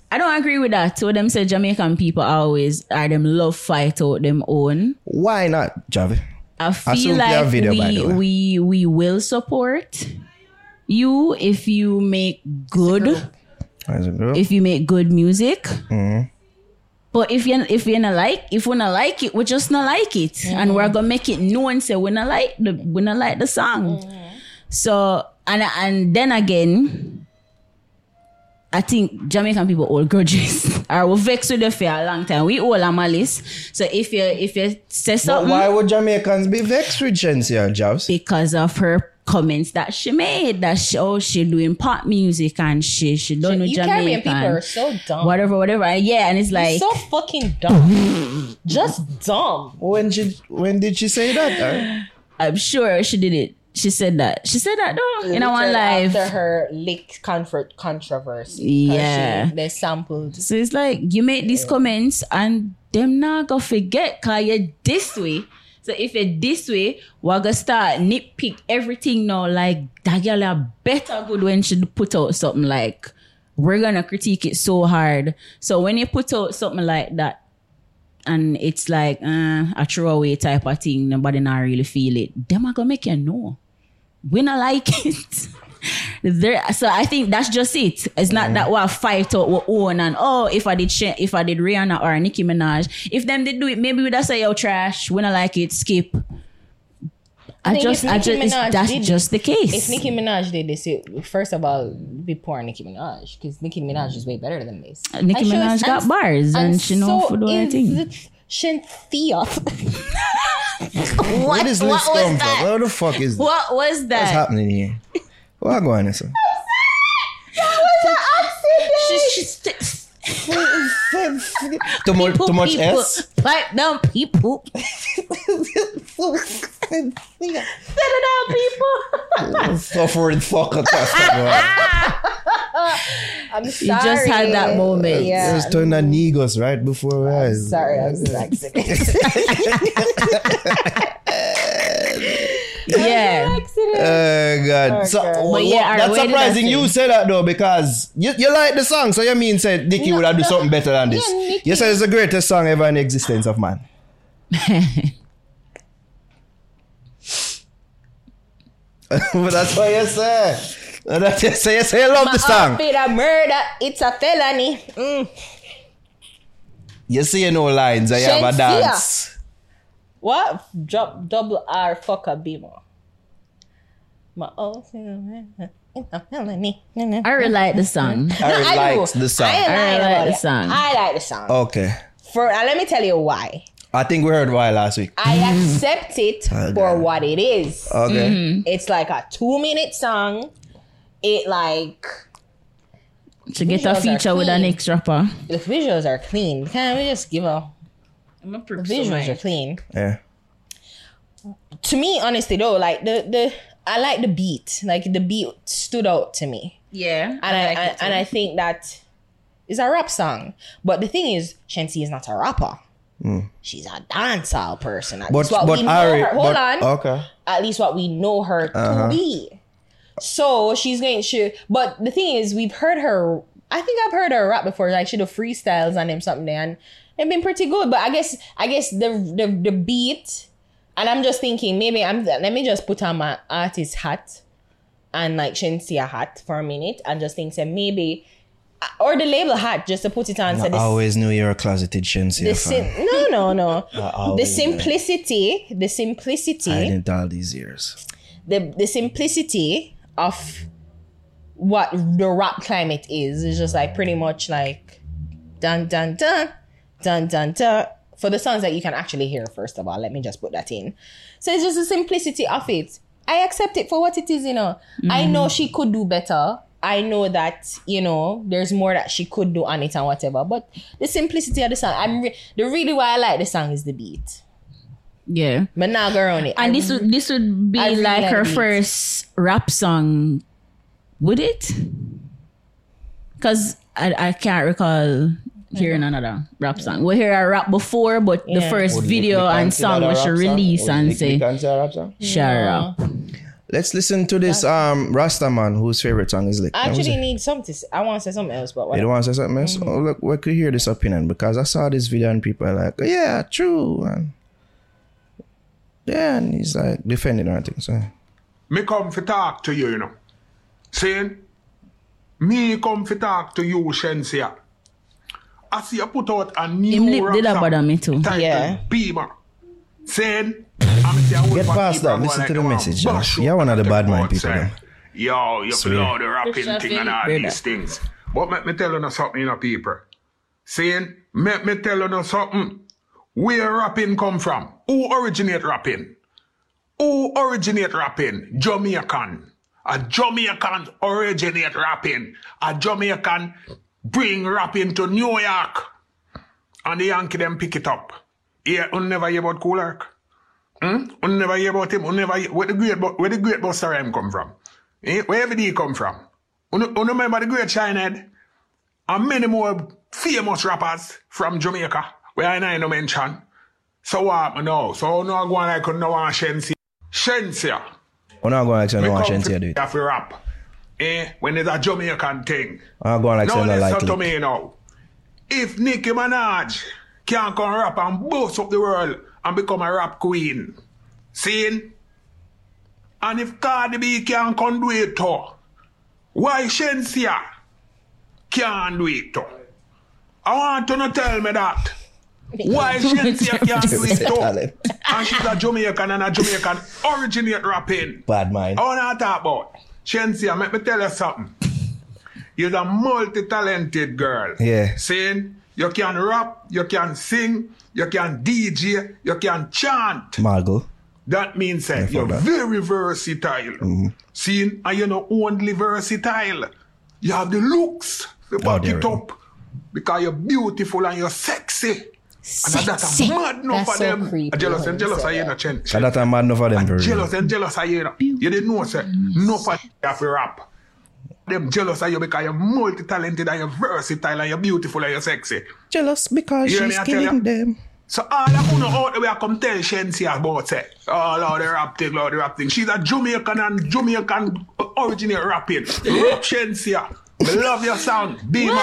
Speaker 4: I don't agree with that. So them say Jamaican people always are them love fight out them own.
Speaker 2: Why not, Javi?
Speaker 4: I
Speaker 2: still
Speaker 4: feel
Speaker 2: play a
Speaker 4: like
Speaker 2: video, by the way.
Speaker 4: we, we we will support you if you make good
Speaker 2: As a girl?
Speaker 4: if you make good music.
Speaker 2: Mm-hmm.
Speaker 4: But if you if you're not like if we not like it, we just not like it,
Speaker 3: Mm-hmm.
Speaker 4: and we're gonna make it known. Say we not like the we not like the song.
Speaker 3: Mm-hmm.
Speaker 4: So and and then again, I think Jamaican people hold grudges. I will vex with you for a long time. We hold a malice. So if you if you say
Speaker 2: But
Speaker 4: something,
Speaker 2: why would Jamaicans be vexed with Shensia, Javs?
Speaker 4: because of her comments that she made that she oh she doing pop music and she she don't know
Speaker 3: You Caribbean
Speaker 4: Jamaican
Speaker 3: people are so dumb.
Speaker 4: whatever whatever And yeah and it's like
Speaker 3: so fucking dumb. Just dumb.
Speaker 2: When she when did she say that? huh?
Speaker 4: I'm sure she did it she said that she said that though in our one life
Speaker 3: After her leaked comfort controversy. 'Cause
Speaker 4: Yeah.
Speaker 3: she- They sampled.
Speaker 4: so it's like you make these comments and them not gonna forget cause you're this way so if you're this way we're gonna start nitpick everything now like that girl are better good when she put out something like we're gonna critique it so hard so when you put out something like that and it's like uh, a throwaway type of thing, nobody not really feel it. Them are gonna make you know. We not like it. there, so I think that's just it. It's not that we fight or we own and oh, if I did Sha- if I did Rihanna or Nicki Minaj, if them did do it, maybe we just say yo trash. We not like it. Skip. I,
Speaker 3: think
Speaker 4: just,
Speaker 3: if
Speaker 4: I
Speaker 3: Nicki
Speaker 4: just, it's-
Speaker 3: Minaj
Speaker 4: that's
Speaker 3: did
Speaker 4: just the case.
Speaker 3: If Nicki Minaj did this, it, first of all, it'd be poor Nicki Minaj because Nicki Minaj is way better than this.
Speaker 4: Nicki
Speaker 3: And she
Speaker 4: Minaj
Speaker 3: was-
Speaker 4: got
Speaker 3: and-
Speaker 4: bars and, she know
Speaker 3: so
Speaker 4: for the right
Speaker 3: is
Speaker 4: thing.
Speaker 3: it Cynthia.
Speaker 5: What,
Speaker 2: Where this
Speaker 5: what
Speaker 2: list come
Speaker 5: was
Speaker 2: from?
Speaker 5: that?
Speaker 2: Where the fuck is this?
Speaker 4: What was
Speaker 2: What's
Speaker 4: that?
Speaker 2: happening here? What going on? sir?
Speaker 4: She's, she's
Speaker 2: Too much, too much
Speaker 4: people,
Speaker 2: S.
Speaker 4: Pipe down people. Set it out, people.
Speaker 2: Suffering fucker customer.
Speaker 3: I'm sorry.
Speaker 4: You just had that moment.
Speaker 2: It
Speaker 3: Yeah.
Speaker 2: was turned on Negos right before us.
Speaker 3: Sorry, I was just accident.
Speaker 4: Yeah.
Speaker 2: Oh God! So,
Speaker 4: But
Speaker 2: wha-
Speaker 4: yeah,
Speaker 2: wha-
Speaker 4: I
Speaker 2: that's
Speaker 4: really
Speaker 2: surprising
Speaker 4: don't
Speaker 2: you
Speaker 4: think-
Speaker 2: say that though because you, you like the song, so you mean say Nicki would have do something better than this? you say it's the greatest song ever in the existence of man. but that's what you say. That's you say. You say you love the
Speaker 3: uh,
Speaker 2: song.
Speaker 3: Bit of murder, it's a felony. Mm.
Speaker 2: You say no lines. I have a
Speaker 3: Shensia.
Speaker 2: dance.
Speaker 3: What? Drop double R fucker bimo. My old it's a felony.
Speaker 4: I really like the song.
Speaker 2: I
Speaker 3: I do.
Speaker 2: likes the song. Oh.
Speaker 3: I,
Speaker 4: I
Speaker 3: like,
Speaker 4: like the
Speaker 3: the
Speaker 4: song.
Speaker 3: song. I like the song.
Speaker 2: okay.
Speaker 3: For and let me tell you why.
Speaker 2: I think we heard why last week.
Speaker 3: I accept it
Speaker 2: Oh,
Speaker 3: for
Speaker 2: God. Oh.
Speaker 3: what it is.
Speaker 2: Okay.
Speaker 3: Mm-hmm.
Speaker 4: Mm-hmm.
Speaker 3: It's like a two minute song. It like
Speaker 4: to get a
Speaker 3: Visuals are
Speaker 4: feature with an
Speaker 3: clean.
Speaker 4: ex rapper.
Speaker 3: The visuals are clean. Can we just give a the visuals are clean?
Speaker 2: Yeah.
Speaker 3: To me, honestly though, like the the I like the beat. Like the beat stood out to me,
Speaker 4: Yeah.
Speaker 3: and I, I and I think that is a rap song. But the thing is, Shensi is not a rapper. She's a dancehall person. At
Speaker 2: Hmm. But
Speaker 3: least what
Speaker 2: but
Speaker 3: we know
Speaker 2: Ari,
Speaker 3: her- Hold
Speaker 2: but,
Speaker 3: on.
Speaker 2: Okay.
Speaker 3: at least what we know her
Speaker 2: Uh-huh.
Speaker 3: to be. So she's going to, but the thing is, we've heard her. I think I've heard her rap before. Like she do freestyles on them something, and they've been pretty good. But I guess, I guess the the, the beat, and I'm just thinking maybe I'm. Let me just put on my artist hat, and like Shensia hat for a minute, and just think say maybe, or the label hat just to put it on. so
Speaker 2: I
Speaker 3: this,
Speaker 2: always knew you're a closeted
Speaker 3: the
Speaker 2: Shensia fan.
Speaker 3: sim- no, no, no. the
Speaker 2: always
Speaker 3: simplicity, the simplicity
Speaker 2: I didn't all these years.
Speaker 3: the the simplicity of what the rap climate is is just like pretty much like dun dun dun dun dun dun for the songs that you can actually hear first of all let me just put that in so it's just the simplicity of it i accept it for what it is you know i
Speaker 2: Mm-hmm.
Speaker 3: know she could do better i know that you know there's more that she could do on it and whatever but the simplicity of the song i'm re- the really why i like the song is the beat
Speaker 4: Yeah.
Speaker 3: but now girl on it
Speaker 4: And
Speaker 3: I
Speaker 4: this would this would be
Speaker 3: I really
Speaker 4: like
Speaker 3: like
Speaker 4: her
Speaker 3: beats.
Speaker 4: first rap song, would it? Because I, I can't recall hearing another rap song. We hear her rap before, but the
Speaker 3: Yeah.
Speaker 4: first video and song was she released and say she a rap.
Speaker 2: Let's listen to this um Rastaman whose favorite song is Lick.
Speaker 3: I
Speaker 2: That was
Speaker 3: actually
Speaker 2: it.
Speaker 3: need something. I want to say something else, but
Speaker 2: you don't
Speaker 3: whatever.
Speaker 2: want to say something else? Oh, look, we could hear this opinion because I saw this video and people are like, yeah, true. And yeah, and he's like defending her thing. So
Speaker 6: Me come for talk to you, you know. Saying, me come for talk to you, Shensia. I see you put out a new
Speaker 4: Him lip
Speaker 6: rap
Speaker 4: did that
Speaker 6: song
Speaker 4: bother me too.
Speaker 6: titled
Speaker 3: Yeah.
Speaker 6: Beamer. Saying, I'm say I would
Speaker 2: Get
Speaker 6: want
Speaker 2: past
Speaker 6: people
Speaker 2: that.
Speaker 6: who
Speaker 2: Listen
Speaker 6: like
Speaker 2: to the
Speaker 6: want
Speaker 2: message, yeah.
Speaker 6: bash you
Speaker 2: You're one of the
Speaker 6: and
Speaker 2: bad
Speaker 6: take
Speaker 2: mind
Speaker 6: out,
Speaker 2: people,
Speaker 6: say,
Speaker 2: them.
Speaker 6: Yo, you
Speaker 2: Swear.
Speaker 6: blow the rapping
Speaker 4: Richard
Speaker 6: thing and all
Speaker 4: Philip,
Speaker 6: these things. But let me tell you something, you know, people. Saying, let me tell you something. Where rapping come from? Who originate rapping? Who originate rapping? Jamaican. A Jamaican originate rapping. A Jamaican bring rapping to New York. And the Yankee them pick it up. Yeah, you never hear about Kulak. Hmm? You never hear about him. You never hear, where the great bu- where the great Buster M come from? Eh? Where did he come from? You, know- you remember the great Shinehead? And many more famous rappers from Jamaica where I ain't no mention. So what uh, no, so no go on like you no one Shensia. Shensia.
Speaker 2: we're not going to actually
Speaker 6: Me
Speaker 2: watch
Speaker 6: come
Speaker 2: NTA do it.
Speaker 6: fi- fi rap. Eh, when it's a Jamaican thing.
Speaker 2: I'm going Ah, like
Speaker 6: Now
Speaker 2: something
Speaker 6: listen
Speaker 2: like
Speaker 6: to
Speaker 2: Lick.
Speaker 6: me now. If Nicki Minaj can come rap and bust up the world and become a rap queen, seeing? And if Cardi B can come do it too, why Shensia can't do it too? I want you to tell me that. Why Shensia can't do it too?
Speaker 2: Talent.
Speaker 6: And she's a Jamaican and a Jamaican originate rapping.
Speaker 2: Bad mind.
Speaker 6: I want to Oh, talk about Shensia. Let me tell you something. You're a multi talented girl.
Speaker 2: Yeah.
Speaker 6: Saying you can rap, you can sing, you can DJ, you can chant.
Speaker 2: Margot.
Speaker 6: That means that
Speaker 2: Yeah,
Speaker 6: you're
Speaker 2: for that.
Speaker 6: very versatile.
Speaker 2: Mm-hmm.
Speaker 6: Seeing, and you're not only versatile, you have the looks to back
Speaker 2: Oh, there
Speaker 6: it
Speaker 2: we
Speaker 6: up because you're beautiful and you're sexy. And that's a mad enough
Speaker 3: That's
Speaker 6: for
Speaker 3: so
Speaker 6: them.
Speaker 3: creepy
Speaker 6: I'm jealous
Speaker 3: when
Speaker 6: and
Speaker 3: you
Speaker 6: jealous
Speaker 3: say
Speaker 6: of you,
Speaker 3: that.
Speaker 6: no change.
Speaker 2: And that I'm mad enough of them for real.
Speaker 6: Jealous and jealous of you. you know. You didn't know, sir. No for have to rap. Them jealous of you because you're multi-talented and you're versatile and you're beautiful and you're sexy.
Speaker 2: Jealous because
Speaker 6: You hear me,
Speaker 2: she's
Speaker 6: I tell
Speaker 2: killing
Speaker 6: ya?
Speaker 2: them.
Speaker 6: So all of you know out there, we are come tell Shensia about it. Oh, Lord, the rap thing, Lord, the rap thing. She's a Jamaican and Jamaican original rapping. Rap Shensia. I love your song. Beamer.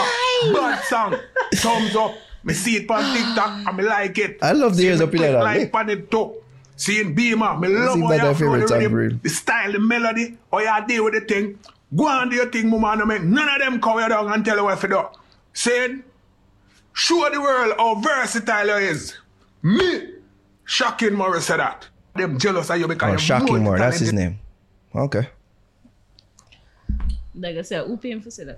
Speaker 6: Bad song. Thumbs up. Me see it on TikTok and me like it.
Speaker 2: I love the
Speaker 6: See
Speaker 2: years
Speaker 6: me
Speaker 2: up in there,
Speaker 6: click
Speaker 2: like,
Speaker 6: Like on it too. Seeing Beamer. Me love
Speaker 2: see
Speaker 6: how
Speaker 2: eh? that
Speaker 6: you
Speaker 2: our
Speaker 6: throw
Speaker 2: favorite
Speaker 6: the
Speaker 2: song,
Speaker 6: rhythm,
Speaker 2: Bril.
Speaker 6: the style, the melody, how you deal with the thing. Go on do your thing, mama, and make none of them cover you down and tell you what to do. Saying, Show the world how versatile you is. Me, Shocking Morris said that. Them jealous of you because
Speaker 2: Oh,
Speaker 6: you're
Speaker 2: shocking more. That's his
Speaker 6: multi-talented.
Speaker 2: name. Okay.
Speaker 4: Like I said, who paying for that?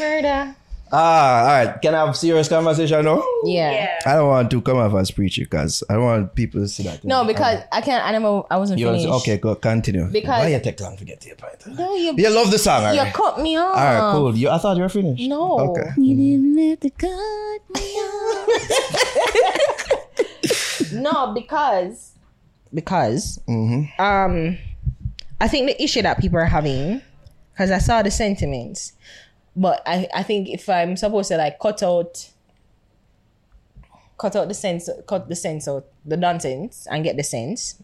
Speaker 3: murder.
Speaker 2: Ah, all right. Can I have serious conversation now?
Speaker 3: Yeah.
Speaker 2: I don't want to come off as preachy because I don't want people to see that.
Speaker 3: No, because I can't. I never. I wasn't
Speaker 2: you
Speaker 3: finished.
Speaker 2: was, okay, go continue.
Speaker 3: Because-
Speaker 2: Why you take long to get to your point?
Speaker 3: No, you.
Speaker 2: You love the song,
Speaker 3: you
Speaker 2: alright?
Speaker 3: cut me
Speaker 2: All
Speaker 3: off.
Speaker 2: right, cool. You, I thought you were finished.
Speaker 3: No.
Speaker 2: Okay.
Speaker 5: You didn't have to cut me off.
Speaker 3: No, because because
Speaker 2: Mhm.
Speaker 3: um, I think the issue that people are having because I saw the sentiments, but I I think if I'm supposed to like cut out cut out the sense cut the sense out the nonsense and get the sense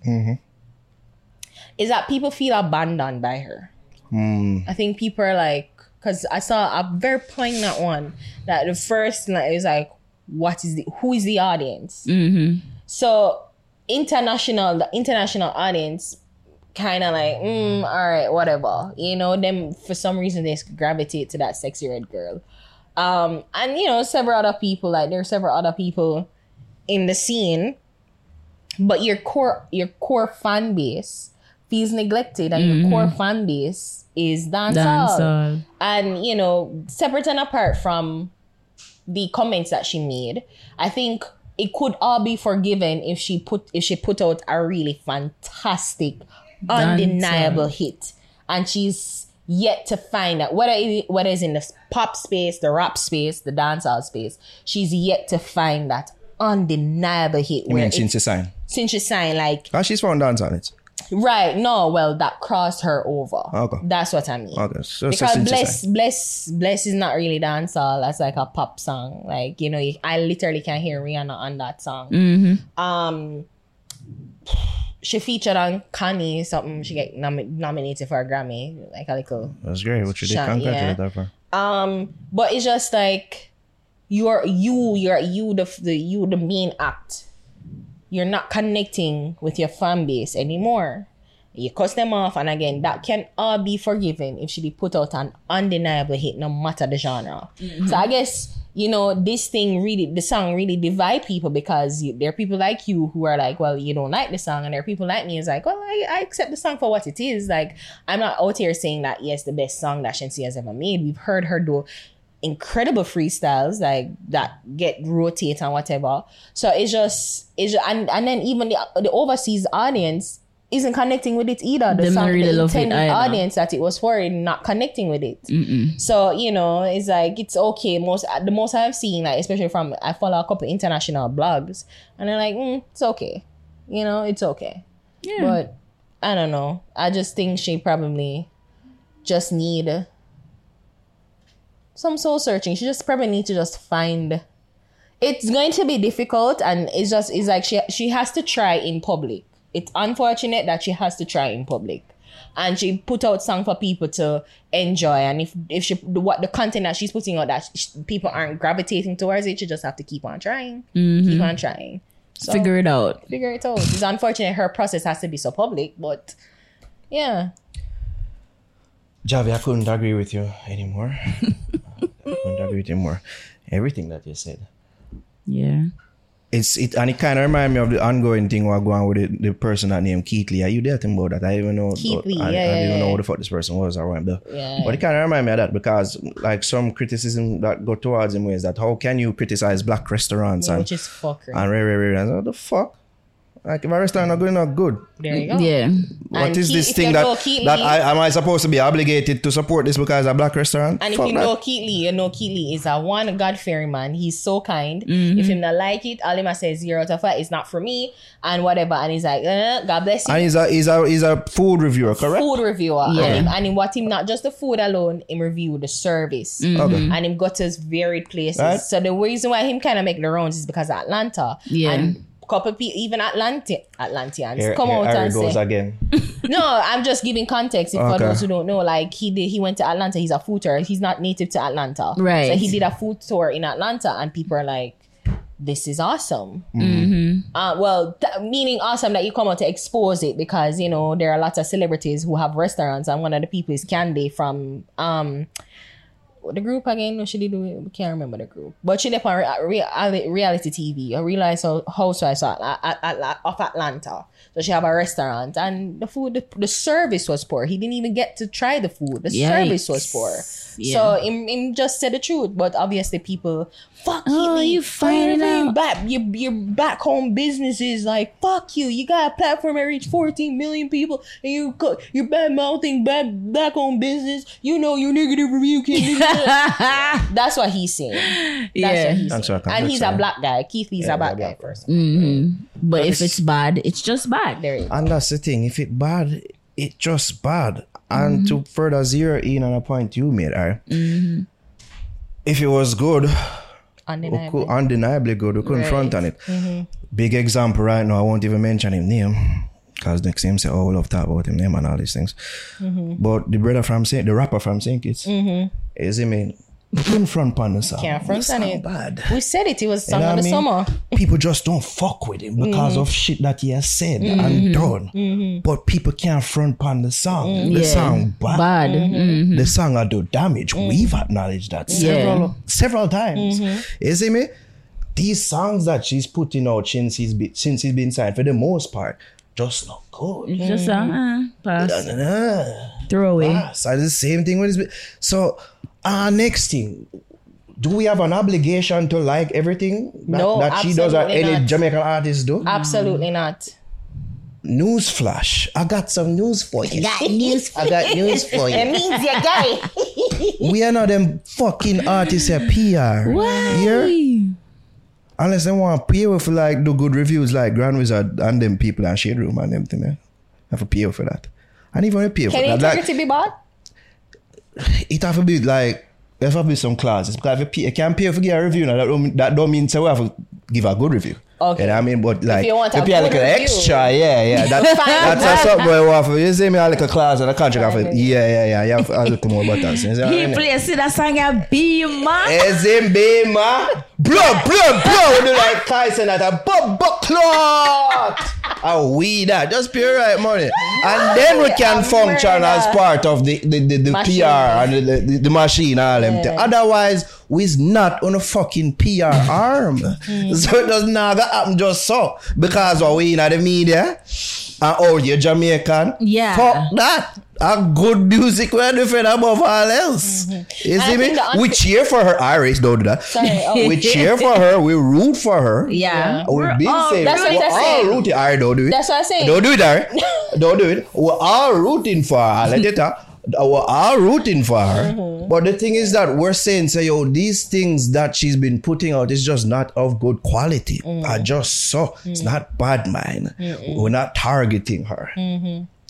Speaker 3: is that people feel abandoned by her. I think people are like because I saw a very poignant one that the first night it was like what is the who is the audience so international, the international audience, kind of like, mm, all right, whatever. You know, them for some reason they gravitate to that sexy red girl. Um, and you know, several other people. Like there are several other people in the scene, but your core, your core fan base feels neglected, and your core fan base is dancehall
Speaker 4: Dancehall.
Speaker 3: and you know separate and apart from the comments that she made i think it could all be forgiven if she put if she put out a really fantastic undeniable hit and she's yet to find out whether it, whether it's in the pop space the rap space the dancehall space she's yet to find that undeniable hit
Speaker 2: You
Speaker 3: where
Speaker 2: mean
Speaker 3: it-
Speaker 2: Chinse sign?
Speaker 3: since she signed like
Speaker 2: Oh, she's found dance on it.
Speaker 3: right no well that crossed her over
Speaker 2: Okay.
Speaker 3: that's what i mean
Speaker 2: Okay, so so
Speaker 3: because
Speaker 2: Chinse
Speaker 3: bless
Speaker 2: sign.
Speaker 3: bless bless is not really dancehall that's like a pop song like you know you, i literally can hear rihanna on that song um she featured on Kanye something she get nomi- nominated for a grammy like a little
Speaker 2: That's great. What you did,
Speaker 3: Shot, yeah.
Speaker 2: congratulate her for.
Speaker 3: um but it's just like you're you you're you the, the you the main act you're not connecting with your fan base anymore you cuss them off and again that can all be forgiven if she did put out an undeniable hit no matter the genre so i guess you know this thing really the song really divide people because you, there are people like you who are like well you don't like the song and there are people like me who's like well I, I accept the song for what it is like i'm not out here saying that yes the best song that shensi has ever made we've heard her do incredible freestyles like that get rotate and whatever so it's just it's just, and, and then even the, the overseas audience isn't connecting with it either the
Speaker 4: Them not
Speaker 3: song
Speaker 4: really
Speaker 3: the
Speaker 4: love it
Speaker 3: intended
Speaker 4: either.
Speaker 3: audience that it was for is not connecting with it so you know it's like it's okay most the most i've seen like especially from i follow a couple international blogs and they're like mm, it's okay you know it's okay
Speaker 4: Yeah.
Speaker 3: but i don't know i just think she probably just need some soul searching she just probably need to just find it's going to be difficult and it's just it's like she she has to try in public it's unfortunate that she has to try in public and she put out song for people to enjoy and if if she the, what the content that she's putting out that sh people aren't gravitating towards it she just have to keep on trying keep on trying so
Speaker 4: Figure it out.
Speaker 3: figure it out it's unfortunate her process has to be so public but yeah
Speaker 2: Javi, I couldn't agree with you anymore. I couldn't agree with you more. Everything that you said.
Speaker 4: Yeah.
Speaker 2: It's it and it kind of remind me of the ongoing thing we're going with the, the person that named Keithley. Are you there thinking about that? I even know
Speaker 3: Keithley,
Speaker 2: I,
Speaker 3: yeah,
Speaker 2: I
Speaker 3: yeah,
Speaker 2: didn't know
Speaker 3: yeah.
Speaker 2: who the fuck this person was or what. But
Speaker 3: Yeah.
Speaker 2: but it kind of remind me of that because like some criticism that go towards him is that how can you criticize black restaurants and
Speaker 3: which is fuckery
Speaker 2: and rare rare rare and what the fuck. Like if a restaurant not going out good,
Speaker 3: there you go
Speaker 4: Yeah.
Speaker 2: what
Speaker 3: And
Speaker 2: is
Speaker 3: Keith-
Speaker 2: this
Speaker 3: if
Speaker 2: thing
Speaker 3: you
Speaker 2: that
Speaker 3: know Keithley-
Speaker 2: that I am I supposed to be obligated to support this because a black restaurant?
Speaker 3: And if
Speaker 2: Fuck
Speaker 3: you
Speaker 2: that.
Speaker 3: know Keatley, you know Keatley is a one God fearing man. He's so kind.
Speaker 4: Mm-hmm.
Speaker 3: If him not like it, all him says zero to five. It's not for me and whatever. And he's like, eh, God bless you.
Speaker 2: and he's a he's a he's a food reviewer, correct?
Speaker 3: Food reviewer.
Speaker 4: Yeah.
Speaker 3: And, him, and him what him not just the food alone, him review the service.
Speaker 4: Mm-hmm.
Speaker 2: Okay.
Speaker 3: And him got to varied places.
Speaker 2: Right.
Speaker 3: So the reason why him kind of make the rounds is because Atlanta.
Speaker 4: Yeah.
Speaker 3: And couple people, even Atlanti- Atlanteans,
Speaker 2: Here-
Speaker 3: come
Speaker 2: here
Speaker 3: out
Speaker 2: Harry
Speaker 3: and
Speaker 2: goes
Speaker 3: say,
Speaker 2: again.
Speaker 3: no, I'm just giving context if for
Speaker 2: Okay.
Speaker 3: those who don't know. Like he did, he went to Atlanta. He's a food tour. He's not native to Atlanta,
Speaker 4: Right.
Speaker 3: So he did a food tour in Atlanta, and people are like, "This is awesome." Uh, well, th- meaning awesome that you come out to expose it because you know there are lots of celebrities who have restaurants, and one of the people is Candy from um, the group again? No, she did. We can't remember the group, but she left on rea- rea- reality TV. I realized how housewives at, at, at, of Atlanta. So she have a restaurant, and the food, the, the service was poor. He didn't even get to try the food. The service was poor.
Speaker 4: Yeah.
Speaker 3: So him, him just said the truth, but obviously people fuck
Speaker 4: Oh,
Speaker 3: you,
Speaker 4: you fired out.
Speaker 3: back your your back home business is like fuck you. You got a platform that reach 14 million people, and you co- you bad mouthing back back home business. You know your negative review can. That's what he's saying. That's
Speaker 4: Yeah.
Speaker 3: what he's
Speaker 2: That's
Speaker 3: saying.
Speaker 2: what I'm
Speaker 3: and he's a
Speaker 2: saying.
Speaker 3: black guy. Keith Lee's
Speaker 2: Yeah,
Speaker 3: a black
Speaker 2: yeah,
Speaker 3: guy
Speaker 2: yeah.
Speaker 3: first.
Speaker 4: Mhm. But if it's bad, it's just bad.
Speaker 3: There you go.
Speaker 2: And that's the thing. If it bad, it just bad. And
Speaker 3: Mm-hmm.
Speaker 2: to further zero in on a point you made, I. If it was good, we
Speaker 3: Undeniable.
Speaker 2: could, undeniably good, we couldn't front on it.
Speaker 3: Mm-hmm.
Speaker 2: Big example right now. I won't even mention him name because next him say, "Oh, we love talk about him name and all these things."
Speaker 3: Mm-hmm.
Speaker 2: But the brother from Saint, the rapper from Saint Kitts, is he mean? Couldn't front pan the song.
Speaker 3: Can't front
Speaker 2: It's
Speaker 3: on
Speaker 2: not
Speaker 3: it.
Speaker 2: Bad.
Speaker 3: We said it. It was song
Speaker 2: You know
Speaker 3: of
Speaker 2: what
Speaker 3: the
Speaker 2: I
Speaker 3: summer. Mm-hmm.
Speaker 2: mean? Mm. People just don't fuck with him because of shit that he has said and done. But people can't front pan the song.
Speaker 3: Mm-hmm.
Speaker 2: The
Speaker 4: Yeah.
Speaker 2: song bad.
Speaker 4: Bad. Mhm.
Speaker 3: Mm.
Speaker 2: The song will do damage. We've acknowledged that several several times.
Speaker 3: Mm-hmm.
Speaker 2: You see me? These songs that she's putting out since he's been since he's been signed, for the most part, just not good.
Speaker 4: Just a uh, pass.
Speaker 2: Ah.
Speaker 4: Throw
Speaker 3: Mm.
Speaker 4: away.
Speaker 2: Ah, so it's the same thing with this. So, uh, next thing. Do we have an obligation to like everything that,
Speaker 3: No,
Speaker 2: that she does or
Speaker 3: absolutely
Speaker 2: any
Speaker 3: not. Ah.
Speaker 2: Jamaican artist do?
Speaker 3: Absolutely not.
Speaker 2: Newsflash. I got some news for you. Got news. I got news for you.
Speaker 3: means you're gay.
Speaker 2: we are not them fucking artists at PR. Here? Unless they want to pay for like do good reviews like Grand Wizard and them people and Shade Room and them thing. eh? Have to pay for that. And even if you pay for
Speaker 3: Can
Speaker 2: that. like-
Speaker 3: integrity be bad?
Speaker 2: it have to be like there have to be some classes because if you, pay, you can't pay for get a review now that don't mean, that don't mean say we have to give a good review.
Speaker 3: Okay.
Speaker 2: You know what I mean? But like
Speaker 3: you want a
Speaker 2: pay
Speaker 3: good
Speaker 2: like an
Speaker 3: review.
Speaker 2: extra, yeah, yeah. That, that's a something where you have to- you see me a little class and a contract have to- yeah, yeah, yeah. You have to- a little more buttons. You see what I mean?
Speaker 4: People you see that song and be man.
Speaker 2: As in Bima. Blow, blow, blow. We do like Tyson at a bub clot. And we that. ah, Just pure right money. And then we can function as part of the, the, the, the
Speaker 3: ah. Machine.
Speaker 2: PR and the, the, the machine, all them thing. Otherwise, we's not on a fucking PR arm.
Speaker 3: Hmm.
Speaker 2: So it does not go happen just so. Because what we in the media and all you Jamaican.
Speaker 4: Yeah.
Speaker 2: Fuck that. A good music we're different above all else. You
Speaker 3: Mm-hmm. I
Speaker 2: see me?
Speaker 3: think the
Speaker 2: We
Speaker 3: unfa-
Speaker 2: cheer for her. Iris don't do that.
Speaker 3: Sorry, oh.
Speaker 2: we cheer for her. We root for her.
Speaker 4: Yeah.
Speaker 2: We're being
Speaker 4: all
Speaker 2: safe.
Speaker 3: That's what
Speaker 2: We're
Speaker 3: I'm
Speaker 2: all
Speaker 3: saying.
Speaker 2: rooting. Iris don't do it.
Speaker 3: That's what I'm saying.
Speaker 2: Don't do it, Iris. don't do it. We're all rooting for her. Let it out. We're all rooting for her. But the thing is that we're saying, say, yo, these things that she's been putting out is just not of good quality. I just saw. It's not bad, man. We're not targeting her.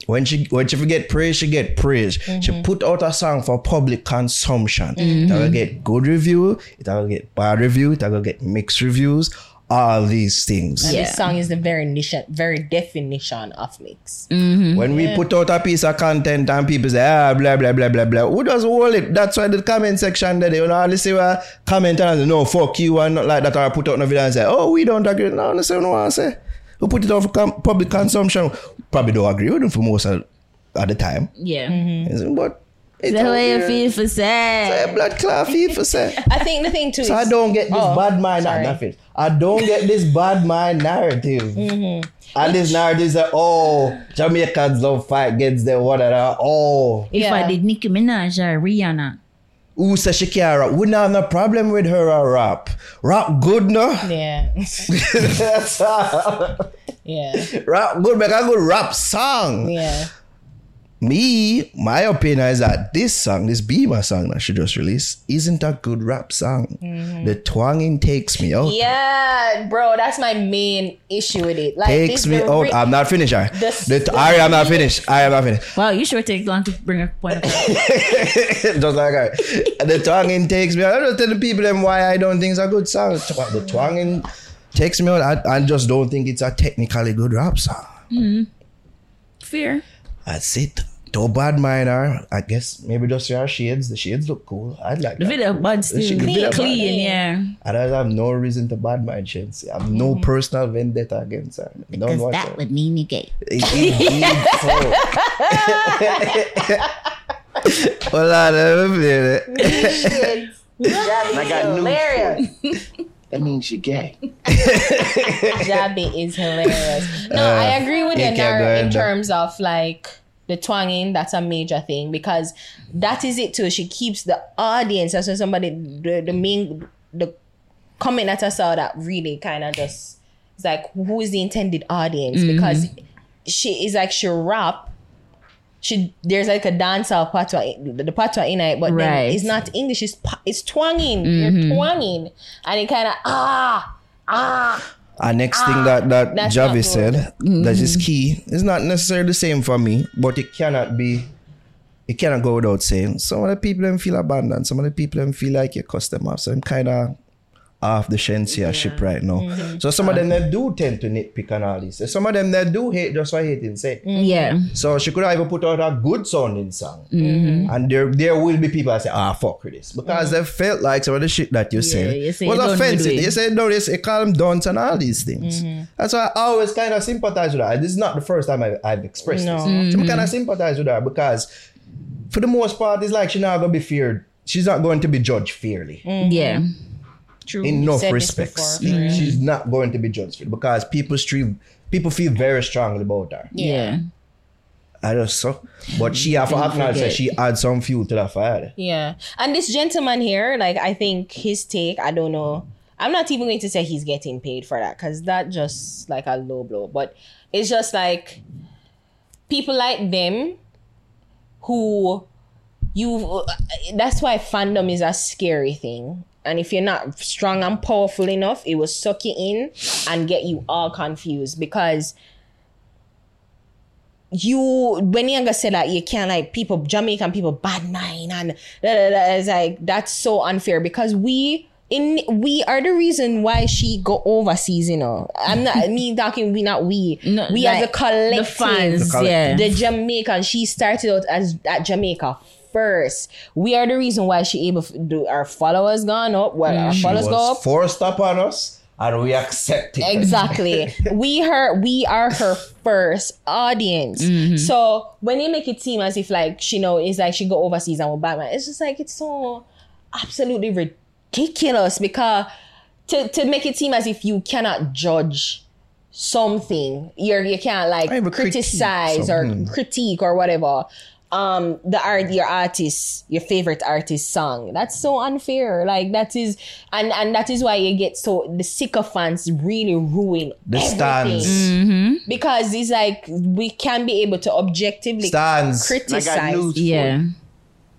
Speaker 2: When she when she forget praise, she get praise. She put out a song for public consumption. It'll get good review, it'll get bad review, it'll get mixed reviews, all these things.
Speaker 3: This song is the very niche, very definition of mix.
Speaker 2: When we put out a piece of content and people say, ah, blah, blah, blah, blah, blah. Who does hold it? That's why the comment section there, they don't hardly say, well, comment and say, no, fuck you, and not like that. Or I put out no video and say, oh, we don't agree. No, no, say, no, I say. Who put it out for com- public consumption? Probably don't agree with them for most of, at the time.
Speaker 4: Yeah.
Speaker 2: But it's
Speaker 4: The
Speaker 2: out
Speaker 4: way you
Speaker 2: there.
Speaker 4: feel for
Speaker 2: Say
Speaker 4: sad.
Speaker 2: blood clot FIFA say.
Speaker 3: I think the thing too
Speaker 2: So I
Speaker 3: is
Speaker 2: don't get this bad mind
Speaker 3: Oh, sorry.
Speaker 2: nothing. I don't get this bad mind narrative.
Speaker 3: Mm-hmm.
Speaker 2: And this narrative is that oh Jamaicans don't fight against the water. Oh
Speaker 4: If I
Speaker 3: Yeah.
Speaker 4: did Nicki Minaj or Rihanna.
Speaker 2: who say she can't rap? We not have no problem with her a rap. Rap good no?
Speaker 3: yeah,
Speaker 2: rap
Speaker 3: yeah,
Speaker 2: good make a good rap song.
Speaker 3: yeah.
Speaker 2: Me, my opinion is that this song, this Beamer song that she just released, isn't a good rap song.
Speaker 3: Mm-hmm.
Speaker 2: The twanging takes me out.
Speaker 3: Yeah, bro, that's my main issue with it. Like
Speaker 2: takes
Speaker 3: this
Speaker 2: me
Speaker 3: the
Speaker 2: out.
Speaker 3: ri-
Speaker 2: I'm not finished. I,
Speaker 3: the-
Speaker 2: the, I am not finished. I am not finished.
Speaker 4: Wow, you sure take long to bring a point across.
Speaker 2: just like I, the twanging takes me out. I don't tell the people them why I don't think it's a good song. Tw- The twanging takes me out. I, I just don't think it's a technically good rap song.
Speaker 4: Fear.
Speaker 2: That's it. Too bad minor. I guess maybe just your shades. The shades look cool. I'd like
Speaker 4: The
Speaker 2: that.
Speaker 4: video but
Speaker 2: She
Speaker 4: still
Speaker 2: can
Speaker 4: clean,
Speaker 2: video
Speaker 4: clean, yeah.
Speaker 2: And I have no reason to bad my shades. I have
Speaker 3: Mm-hmm.
Speaker 2: no personal vendetta against her. Don't watch her.
Speaker 5: would mean you gay.
Speaker 2: Indeed so. Hold on, let me play that.
Speaker 7: And I got news.
Speaker 3: hilarious.
Speaker 7: That means you're gay.
Speaker 3: Jabby is hilarious. No,
Speaker 2: Uh,
Speaker 3: I agree with
Speaker 2: you
Speaker 3: you
Speaker 2: can't
Speaker 3: Nara,
Speaker 2: go
Speaker 3: in
Speaker 2: ahead.
Speaker 3: terms of like the twanging. That's a major thing because that is it too. She keeps the audience. That's when somebody the, the main the comment that I saw that really kind of just it's like who is the intended audience because she is like she rap. She there's like a dance of patwa the the patwa in it, but
Speaker 4: Right.
Speaker 3: then it's not English. It's pa- it's twanging. You're twanging, and it kind of ah ah.
Speaker 2: And next thing that that
Speaker 3: that's
Speaker 2: Javi
Speaker 3: not good.
Speaker 2: said,
Speaker 7: Mm.
Speaker 2: that is key. It's not necessarily the same for me, but it cannot be. It cannot go without saying. Some of the people them feel abandoned. Some of the people them feel like you cuss them off. So I'm kind of off the shensia ship right now.
Speaker 3: Mm-hmm.
Speaker 2: So some of
Speaker 3: Uh-huh.
Speaker 2: them that do tend to nitpick and all this. Some of them that do hate just for hating. Say
Speaker 4: Yeah.
Speaker 2: so she could have even put out a good sounding song,
Speaker 3: Mm-hmm.
Speaker 2: and there there will be people that say ah fuck with this because they felt like some of the shit that you said
Speaker 4: you say
Speaker 2: was
Speaker 4: you done with
Speaker 2: offensive.
Speaker 4: it.
Speaker 2: You say no, this it call them dunce and all these things.
Speaker 3: Mm-hmm.
Speaker 2: That's why I always kind of sympathize with her. This is not the first time I, I've expressed
Speaker 3: No. Mm-hmm.
Speaker 2: this. So I kind of sympathize with her because for the most part, it's like she's not gonna be feared. She's not going to be judged fairly
Speaker 4: Yeah.
Speaker 3: Mm-hmm. True.
Speaker 2: in
Speaker 3: You
Speaker 2: enough
Speaker 3: said this
Speaker 2: respects.
Speaker 3: before. Mm-hmm.
Speaker 2: She's not going to be judged fairly because people stream, people feel very strongly about her.
Speaker 4: Yeah.
Speaker 2: I just so. But she have acknowledged that she add some fuel to the fire.
Speaker 3: Yeah. And this gentleman here, like, I think his take, I don't know. I'm not even going to say he's getting paid for that because that just like a low blow. But it's just like people like them who you that's why fandom is a scary thing and if you're not strong and powerful enough it will suck you in and get you all confused because you when younger said that you can't like people jamaican people bad mind and da, da, da, it's like that's so unfair because we in we are the reason why she go overseas you know i'm not I mean talking we not we
Speaker 4: No,
Speaker 3: we as
Speaker 4: like,
Speaker 3: a collective
Speaker 4: The fans.
Speaker 2: collective.
Speaker 4: yeah.
Speaker 3: the Jamaican. She started out as at Jamaica first. We are the reason why she able f- do our followers gone up. Well, our
Speaker 2: Mm. She
Speaker 3: followers go
Speaker 2: was
Speaker 3: up.
Speaker 2: forced upon us and we accepted it.
Speaker 3: Exactly. we her we are her first audience.
Speaker 2: Mm-hmm.
Speaker 3: So when they make it seem as if like she know it's like she go overseas and will buy my it's just like it's so absolutely ridiculous because to, to make it seem as if you cannot judge something. You're you can't like
Speaker 2: I hmm. would critique
Speaker 3: criticize
Speaker 2: something.
Speaker 3: or critique or whatever. Um, the art, your artist, your favorite artist song. That's so unfair. Like that is, and and that is why you get so the sycophants really ruin
Speaker 2: The
Speaker 3: everything.
Speaker 2: stands.
Speaker 3: because it's like we can be able to objectively
Speaker 2: Stands.
Speaker 7: And I got
Speaker 3: criticize
Speaker 7: news. for
Speaker 4: yeah.
Speaker 7: you.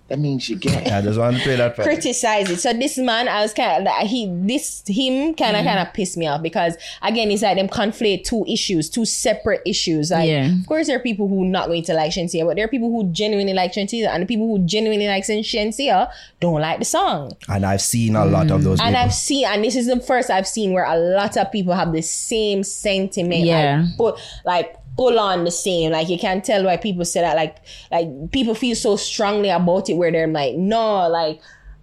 Speaker 7: That means you're gay.
Speaker 2: I just want to play that part.
Speaker 3: criticize it. So this man, I was kind of he this him kind
Speaker 2: Mm-hmm.
Speaker 3: of kind of pissed me off because again, it's like them conflate two issues, two separate issues. Like,
Speaker 4: Yeah.
Speaker 3: of course, there are people who not going to like Shensia, but there are people who genuinely like Shensia, and the people who genuinely like Shensia don't like the song.
Speaker 2: And I've seen a lot of those
Speaker 3: Mm. And
Speaker 2: people.
Speaker 3: I've seen, and this is the first I've seen where a lot of people have the same sentiment.
Speaker 4: Yeah.
Speaker 3: Like, put, like pull on the same. Like you can tell why people say that. Like, like people feel so strongly about it where they're like, no, like.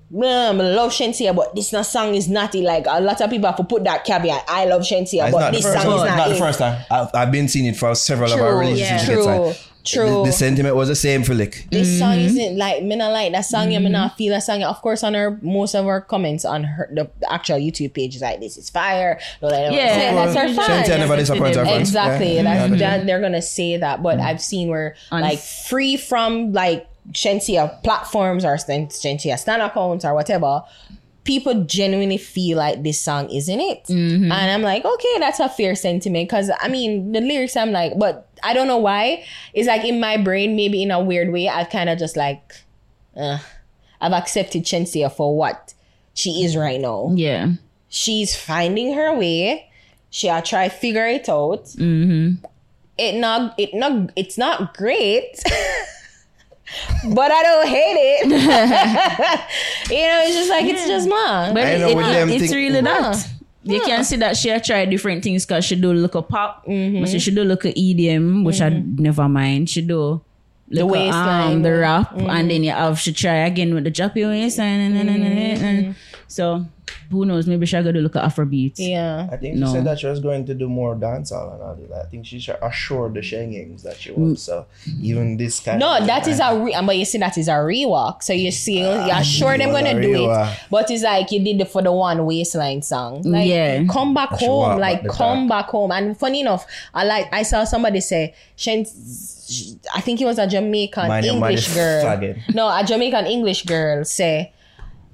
Speaker 3: Man, I love Shensia, but this not song is not it. Like a lot of people have to put that caveat. I love Shensia,
Speaker 2: It's
Speaker 3: but
Speaker 2: not the
Speaker 3: this
Speaker 2: first
Speaker 3: song is
Speaker 2: time.
Speaker 3: not,
Speaker 2: Not the
Speaker 3: it.
Speaker 2: first time. I've, I've been seeing it for several of our
Speaker 3: True,
Speaker 2: relationships.
Speaker 3: yeah.
Speaker 2: It's like,
Speaker 3: True, true.
Speaker 2: The, the sentiment was the same for Lick.
Speaker 3: This song isn't like me not like that song. Yeah, me not feel that song. Of course, on her most of her comments on her the actual YouTube page is like this is fire. Don't let anyone
Speaker 4: Yeah.
Speaker 3: say
Speaker 4: Well,
Speaker 3: that's her
Speaker 4: Shanti
Speaker 3: fans.
Speaker 2: Shanti never
Speaker 4: Yes,
Speaker 2: disappoints
Speaker 4: it
Speaker 2: her
Speaker 4: did.
Speaker 2: fans.
Speaker 3: Exactly.
Speaker 2: Yeah. Mm-hmm.
Speaker 3: That's, that, they're gonna say that, but I've seen where
Speaker 4: Unf-
Speaker 3: like free from like Shensia platforms or Shen- Shensia stan accounts or whatever. People genuinely feel like this song isn't it,
Speaker 2: Mm-hmm.
Speaker 3: and I'm like, okay, that's a fair sentiment because I mean the lyrics. I'm like, but I don't know why. It's like in my brain, maybe in a weird way, I've kind of just like, uh, I've accepted Shensia for what she is right now
Speaker 4: Yeah.
Speaker 3: she's finding her way. She'll try figure it out. It not it not it's not great, but I don't hate it. you know, it's just like it's just ma.
Speaker 4: But
Speaker 2: I
Speaker 4: it,
Speaker 2: know
Speaker 4: it-
Speaker 2: with them
Speaker 4: it's
Speaker 2: thing-
Speaker 4: really
Speaker 3: Yeah.
Speaker 4: that. You can see that she had tried different things because she do look at pop, but she, she do look at EDM, which I never mind. She do um, the
Speaker 3: waistline.
Speaker 4: the rap, and then you have she try again with the choppy waist and, and, and, and, and, So who knows? Maybe she'll go to look at Afrobeat.
Speaker 3: Yeah.
Speaker 2: I think
Speaker 4: No.
Speaker 2: she said that she was going to do more dancehall and all that. I think she sh- assured the Shengyings that she was. So even this kind
Speaker 3: No,
Speaker 2: of
Speaker 3: that is a re- but you see that is a rewalk. So you see, you're sure they're
Speaker 2: what
Speaker 3: gonna
Speaker 2: Ah, a
Speaker 3: do
Speaker 2: rewalk.
Speaker 3: it, but it's like you did it for the one waistline song. Like,
Speaker 4: Yeah.
Speaker 3: come back
Speaker 2: should walk back
Speaker 3: home, like
Speaker 2: the
Speaker 3: come back home. And funny enough, I like I saw somebody say, Shen, I think it was a Jamaican
Speaker 2: Mind your
Speaker 3: English
Speaker 2: mother
Speaker 3: girl.
Speaker 2: faggot.
Speaker 3: No, a Jamaican English girl say,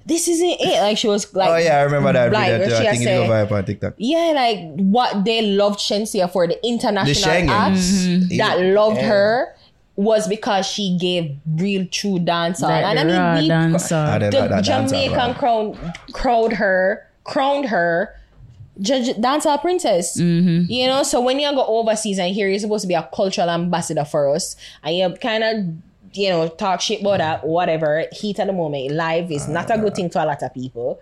Speaker 3: this isn't it. Like she was like,
Speaker 2: Oh yeah, I remember that
Speaker 3: like,
Speaker 2: video too.
Speaker 3: she
Speaker 2: I
Speaker 3: has
Speaker 2: think it
Speaker 3: said-
Speaker 2: go viral on TikTok.
Speaker 3: yeah, like what they loved Shensia for the
Speaker 2: The
Speaker 3: international acts
Speaker 2: Shengyings
Speaker 3: that
Speaker 2: Yeah.
Speaker 3: loved
Speaker 2: Mm-hmm. Yeah.
Speaker 3: her was because she gave real true dance on.
Speaker 4: Like
Speaker 3: and I
Speaker 4: the raw
Speaker 3: mean, we-
Speaker 2: I
Speaker 4: dancer.
Speaker 2: didn't
Speaker 3: the
Speaker 2: like that dancehall
Speaker 3: Jamaican
Speaker 2: vibe.
Speaker 3: crown crowed her, crowned her. Judge dancehall princess, you know. So when you go overseas and here, you're supposed to be a cultural ambassador for us, and you kind of, you know, talk shit about that, whatever. Heat at the moment, live is not a good thing to a lot of people.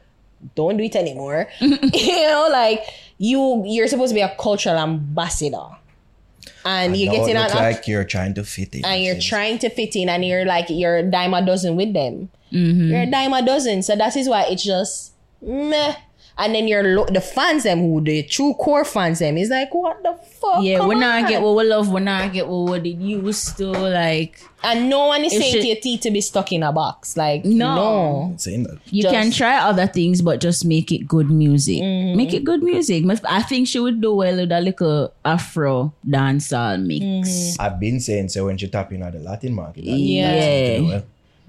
Speaker 3: Don't do it anymore. you know, like you, you're supposed to be a cultural ambassador, and you're
Speaker 2: No, it
Speaker 3: getting
Speaker 2: look
Speaker 3: an
Speaker 2: like you're trying to fit in.
Speaker 3: and you're
Speaker 2: James.
Speaker 3: trying to fit in and you're like you're a dime a dozen with them.
Speaker 4: Mm-hmm.
Speaker 3: You're a dime a dozen. So that is why it's just meh. And then your lo- the fans them who the true core fans them is like what the fuck?
Speaker 4: Yeah,
Speaker 3: Oh, Come
Speaker 4: when I
Speaker 3: on.
Speaker 4: get what we love, when I get what we did used to, like
Speaker 3: and no one is
Speaker 4: It
Speaker 3: saying
Speaker 4: should-
Speaker 3: to your teeth to be stuck in a box. Like
Speaker 4: No.
Speaker 3: no.
Speaker 2: Saying that.
Speaker 4: you
Speaker 3: Just- Mm-hmm.
Speaker 4: can try other things, but just make it good music. Make it good music. But I think she would do well with a little Afro dancehall mix.
Speaker 2: I've been saying so when she tapping at the Latin market. that-
Speaker 3: Yeah.
Speaker 2: that's it, well,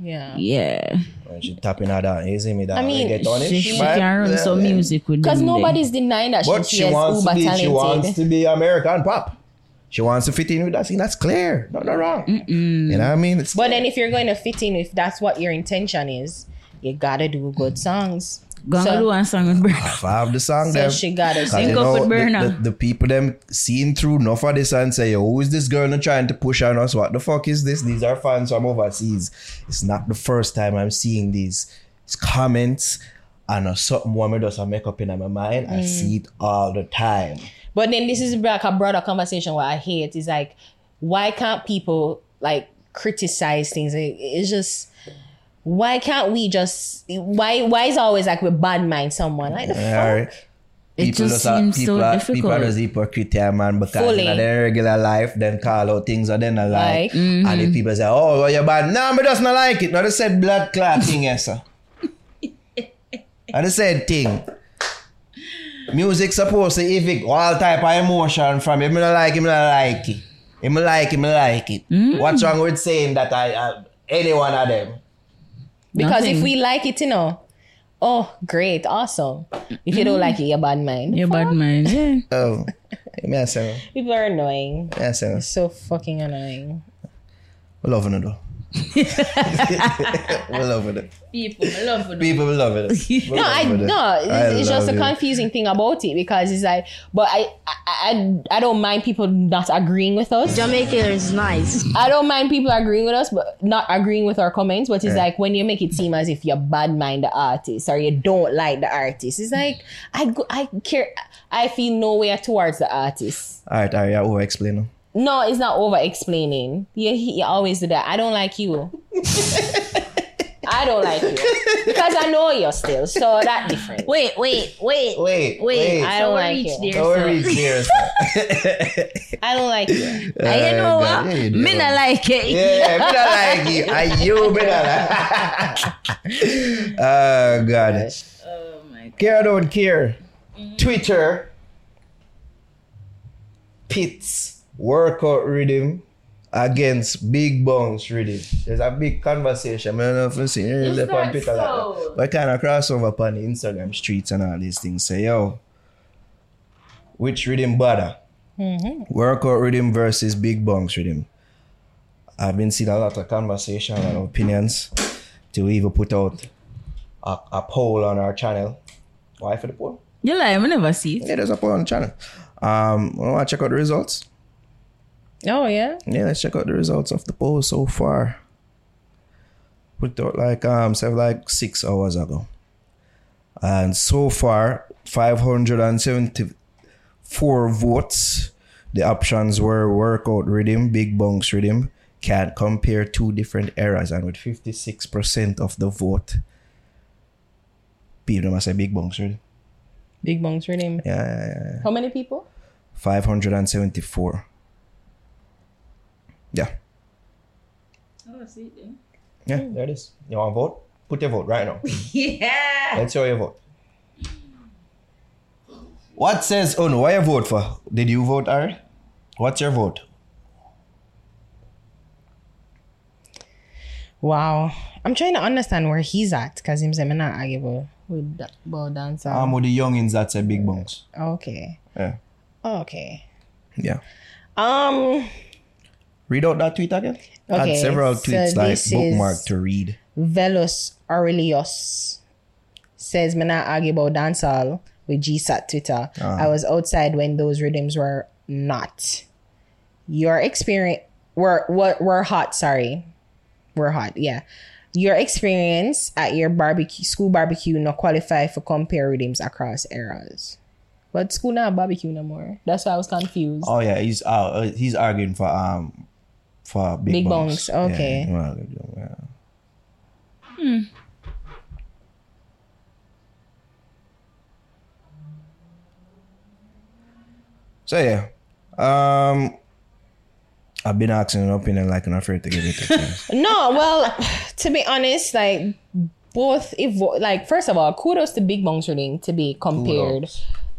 Speaker 3: Yeah.
Speaker 4: Yeah,
Speaker 2: When she tapping at that, you see me that
Speaker 3: I mean,
Speaker 2: reggaeton-ish
Speaker 4: she, she
Speaker 2: vibe,
Speaker 4: can run
Speaker 2: yeah,
Speaker 4: some
Speaker 2: yeah.
Speaker 4: music with
Speaker 3: Because
Speaker 4: them there.
Speaker 3: nobody's denying that
Speaker 2: Mm-hmm. But
Speaker 3: she,
Speaker 2: she
Speaker 3: is
Speaker 2: wants to
Speaker 3: uber
Speaker 2: be. She wants
Speaker 3: talented.
Speaker 2: to be American pop. She wants to fit in with that scene. That's clear. No, no wrong. You know what I mean? It's
Speaker 3: but then if you're going to fit in, if that's what your intention is, you gotta do good songs.
Speaker 4: Gonna
Speaker 3: So-
Speaker 4: do one song with Bernard.
Speaker 2: if I have the song
Speaker 3: So
Speaker 2: there.
Speaker 3: she gotta
Speaker 2: Cause
Speaker 3: sing.
Speaker 2: you
Speaker 4: Link up
Speaker 2: know,
Speaker 4: with Berna.
Speaker 2: the, the, the people them seeing through enough of this and say, "Yo, who is this girl not trying to push on us? What the fuck is this? These are fans from overseas. It's not the first time I'm seeing these comments and uh, something woman does I make up in my mind. I see it all the time.
Speaker 3: But then this is like a broader conversation where I hate is like, why can't people like criticize things? It- it's just why can't we just why why is always like we bad mind someone like the
Speaker 2: All right.
Speaker 3: fuck?
Speaker 4: It just seems
Speaker 2: people
Speaker 4: so
Speaker 2: are, People
Speaker 4: difficult.
Speaker 2: are just hypocrite, yeah, man, because
Speaker 3: Fully.
Speaker 2: in their regular life, then call out things that they not
Speaker 3: Like,
Speaker 2: like. And
Speaker 4: mm-hmm.
Speaker 2: if people say, oh, well, you're bad. No, but that's not like it. No, they said blood clot thing, yes, sir. and they said thing. Music supposed to evict all type of emotion from you. Me not like it, me not like it. If me like it, me like it.
Speaker 4: Mm-hmm.
Speaker 2: What's wrong with saying that I, I any one of them?
Speaker 3: Because if
Speaker 4: Nothing.
Speaker 3: we like it, you know, oh great, awesome. If you don't like it, you're bad mind.
Speaker 4: Your bad mind. Yeah.
Speaker 2: Oh, me I say,
Speaker 3: People are annoying.
Speaker 2: me I say,
Speaker 3: So fucking annoying.
Speaker 2: we love it though. we love it.
Speaker 4: People, I love them.
Speaker 2: People will love it. People
Speaker 3: No,
Speaker 2: love
Speaker 3: I
Speaker 2: it.
Speaker 3: no.
Speaker 2: I
Speaker 3: It's, it's just
Speaker 2: love
Speaker 3: a
Speaker 2: it.
Speaker 3: confusing thing about it because it's like, but I, I I I don't mind people not agreeing with us.
Speaker 8: Jamaica is nice.
Speaker 3: I don't mind people agreeing with us, but not agreeing with our comments. But it's like when you make it seem as if you bad mind the artist or you don't like the artist. It's like I go, I care. I feel no way towards the artist.
Speaker 2: All right, all right, I over explain.
Speaker 3: No, it's not over explaining. You, you always do that. I don't like you. I don't like you because I know you still. So that different.
Speaker 8: Wait, wait, wait, wait.
Speaker 2: Wait, wait.
Speaker 3: I
Speaker 8: so
Speaker 3: don't
Speaker 8: we
Speaker 3: like
Speaker 8: reached
Speaker 3: you.
Speaker 8: there,
Speaker 2: Don't
Speaker 8: so-
Speaker 2: worry, serious.
Speaker 3: I don't like you.
Speaker 2: Uh,
Speaker 8: you know what?
Speaker 2: yeah, you do.
Speaker 8: Me not like it.
Speaker 2: Yeah, me not like you. And you me not like. oh God. Care or don't care. Twitter. Pits workout rhythm against Big Bones rhythm. There's a big conversation. I don't know if you see it up on Twitter like that. But kind of crossover upon the Instagram streets and all these things. Say yo, which rhythm better? Workout rhythm versus Big Bones rhythm. I've been seeing a lot of conversation and opinions to even put out a, a poll on our channel. Why for the poll?
Speaker 4: You lie, I never see it.
Speaker 2: Yeah, there's a poll on the channel. Um, want to check out the results?
Speaker 3: Oh yeah.
Speaker 2: Yeah, let's check out the results of the poll so far. Put out like um, say like six hours ago, and so far five hundred and seventy-four votes. The options were workout rhythm, big bunks rhythm. Can compare two different eras, and with fifty-six percent of the vote, People them I say big bunks really.
Speaker 3: Big Bong's reading.
Speaker 2: Yeah, yeah, yeah.
Speaker 3: How many people?
Speaker 2: Five hundred and seventy four. Yeah.
Speaker 3: Oh,
Speaker 2: Yeah, there it is. You want to vote? Put your vote right now. yeah. Let's show your vote. What says oh no, why you vote for? Did you vote, Ari? What's your vote?
Speaker 3: Wow. I'm trying to understand where he's at because him say me not arguable with that ball dancer.
Speaker 2: I'm with the youngins that say big bunks.
Speaker 3: okay.
Speaker 2: Um, Yeah.
Speaker 3: Okay.
Speaker 2: Yeah.
Speaker 3: Um.
Speaker 2: Read out that tweet again. I had
Speaker 3: Okay,
Speaker 2: several
Speaker 3: so
Speaker 2: tweets like
Speaker 3: this is-
Speaker 2: bookmark to read.
Speaker 3: Velos Aurelius says, Me not argue about dancehall with GSAT Twitter. I was outside when those rhythms were not. Your experience were, were, were hot, sorry. Were hot, yeah. Your experience at your barbecue school barbecue not qualify for compare rhythms across eras. But school not barbecue no more. That's why I was confused.
Speaker 2: Oh yeah, he's uh, uh, he's arguing for um for big,
Speaker 3: Big
Speaker 2: bunks.
Speaker 3: bunks, okay.
Speaker 2: Yeah, well, yeah. Hmm. So yeah, um, I've been asking an opinion like I'm afraid to give it. To friends.
Speaker 3: No, well, to be honest, like both evo- like first of all, kudos to Big Bong's reading to be compared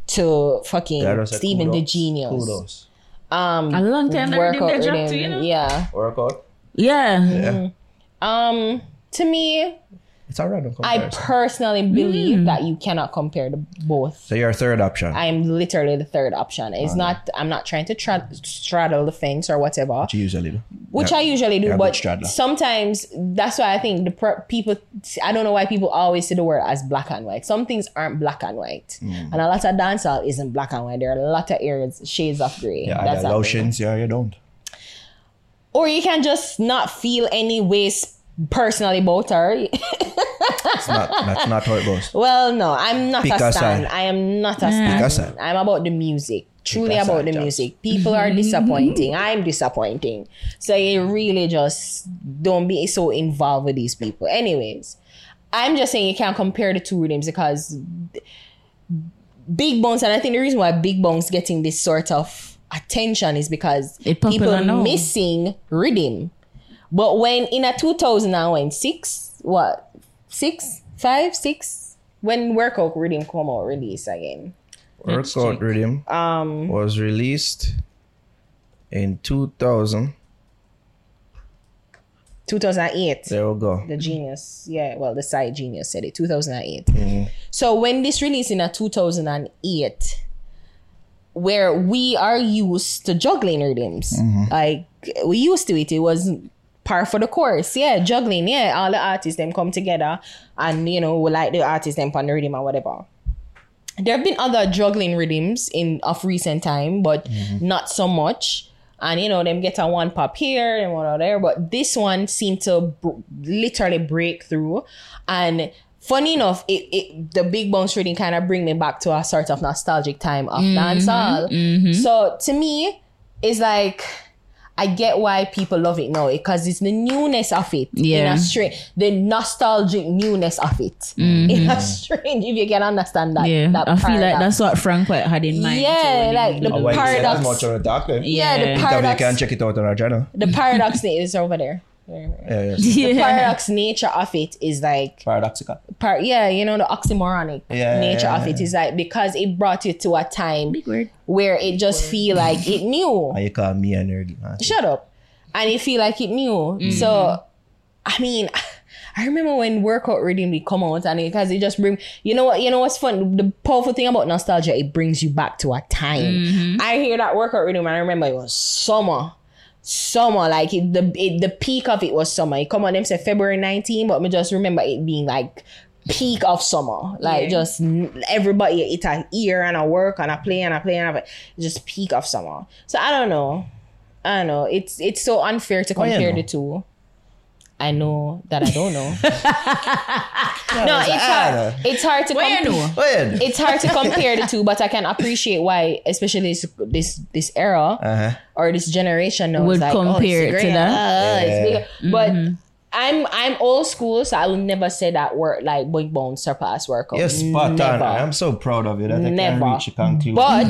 Speaker 3: to
Speaker 2: That
Speaker 3: fucking
Speaker 2: was a
Speaker 3: Stephen the
Speaker 2: kudos.
Speaker 3: Genius.
Speaker 2: Kudos.
Speaker 3: Um
Speaker 4: A long time that
Speaker 3: workout
Speaker 4: they did their job too,
Speaker 3: reading,
Speaker 4: you know?
Speaker 3: Yeah.
Speaker 2: Workout.
Speaker 4: Yeah.
Speaker 3: Um to me,
Speaker 2: It's all right. don't
Speaker 3: I
Speaker 2: compare.
Speaker 3: personally believe
Speaker 4: Hmm.
Speaker 3: that you cannot compare the both.
Speaker 2: so your third option.
Speaker 3: I am literally the third option. It's not I'm not trying to tra- straddle the fence or whatever.
Speaker 2: you usually do.
Speaker 3: which
Speaker 2: Yeah.
Speaker 3: I usually do,
Speaker 2: Yeah,
Speaker 3: but
Speaker 2: good straddler.
Speaker 3: sometimes that's why I think the pr- people. I don't know why people always see the word as black and white. Some things aren't black and white, and a lot of dancehall isn't black and white. There are a lot of areas, shades of gray.
Speaker 2: Yeah,
Speaker 3: That's
Speaker 2: the
Speaker 3: happening.
Speaker 2: lotions. Yeah, you don't.
Speaker 3: Or you can just not feel any ways personally about her.
Speaker 2: It's not. that's not how it goes.
Speaker 3: well, no, I'm not
Speaker 2: Pick
Speaker 3: a
Speaker 2: a
Speaker 3: stan.
Speaker 2: side.
Speaker 3: I am not a stan.
Speaker 2: Pick a side.
Speaker 3: I'm about the music. Truly
Speaker 2: a
Speaker 3: about
Speaker 2: side,
Speaker 3: the
Speaker 2: Jobs.
Speaker 3: music. People are disappointing. I'm disappointing. So you really just don't be so involved with these people. Anyways, I'm just saying you can't compare the two rhythms because Big Bones, and I think the reason why Big Bones getting this sort of attention is because
Speaker 4: It
Speaker 3: people
Speaker 4: popular now.
Speaker 3: missing rhythm. But when in a 2006, what, six, five, six, when Workout Rhythm come out release again.
Speaker 2: Workout Rhythm
Speaker 3: Um,
Speaker 2: was released in 2000.
Speaker 3: 2008.
Speaker 2: There we go.
Speaker 3: The genius, yeah, well, the side genius said it, 2008. So when this released in uh, a 2008, where we are used to juggling rhythms. Like we used to it. It was par for the course. Yeah, juggling. Yeah, all the artists them come together and you know we like the artists them on the rhythm or whatever. There have been other juggling rhythms in of recent time, but not so much. And you know them get a one pop here and one out there, but this one seemed to br- literally break through. And funny enough, it, it the big bounce reading kind of bring me back to a sort of nostalgic time of dancehall. So to me, it's like I get why people love it now because it's the newness of it.
Speaker 4: Yeah.
Speaker 3: In a strange, the nostalgic newness of it. In a strange, if you can understand that.
Speaker 4: Yeah.
Speaker 3: that
Speaker 4: I feel like
Speaker 3: paradox.
Speaker 4: that's what Frank White had in mind.
Speaker 3: Yeah, like the
Speaker 2: Oh, wait, is that
Speaker 3: paradox.
Speaker 2: as much of a dark web?
Speaker 3: yeah,
Speaker 4: Yeah.
Speaker 3: the
Speaker 2: Interview,
Speaker 4: Interview
Speaker 2: You can
Speaker 3: paradox.
Speaker 2: check it out on our channel.
Speaker 3: The paradox na- is over there.
Speaker 2: Yeah, yes.
Speaker 3: The
Speaker 4: yeah.
Speaker 3: paradox nature of it is like,
Speaker 2: Paradoxical.
Speaker 3: par- yeah, you know, the oxymoronic
Speaker 2: Yeah,
Speaker 3: nature
Speaker 2: yeah,
Speaker 3: of it is like because it brought you to a time
Speaker 4: word.
Speaker 3: where it just feel like it knew.
Speaker 2: And Ah, you call me a nerd. man.
Speaker 3: shut up. And it feel like it knew.
Speaker 4: Mm-hmm.
Speaker 3: So, I mean, I remember when workout reading we come out and it because it just bring you know what you know what's fun the powerful thing about nostalgia it brings you back to a time.
Speaker 4: Mm-hmm.
Speaker 3: I hear that workout reading and I remember it was summer. Summer, like it, the it, the peak of it was summer. It come on them say February 19, but me just remember it being like peak of summer. Like just n- everybody it a ear and a work and a play and a play and a just peak of summer. So I don't know. I don't know. It's it's so unfair to
Speaker 2: Oh, yeah,
Speaker 3: compare
Speaker 2: no.
Speaker 3: the two. I know that I don't know. no,
Speaker 2: it's
Speaker 3: it's
Speaker 2: a-
Speaker 3: hard. It's hard to
Speaker 4: Where you
Speaker 3: compare.
Speaker 4: know?
Speaker 2: Go ahead.
Speaker 3: It's hard to compare the two, but I can appreciate why, especially this this this era
Speaker 2: Uh-huh.
Speaker 3: or this generation now is
Speaker 4: Would
Speaker 3: like, oh,
Speaker 4: compare
Speaker 3: it's
Speaker 4: it to
Speaker 3: grey,
Speaker 4: that.
Speaker 3: ah, it's
Speaker 2: Yeah.
Speaker 3: bigger. But I'm I'm old school, so I will never say that word like boing boing surpass workout.
Speaker 2: Yes, spot on.
Speaker 3: Never.
Speaker 2: I'm so proud of you that I can
Speaker 3: Never.
Speaker 2: reach a conclusion.
Speaker 3: But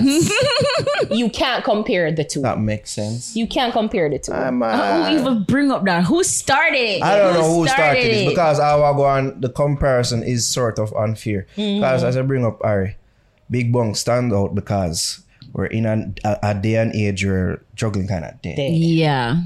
Speaker 3: you can't compare the two.
Speaker 2: that makes sense.
Speaker 3: You can't compare the 2
Speaker 2: I'm, uh,
Speaker 3: Oh,
Speaker 4: Who even bring up that? Who started it?
Speaker 2: I don't know who started this because I will go on. The comparison is sort of unfair because as I bring up Ari, Big Bong stand out because we're in an, a, a day and age where juggling kind of dead.
Speaker 4: yeah.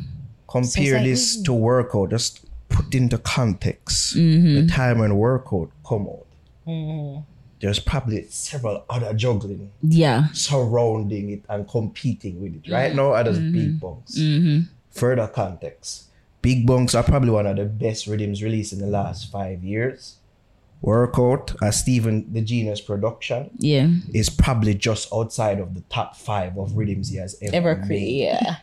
Speaker 2: Compare this to workout. Just put into context the time when workout come out. Mm-hmm. There's probably several other juggling
Speaker 4: Yeah.
Speaker 2: surrounding it and competing with it. Right now, others big bunks. Further context: big bunks are probably one of the best rhythms released in the last five years. Workout, a Stephen the Genius production,
Speaker 4: Yeah.
Speaker 2: is probably just outside of the top five of rhythms he has ever,
Speaker 3: ever
Speaker 2: made.
Speaker 3: create. Yeah.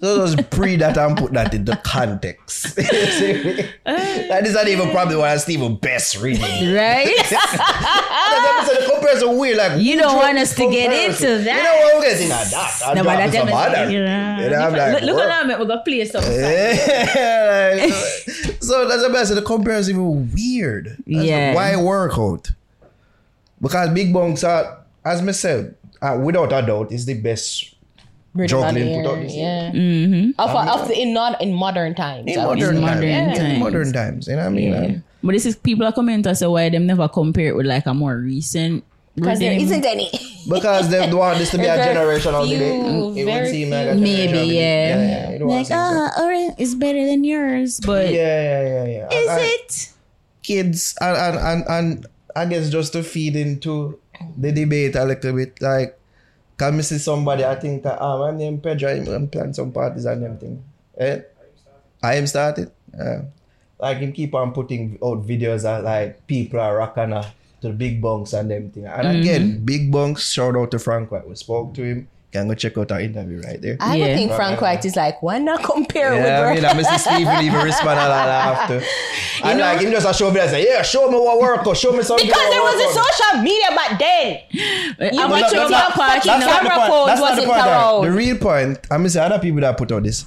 Speaker 2: So just pre that and put that in the context. that is not even probably one of Stephen's best rhythms.
Speaker 4: Right?
Speaker 2: That's the episode, the comparison weird. Like
Speaker 4: Ah! You
Speaker 2: who
Speaker 4: don't
Speaker 2: drew
Speaker 4: want us to get
Speaker 2: comparison?
Speaker 4: into that.
Speaker 2: You know what? We're getting into that. I'm
Speaker 4: No, but that
Speaker 2: dropping some other.
Speaker 4: definitely-
Speaker 2: You know, I'm
Speaker 4: look,
Speaker 2: like,
Speaker 4: look
Speaker 2: bro.
Speaker 4: at that, we're gonna play some.
Speaker 2: Yeah, like, so that's the best. The comparison even weird. That's
Speaker 4: Yeah.
Speaker 2: Why workout? Because Big Bunks are, as me said, uh, without a doubt, is the best.
Speaker 3: Rhythm and
Speaker 2: Juggling, put
Speaker 3: air,
Speaker 2: out this-
Speaker 3: yeah. Of, of the, in not in modern times.
Speaker 2: In
Speaker 3: I would
Speaker 2: modern,
Speaker 3: say.
Speaker 2: times.
Speaker 4: Mm-hmm. modern
Speaker 2: Yeah, in
Speaker 4: times.
Speaker 2: modern times. You know what I mean? Um,
Speaker 4: But this is people are coming to say why them never compare it with like a more recent.
Speaker 3: Because there
Speaker 4: rhythm.
Speaker 3: isn't any.
Speaker 2: Because they want this to be a
Speaker 3: Very
Speaker 2: generational
Speaker 3: few,
Speaker 2: debate. It would
Speaker 3: very
Speaker 2: seem like a
Speaker 3: few.
Speaker 2: generational
Speaker 4: Maybe,
Speaker 2: debate.
Speaker 4: yeah.
Speaker 2: yeah, yeah. It don't
Speaker 4: like
Speaker 2: seem so.
Speaker 4: ah, oh, orange is better than yours, but
Speaker 2: yeah, yeah, yeah, yeah.
Speaker 4: is
Speaker 2: I- I-
Speaker 4: it?
Speaker 2: kids and and, and and I guess just to feed into the debate a little bit, like can me see somebody I think uh, ah my name Pedro, I'm, I'm planning some parties and everything. Eh? I am started. Yeah. Like him keep on putting out videos that like people are rocking uh, to the big bunks and everything. And again, big bunks, shout out to Frank White. We spoke to him. Can go check out our interview right there.
Speaker 3: I would
Speaker 4: Yeah.
Speaker 3: think Frank White is like, why not compare
Speaker 2: Yeah, I
Speaker 3: with
Speaker 2: mean, I miss Steve will even respond a lot after. And like, him just a show me and say, yeah, show me what work or show me something.
Speaker 3: Because
Speaker 2: what
Speaker 3: there was a
Speaker 2: work out."
Speaker 3: social media back then.
Speaker 4: I'm
Speaker 3: but
Speaker 4: not
Speaker 3: you
Speaker 4: sure
Speaker 3: got
Speaker 4: about party
Speaker 3: fucking
Speaker 4: now.
Speaker 3: camera phones wasn't around.
Speaker 2: The real point, I mean, say other people that put out this,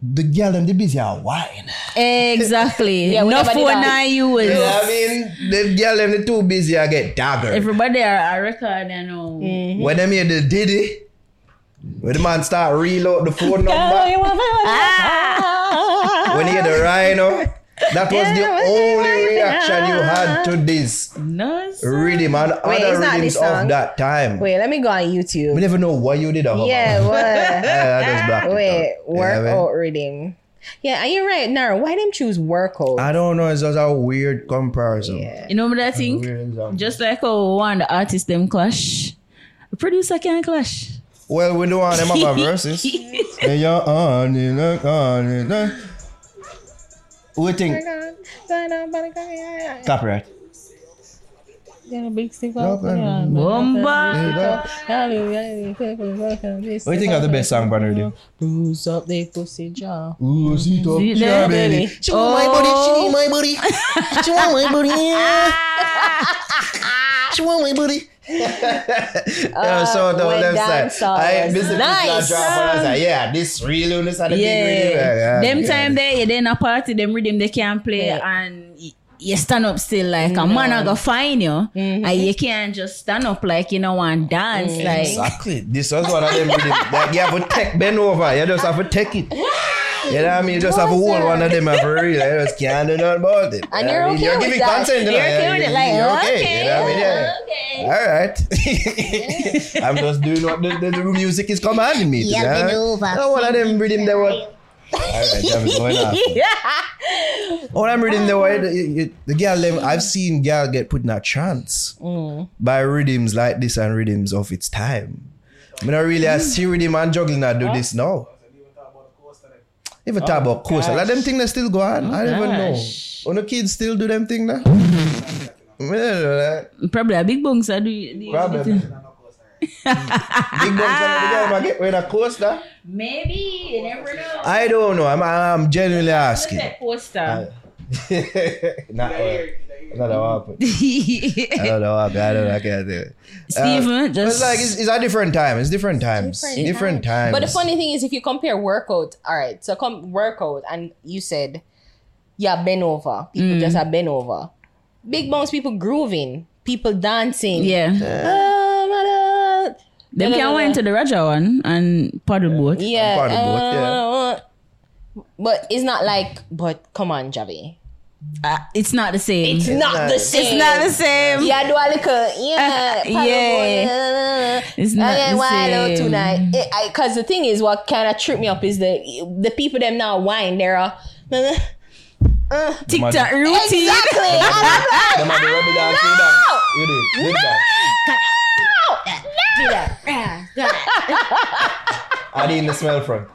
Speaker 2: the girl them, they busy are wine.
Speaker 4: Exactly.
Speaker 3: Yeah, we
Speaker 4: no
Speaker 3: never did
Speaker 4: for
Speaker 3: that.
Speaker 4: nine
Speaker 2: You
Speaker 4: years.
Speaker 2: know what I mean? The girl them, they too busy, I get dagger.
Speaker 4: Everybody are a record, you know.
Speaker 2: when them hear the diddy, when the man start reload the phone number, Ah! when he hear the rhino, that was the only reaction you had to this
Speaker 4: No, sir.
Speaker 2: rhythm and other
Speaker 3: it's not
Speaker 2: rhythms
Speaker 3: this
Speaker 2: of
Speaker 3: song.
Speaker 2: that time.
Speaker 3: Wait, let me go on
Speaker 2: We
Speaker 3: YouTube.
Speaker 2: never know why you did a
Speaker 3: Yeah, what?
Speaker 2: I just blocked it
Speaker 3: Wait,
Speaker 2: out. You know what I mean?
Speaker 3: workout reading. Yeah, and you're right, Nara. Why them choose workout?
Speaker 2: I don't know. It's just a weird comparison.
Speaker 4: You know what I think?
Speaker 2: Weird example.
Speaker 4: Just like how one the artist them clash, the producer can clash.
Speaker 2: well, we do on them about verses. Hey, yo, on you look on you look. What you
Speaker 3: Oh
Speaker 2: think? Copyright. What
Speaker 4: Bomba.
Speaker 3: Oh.
Speaker 2: do you think of the best song Brandon do? Bruise up the pussy jaw. Ooh, it up your belly. She want my body. She need my body. She want my body. She want my body. yeah, so the
Speaker 3: when
Speaker 2: left
Speaker 3: that
Speaker 2: side. I
Speaker 3: song was
Speaker 2: miss the
Speaker 3: nice.
Speaker 2: nice. Yeah, this real one is a big real.
Speaker 4: Yeah.
Speaker 2: Yeah,
Speaker 4: Them
Speaker 2: yeah.
Speaker 4: time there, you then a party, them rhythm they can play and y- you stand up still like a man I go
Speaker 2: Mm-hmm.
Speaker 4: find you. And you can't just stand up like you know and dance like
Speaker 2: Mm-hmm. Exactly. This was one of them rhythm. Like you have to take bend over. You just have to take it. You know what I mean? You just have to hold one of them and for real. You just can't do nothing about it. You
Speaker 3: And
Speaker 2: know what
Speaker 3: you're
Speaker 2: I mean?
Speaker 3: okay
Speaker 2: You're
Speaker 3: with
Speaker 2: giving
Speaker 3: that.
Speaker 2: consent. you know?
Speaker 3: You're okay
Speaker 2: Yeah,
Speaker 3: with it, like, okay,
Speaker 2: You know what I mean? Yeah. All right. I'm just doing what the, the, the music is commanding me to.
Speaker 5: Yeah,
Speaker 2: yeah?
Speaker 5: bend over.
Speaker 2: No, one of them rhythm they were. Alright, I'm going after. All I'm reading the way the, you- the girl them I've seen girl get put in a trance by rhythms like this and rhythms of its time. I mean, I really I see rhythm and juggling I do this now. Even talk about coastal, like them thing that still go on. I don't even know. Oh, the kids still do them thing now. Big
Speaker 4: probably a big bunks I do you- do you-
Speaker 2: Probably. dogs and the girl might get with a coaster.
Speaker 4: Maybe you never know.
Speaker 2: I don't know. I'm, I'm genuinely asking.
Speaker 4: That poster.
Speaker 2: Not well. Not a weapon. I don't know. I don't know. I can't do it.
Speaker 4: Steven,
Speaker 2: But
Speaker 4: just
Speaker 2: it's like it's, it's a different time. It's different times. Different, times.
Speaker 3: But the funny thing is, if you compare workout, all right, so come workout, and you said yeah, bend over. People
Speaker 2: Mm.
Speaker 3: just are bent over. Big bounce people grooving, people dancing.
Speaker 4: Yeah.
Speaker 3: Ah, mother. No,
Speaker 4: Them
Speaker 3: no,
Speaker 4: can
Speaker 3: no,
Speaker 4: went
Speaker 3: no.
Speaker 4: to the Raja one and paddle boat.
Speaker 3: Yeah.
Speaker 2: part of both,
Speaker 3: uh,
Speaker 2: yeah.
Speaker 3: But it's not like, but come on, Javi.
Speaker 4: Uh, It's not the same.
Speaker 3: It's not, the same.
Speaker 9: It's not the same.
Speaker 3: Yeah, do a little, yeah, uh,
Speaker 4: Yeah.
Speaker 3: yeah.
Speaker 4: It's not the same.
Speaker 3: tonight. It- I, Cause the thing is, what kind of tripped me up is the the people them now whine. They're uh,
Speaker 4: TikTok routine.
Speaker 3: exactly. I don't know.
Speaker 2: Them have the rubber dance, you dance. You do. You dance. I didn't smell from.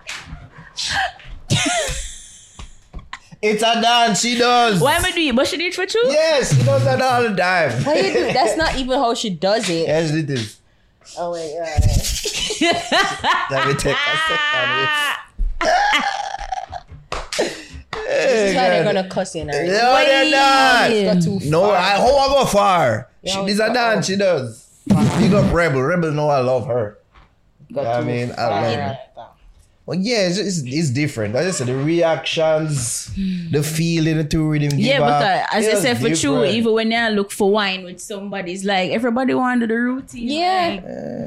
Speaker 2: it's a dance, she does.
Speaker 4: Why am I doing it? But she did it for two?
Speaker 2: Yes, she does that all the time.
Speaker 3: How you do- That's not even how she does it.
Speaker 2: Yes, it is.
Speaker 3: Oh my god.
Speaker 2: Let me take a second.
Speaker 3: That's why
Speaker 2: Hey,
Speaker 3: they're
Speaker 2: God.
Speaker 3: gonna cuss in her.
Speaker 2: No, they're not.
Speaker 3: It's got too
Speaker 2: No,
Speaker 3: far.
Speaker 2: I hope I go far. She
Speaker 3: Yeah,
Speaker 2: is a
Speaker 3: go
Speaker 2: dance, she does. Big up Rebel. Rebel know I love her. I mean, I love her. Well, yeah, it's, it's, it's different. As I said, the reactions, the feeling, the two rhythm.
Speaker 4: Yeah,
Speaker 2: give
Speaker 4: but uh,
Speaker 2: back,
Speaker 4: as I
Speaker 2: it's
Speaker 4: said for true,
Speaker 2: different.
Speaker 4: even when I look for wine with somebody, it's like everybody want to do the routine.
Speaker 3: Yeah.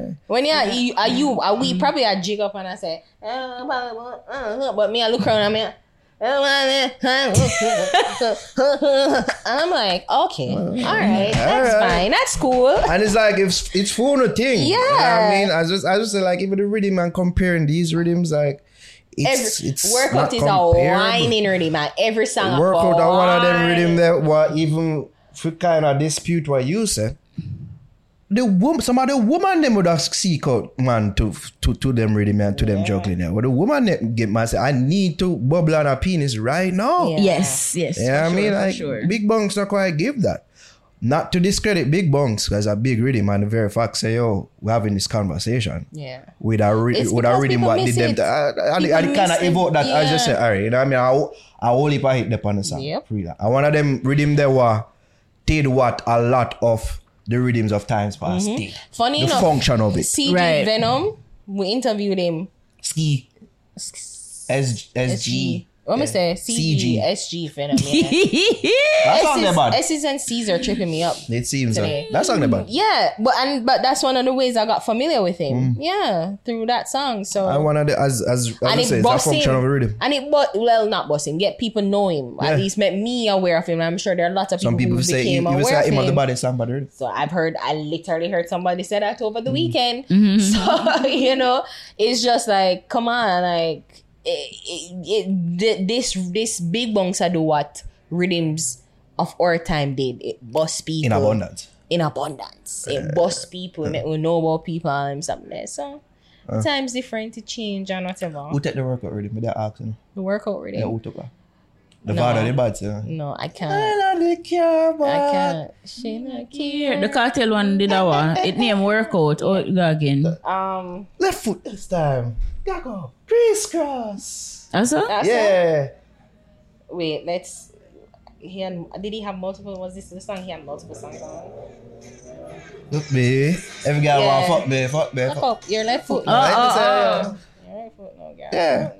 Speaker 4: Like,
Speaker 3: When you are you, are you are
Speaker 2: Mm.
Speaker 3: we probably I jig up and I say, "Uh, blah, blah, blah, uh, uh," but me I oh, look around and I'm I'm like, okay, all right, that's
Speaker 2: All right.
Speaker 3: fine, that's cool.
Speaker 2: And it's like it's it's for a thing. You know what
Speaker 3: Yeah.
Speaker 2: I mean, I just I just say like even the rhythm and comparing these rhythms, like it's
Speaker 3: Every,
Speaker 2: it's
Speaker 3: workout
Speaker 2: not
Speaker 3: is a
Speaker 2: comparable.
Speaker 3: whining rhythm, man. Every song a
Speaker 2: Workout and one of them
Speaker 3: whine.
Speaker 2: rhythm that were even for kind of dispute what you said. The woman, some of the woman them would have seek out man to to to them rhythm and to them juggling there. But the woman them get man say, I need to bubble on a penis right now.
Speaker 3: Yeah.
Speaker 4: Yes, yes. for
Speaker 2: Yeah, I
Speaker 4: sure,
Speaker 2: mean,
Speaker 4: for
Speaker 2: like
Speaker 4: sure.
Speaker 2: Big Bunks not quite give that. Not to discredit Big Bunks as a big rhythm and the very fact say, yo, we're having this conversation
Speaker 3: Yeah.
Speaker 2: with a, re-
Speaker 3: It's
Speaker 2: with a
Speaker 3: because
Speaker 2: rhythm
Speaker 3: people
Speaker 2: what did
Speaker 3: miss
Speaker 2: them.
Speaker 3: it.
Speaker 2: To, I, I,
Speaker 3: People
Speaker 2: I, kind
Speaker 3: miss
Speaker 2: of
Speaker 3: it.
Speaker 2: evolve that. I just say,
Speaker 3: Yeah.
Speaker 2: all right, you know what I mean? I, ho- I whole heap of hit upon the song.
Speaker 3: Yep.
Speaker 2: Really. And one of them rhythm there were did what a lot of the rhythms of times past did.
Speaker 3: Mm-hmm. Funny
Speaker 2: The
Speaker 3: enough,
Speaker 2: function of it.
Speaker 3: CG
Speaker 4: Right.
Speaker 3: Venom, we interviewed him.
Speaker 2: Ski. S-
Speaker 3: SG.
Speaker 2: SG.
Speaker 3: What me say? CG,
Speaker 2: CG.
Speaker 3: SG Venom. Yeah.
Speaker 2: That song they
Speaker 3: S's,
Speaker 2: bad.
Speaker 3: S's and C's are tripping me up.
Speaker 2: It seems
Speaker 3: Today.
Speaker 2: like.
Speaker 3: Mm-hmm.
Speaker 2: That song they bad.
Speaker 3: Yeah, but and but that's one of the ways I got familiar with him. Yeah, through that song. So
Speaker 2: Mm. I wanted to, as as, as
Speaker 3: and
Speaker 2: I
Speaker 3: it
Speaker 2: say, it's a
Speaker 3: busts him.
Speaker 2: function of a rhythm.
Speaker 3: And it but well not busting, get people know him.
Speaker 2: Yeah.
Speaker 3: At least make me aware of him. I'm sure there are lots of
Speaker 2: Some people
Speaker 3: people, who
Speaker 2: say
Speaker 3: became
Speaker 2: you, you
Speaker 3: aware
Speaker 2: say
Speaker 3: of
Speaker 2: him
Speaker 3: him.
Speaker 2: of the body, somebody. heard.
Speaker 3: So I've heard I literally heard somebody say that over
Speaker 2: Mm-hmm.
Speaker 3: the weekend. So you know, it's just like come on, like it, it, it, th- this this big bunks are do what rhythms of our time did it bust people
Speaker 2: in abundance.
Speaker 3: in abundance. It busts people, it make we know about people and something like that. So
Speaker 2: Uh.
Speaker 3: times different to change and whatever.
Speaker 2: Who take the workout already? Me that asking.
Speaker 3: The workout really.
Speaker 2: Yeah, who took her? The
Speaker 3: No.
Speaker 2: father, the bad sir.
Speaker 3: No, I can't. I can't. She not
Speaker 4: Here,
Speaker 3: care.
Speaker 4: the cartel one did that one. It name workout. Oh, it go again.
Speaker 3: Um,
Speaker 2: Left foot this time. Gago. Crisscross.
Speaker 4: That's all?
Speaker 3: that's it.
Speaker 2: Yeah.
Speaker 3: Wait, let's. He had, did he have multiple? Was this the song? He had multiple songs on.
Speaker 2: Look me. Every guy
Speaker 3: Yeah.
Speaker 2: want
Speaker 3: Uh-uh.
Speaker 2: fuck me, fuck me.
Speaker 3: Fuck
Speaker 2: Fuck.
Speaker 3: up your left foot.
Speaker 2: Right?
Speaker 4: oh,
Speaker 2: So,
Speaker 3: Your right foot, no, girl.
Speaker 2: Yeah.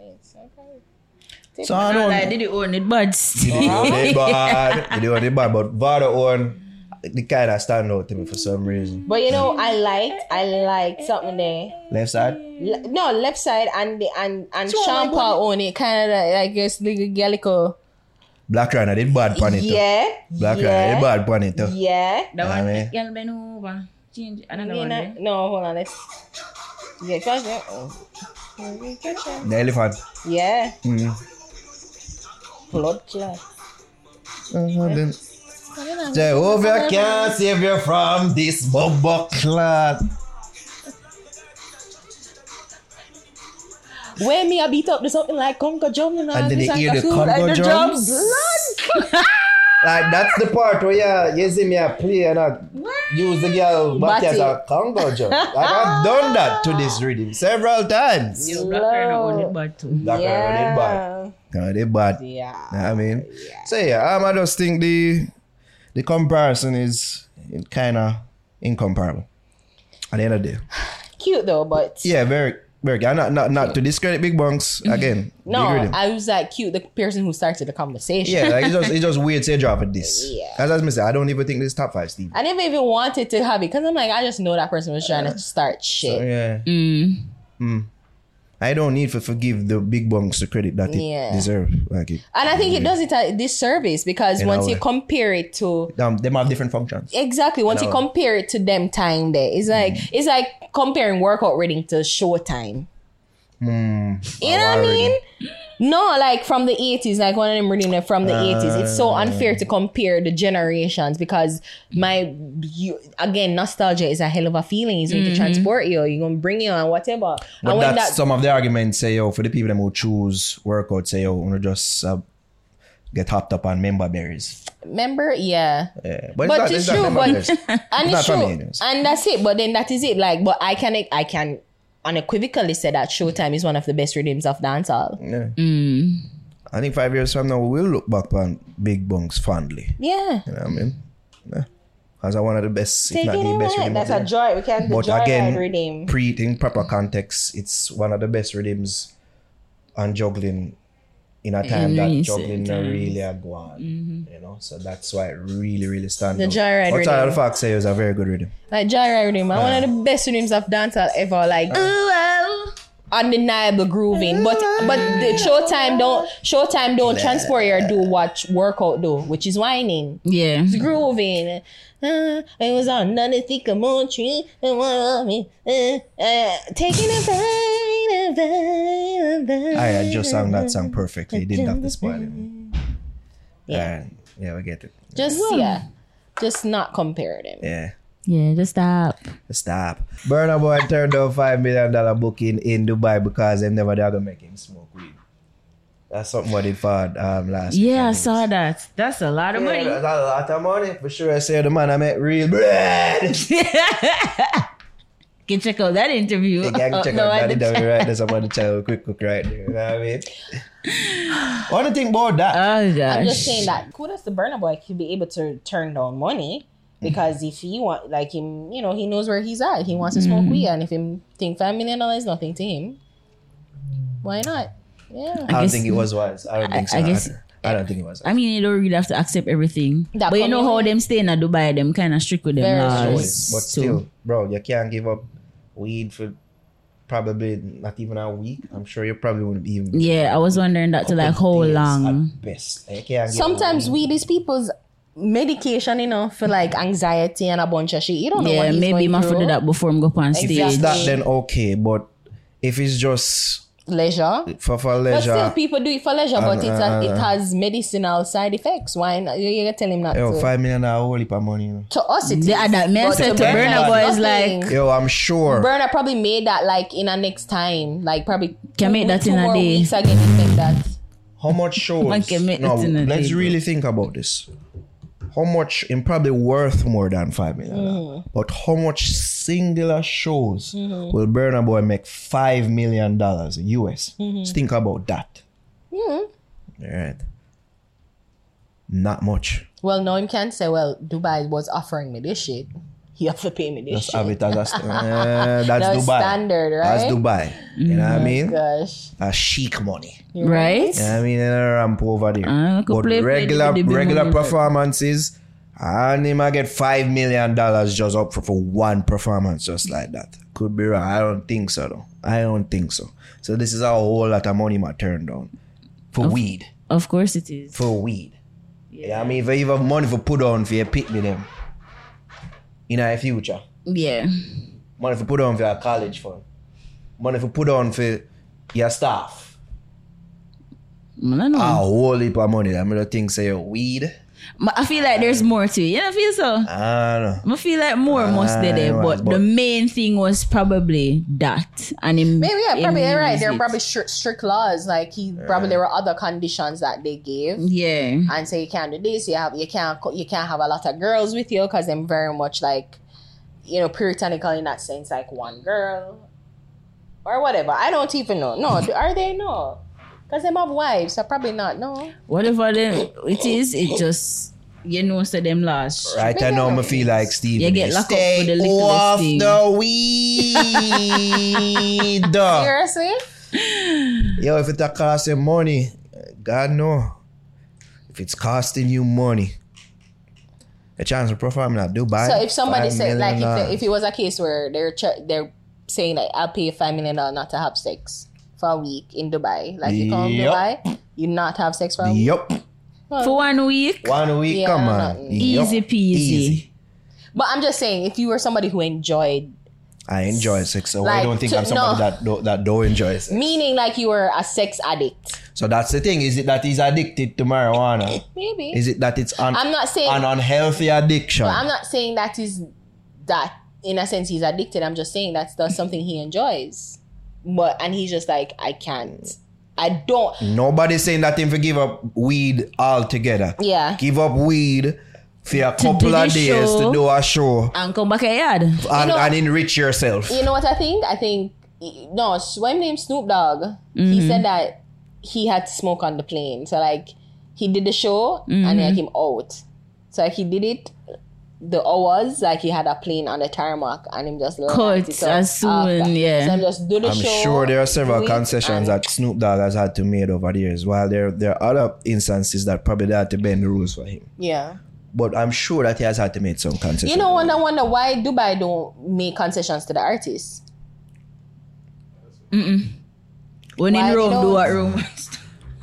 Speaker 2: So I
Speaker 4: No,
Speaker 2: don't.
Speaker 4: like, did it own it, but
Speaker 2: Did it on the bad. Did it on the bad, but father own the kind of stand out to me for some reason.
Speaker 3: But you know, I liked, I liked something there.
Speaker 2: Left side.
Speaker 3: Le- no, left side and the and and Sean Paul on it, kind of like, I guess the gallico.
Speaker 2: Black Rhino did bad pon it. though.
Speaker 3: Yeah,
Speaker 2: Black Rhino
Speaker 3: yeah,
Speaker 2: did bad pon it. though.
Speaker 3: yeah.
Speaker 4: That
Speaker 2: I mean-
Speaker 4: one, y'all been over. Change another
Speaker 3: Me
Speaker 4: one.
Speaker 3: not-
Speaker 4: eh?
Speaker 3: no, hold on, let's. Yeah, cause yeah, oh.
Speaker 2: The elephant.
Speaker 3: yeah,
Speaker 2: Mm.
Speaker 3: blood clot. Uh-huh,
Speaker 2: Jehovah can save you from this bumbo clot.
Speaker 3: Where me I beat up to something like Congo drum and all
Speaker 2: And then
Speaker 3: this
Speaker 2: they hear the
Speaker 3: that, like
Speaker 2: Congo
Speaker 3: the
Speaker 2: drums. Like that's the part where yeah, you see me I play and I use the girl body as a Congo jump. Like I've done that to this rhythm several times.
Speaker 4: Yeah, Black Rhino own it, but um, too.
Speaker 2: That yeah. bad.
Speaker 3: Yeah.
Speaker 2: No, they bad.
Speaker 3: Yeah.
Speaker 2: Know what I mean, so yeah, um, I just think the the comparison is kind of incomparable. At the end of the day,
Speaker 3: Cute though, but
Speaker 2: yeah, very Berkey. And not, not, not to discredit Big Bunks again.
Speaker 3: Mm-hmm. No,
Speaker 2: Big rhythm.
Speaker 3: I was like cute, the person who started the conversation.
Speaker 2: yeah, like, it's just it's just weird to drop at this.
Speaker 3: Yeah.
Speaker 2: As I was saying, I don't even think this is top five, Steve.
Speaker 3: I never even wanted to have it because I'm like, I just know that person was trying to start shit.
Speaker 2: Oh, Yeah. Mm. I don't need to forgive the Big Bunks the credit that it
Speaker 3: Yeah.
Speaker 2: deserve. Like it,
Speaker 3: And I think it does it a disservice because
Speaker 2: In a
Speaker 3: once you
Speaker 2: way.
Speaker 3: compare it to
Speaker 2: um, them have different functions.
Speaker 3: exactly once
Speaker 2: In
Speaker 3: you
Speaker 2: a way.
Speaker 3: compare it to them time there,
Speaker 2: Mm.
Speaker 3: it's like it's like comparing workout rating to show time.
Speaker 2: Hmm.
Speaker 3: You know what I
Speaker 2: Alrighty.
Speaker 3: mean? No, like from the 80s, like one of them reading it from the 80s. It's
Speaker 2: Ah.
Speaker 3: so unfair to compare the generations because my, you, again, nostalgia is a hell of a feeling. It's going to transport you, you're going to bring you and whatever.
Speaker 2: Mm-hmm. But
Speaker 3: and when
Speaker 2: that's
Speaker 3: that,
Speaker 2: some of the arguments say, yo, for the people them who choose workout, say, yo, wanna just uh, get hopped up on member berries.
Speaker 3: remember? Yeah.
Speaker 2: Yeah. But,
Speaker 3: But it's true,
Speaker 2: member
Speaker 3: but-
Speaker 2: berries.
Speaker 3: And
Speaker 2: not
Speaker 3: it's true.
Speaker 2: from the 80s.
Speaker 3: And that's it. But then that is it. Like, but I can, I can unequivocally say that Showtime is one of the best rhythms of dancehall.
Speaker 2: Yeah.
Speaker 3: Mm.
Speaker 2: I think five years from now we'll look back on Big Bunks fondly.
Speaker 3: Yeah.
Speaker 2: You know what I mean? Yeah. As one of the best,
Speaker 3: Take
Speaker 2: if
Speaker 3: it
Speaker 2: not the best
Speaker 3: away.
Speaker 2: rhythm
Speaker 3: That's
Speaker 2: out
Speaker 3: a
Speaker 2: there.
Speaker 3: joy. We can
Speaker 2: But
Speaker 3: joy
Speaker 2: again,
Speaker 3: rhythm.
Speaker 2: pre in proper context, it's one of the best rhythms and juggling in a time that
Speaker 4: recent
Speaker 2: juggling not really a go on. You know, so that's why it really, really stands
Speaker 3: The
Speaker 2: out.
Speaker 3: joyride
Speaker 2: Outside of
Speaker 3: rhythm.
Speaker 2: the fact, say it was a very good rhythm.
Speaker 3: Like Joyride Rhythm, and one of the best rhythms of dancehall ever. Like undeniable grooving, but but the Showtime don't Showtime don't transport you or do what workout do, which is whining,
Speaker 4: Yeah.
Speaker 3: grooving. Uh, it was on none of think about you, and one of me, uh, uh, taking a bite, a bite, a bite.
Speaker 2: I had just sang that song perfectly. It didn't have to spoil it.
Speaker 3: Yeah.
Speaker 2: Uh, yeah, we get it.
Speaker 3: Just yeah, just not compare them.
Speaker 2: Yeah.
Speaker 4: Yeah, just stop.
Speaker 2: Stop. Burna Boy turned down five million dollar booking in Dubai because they never they're gonna make him smoke weed. That's something what they found um last week,
Speaker 4: Yeah, I
Speaker 2: think.
Speaker 4: saw that. That's a lot of
Speaker 2: Yeah, That's a lot of money. For sure I say the man I met real bread.
Speaker 4: Can check out that interview.
Speaker 2: You can
Speaker 4: Uh,
Speaker 2: check
Speaker 4: no, I
Speaker 2: out Daddy
Speaker 4: didn't
Speaker 2: Dummy
Speaker 4: check-
Speaker 2: right there. Somebody tell quick cook right there. You know what I mean? What do you think about that?
Speaker 4: Oh gosh.
Speaker 3: I'm just saying that kudos to Burna Boy to be able to turn down money because if he want like him, you know, he knows where he's at. He wants to
Speaker 2: Mm.
Speaker 3: smoke weed, and if him think five million dollars is nothing to him, why not? Yeah,
Speaker 2: I, don't
Speaker 4: guess-
Speaker 2: think it was wise. I don't
Speaker 4: I-
Speaker 2: think so.
Speaker 4: I guess-
Speaker 2: I don't think it was.
Speaker 4: I mean, you don't really have to accept everything.
Speaker 3: That
Speaker 4: but you know how
Speaker 3: community-
Speaker 4: them stay in uh, Dubai, them kind of strict with them
Speaker 3: Very
Speaker 2: But
Speaker 4: laws.
Speaker 2: still, bro, you can't give up weed for probably not even a week. I'm sure you probably wouldn't even
Speaker 4: too. Yeah, I was wondering that to like how
Speaker 2: days
Speaker 4: long.
Speaker 2: At best. Like, yeah,
Speaker 3: sometimes weed is people's medication, you know, for like anxiety and a bunch of shit. You don't know
Speaker 4: Yeah,
Speaker 3: what he's
Speaker 4: maybe
Speaker 3: going
Speaker 4: my
Speaker 3: through.
Speaker 4: foot that before I'm go up on
Speaker 3: Exactly.
Speaker 4: stage.
Speaker 2: If it's that,
Speaker 3: Yeah.
Speaker 2: then okay. But if it's just
Speaker 3: leisure.
Speaker 2: for, for
Speaker 3: But still,
Speaker 2: leisure,
Speaker 3: people do it for leisure, but it's a,
Speaker 2: uh,
Speaker 3: it has medicinal side effects. Why not? You, you tell him not
Speaker 2: yo,
Speaker 3: to.
Speaker 2: five million a whole heap of money. You know.
Speaker 3: to us, it is.
Speaker 4: They had that man
Speaker 3: But
Speaker 4: said to
Speaker 3: Burna
Speaker 4: Burna
Speaker 3: Boy
Speaker 4: Boy
Speaker 3: is
Speaker 4: is like,
Speaker 3: nothing.
Speaker 2: Yo, I'm sure.
Speaker 3: Burner probably made that like in a next time, like probably two-
Speaker 4: Can make that
Speaker 3: two
Speaker 4: in a
Speaker 3: more
Speaker 4: day.
Speaker 3: Weeks again, he make that.
Speaker 2: How much shows?
Speaker 4: Man can make
Speaker 2: no,
Speaker 4: it in a
Speaker 2: let's
Speaker 4: day, bro.
Speaker 2: really think about this. How much, and probably worth more than five million, dollars, but how much singular shows will Burna Boy make five million dollars in US? Just think about that. All right, not much.
Speaker 3: Well, no, him can't say. Well, Dubai was offering me this shit. You have to pay me this
Speaker 2: Just
Speaker 3: shit.
Speaker 2: have it as a st- eh, that's
Speaker 3: That's
Speaker 2: Dubai.
Speaker 3: standard,
Speaker 2: That's
Speaker 3: right?
Speaker 2: Dubai. You know what I mean?
Speaker 3: Gosh,
Speaker 2: That's chic money.
Speaker 4: right?
Speaker 2: You know what I mean? And a ramp over there.
Speaker 4: Ah, look,
Speaker 2: but
Speaker 4: play- play
Speaker 2: regular
Speaker 4: the big
Speaker 2: regular
Speaker 4: money, right?
Speaker 2: performances, and him I get five million dollars just up for, for one performance, just like that. Could be wrong. I don't think so though. I don't think so. So this is a whole lot of money my turned down. For
Speaker 4: Oh.
Speaker 2: weed.
Speaker 4: Of course it is.
Speaker 2: For weed. Yeah. I mean if you have money for put on for your pick me them. In our future.
Speaker 4: Yeah.
Speaker 2: Money for put on for your college fund. Money for put on for your staff.
Speaker 4: Man, I know.
Speaker 2: A whole heap of money. I'm gonna think say weed.
Speaker 4: Ma- I feel like there's more to it. You know, I feel so.
Speaker 2: I don't know.
Speaker 4: I feel like more must be there,
Speaker 2: Ah,
Speaker 4: but
Speaker 2: but-
Speaker 4: the main thing was probably that. And him,
Speaker 3: maybe yeah,
Speaker 4: him
Speaker 3: probably you're right.
Speaker 4: use
Speaker 3: There
Speaker 4: it.
Speaker 3: are probably strict, strict laws. Like he probably there were other conditions that they gave.
Speaker 4: yeah.
Speaker 3: and say you can't do this. You have you can't co- you can't have a lot of girls with you because I'm very much like you know puritanical in that sense, like one girl or whatever. I don't even know. No, do- are they no? Because them have wives, so probably not. No,
Speaker 4: Whatever them it is, it just you know, so them last.
Speaker 2: Right, I know I feel like Steve.
Speaker 4: You get locked up
Speaker 2: Stay
Speaker 4: for the littlest
Speaker 2: off
Speaker 4: thing.
Speaker 2: the weed.
Speaker 3: Seriously?
Speaker 2: Yo, if it a cost you money, God know. If it's costing you money, a chance of profile not Dubai.
Speaker 3: So if somebody
Speaker 2: five
Speaker 3: said like if,
Speaker 2: million
Speaker 3: the- if it was a case where they're ch- they're saying like I'll pay five million dollars not to have sex for a week in Dubai, like you come
Speaker 2: Yup.
Speaker 3: Dubai, you not have sex for a week.
Speaker 2: Yup.
Speaker 4: For one week,
Speaker 2: One week,
Speaker 3: Yeah,
Speaker 2: come
Speaker 3: no,
Speaker 2: on.
Speaker 3: no.
Speaker 2: Yup.
Speaker 4: easy peasy.
Speaker 3: But I'm just saying, if you were somebody who enjoyed,
Speaker 2: I enjoy sex, so I
Speaker 3: Like,
Speaker 2: don't think
Speaker 3: to-
Speaker 2: I'm somebody
Speaker 3: no.
Speaker 2: that do, that do enjoy sex.
Speaker 3: meaning like you were a sex addict,
Speaker 2: So that's the thing. Is it that he's addicted to marijuana?
Speaker 3: maybe.
Speaker 2: Is it that it's un-
Speaker 3: I'm not saying.
Speaker 2: an unhealthy addiction?
Speaker 3: I'm not saying that is that in a sense he's addicted. I'm just saying that's that's something he enjoys. But and he's just like I can't. I don't.
Speaker 2: Nobody's saying that him for give up weed altogether.
Speaker 3: Yeah.
Speaker 2: Give up weed for a couple
Speaker 4: do
Speaker 2: of
Speaker 4: the
Speaker 2: days to
Speaker 4: show.
Speaker 2: do a show
Speaker 4: And come back a yard.
Speaker 2: and,
Speaker 3: know-
Speaker 2: and enrich yourself.
Speaker 3: You know what I think? I think no. Swim named Snoop Dogg. He
Speaker 4: Mm-hmm.
Speaker 3: said that he had to smoke on the plane. So like he did the show and
Speaker 4: Mm-hmm.
Speaker 3: like him out. So like, he did it. The hours like he had a plane on the tarmac and him just
Speaker 4: Cut
Speaker 3: lights it up
Speaker 4: as soon,
Speaker 3: after.
Speaker 4: yeah.
Speaker 3: So him just do the
Speaker 2: I'm
Speaker 3: show.
Speaker 2: sure there are several
Speaker 3: do it,
Speaker 2: concessions
Speaker 3: and-
Speaker 2: that Snoop Dogg has had to make over the years, while there, there are other instances that probably they had to bend the rules for him.
Speaker 3: yeah.
Speaker 2: But I'm sure that he has had to make some concessions.
Speaker 3: You know, wonder wonder why Dubai don't make concessions to the artists.
Speaker 4: When
Speaker 3: Why
Speaker 4: in
Speaker 3: they
Speaker 4: Rome, do
Speaker 3: don't?
Speaker 4: what Rome.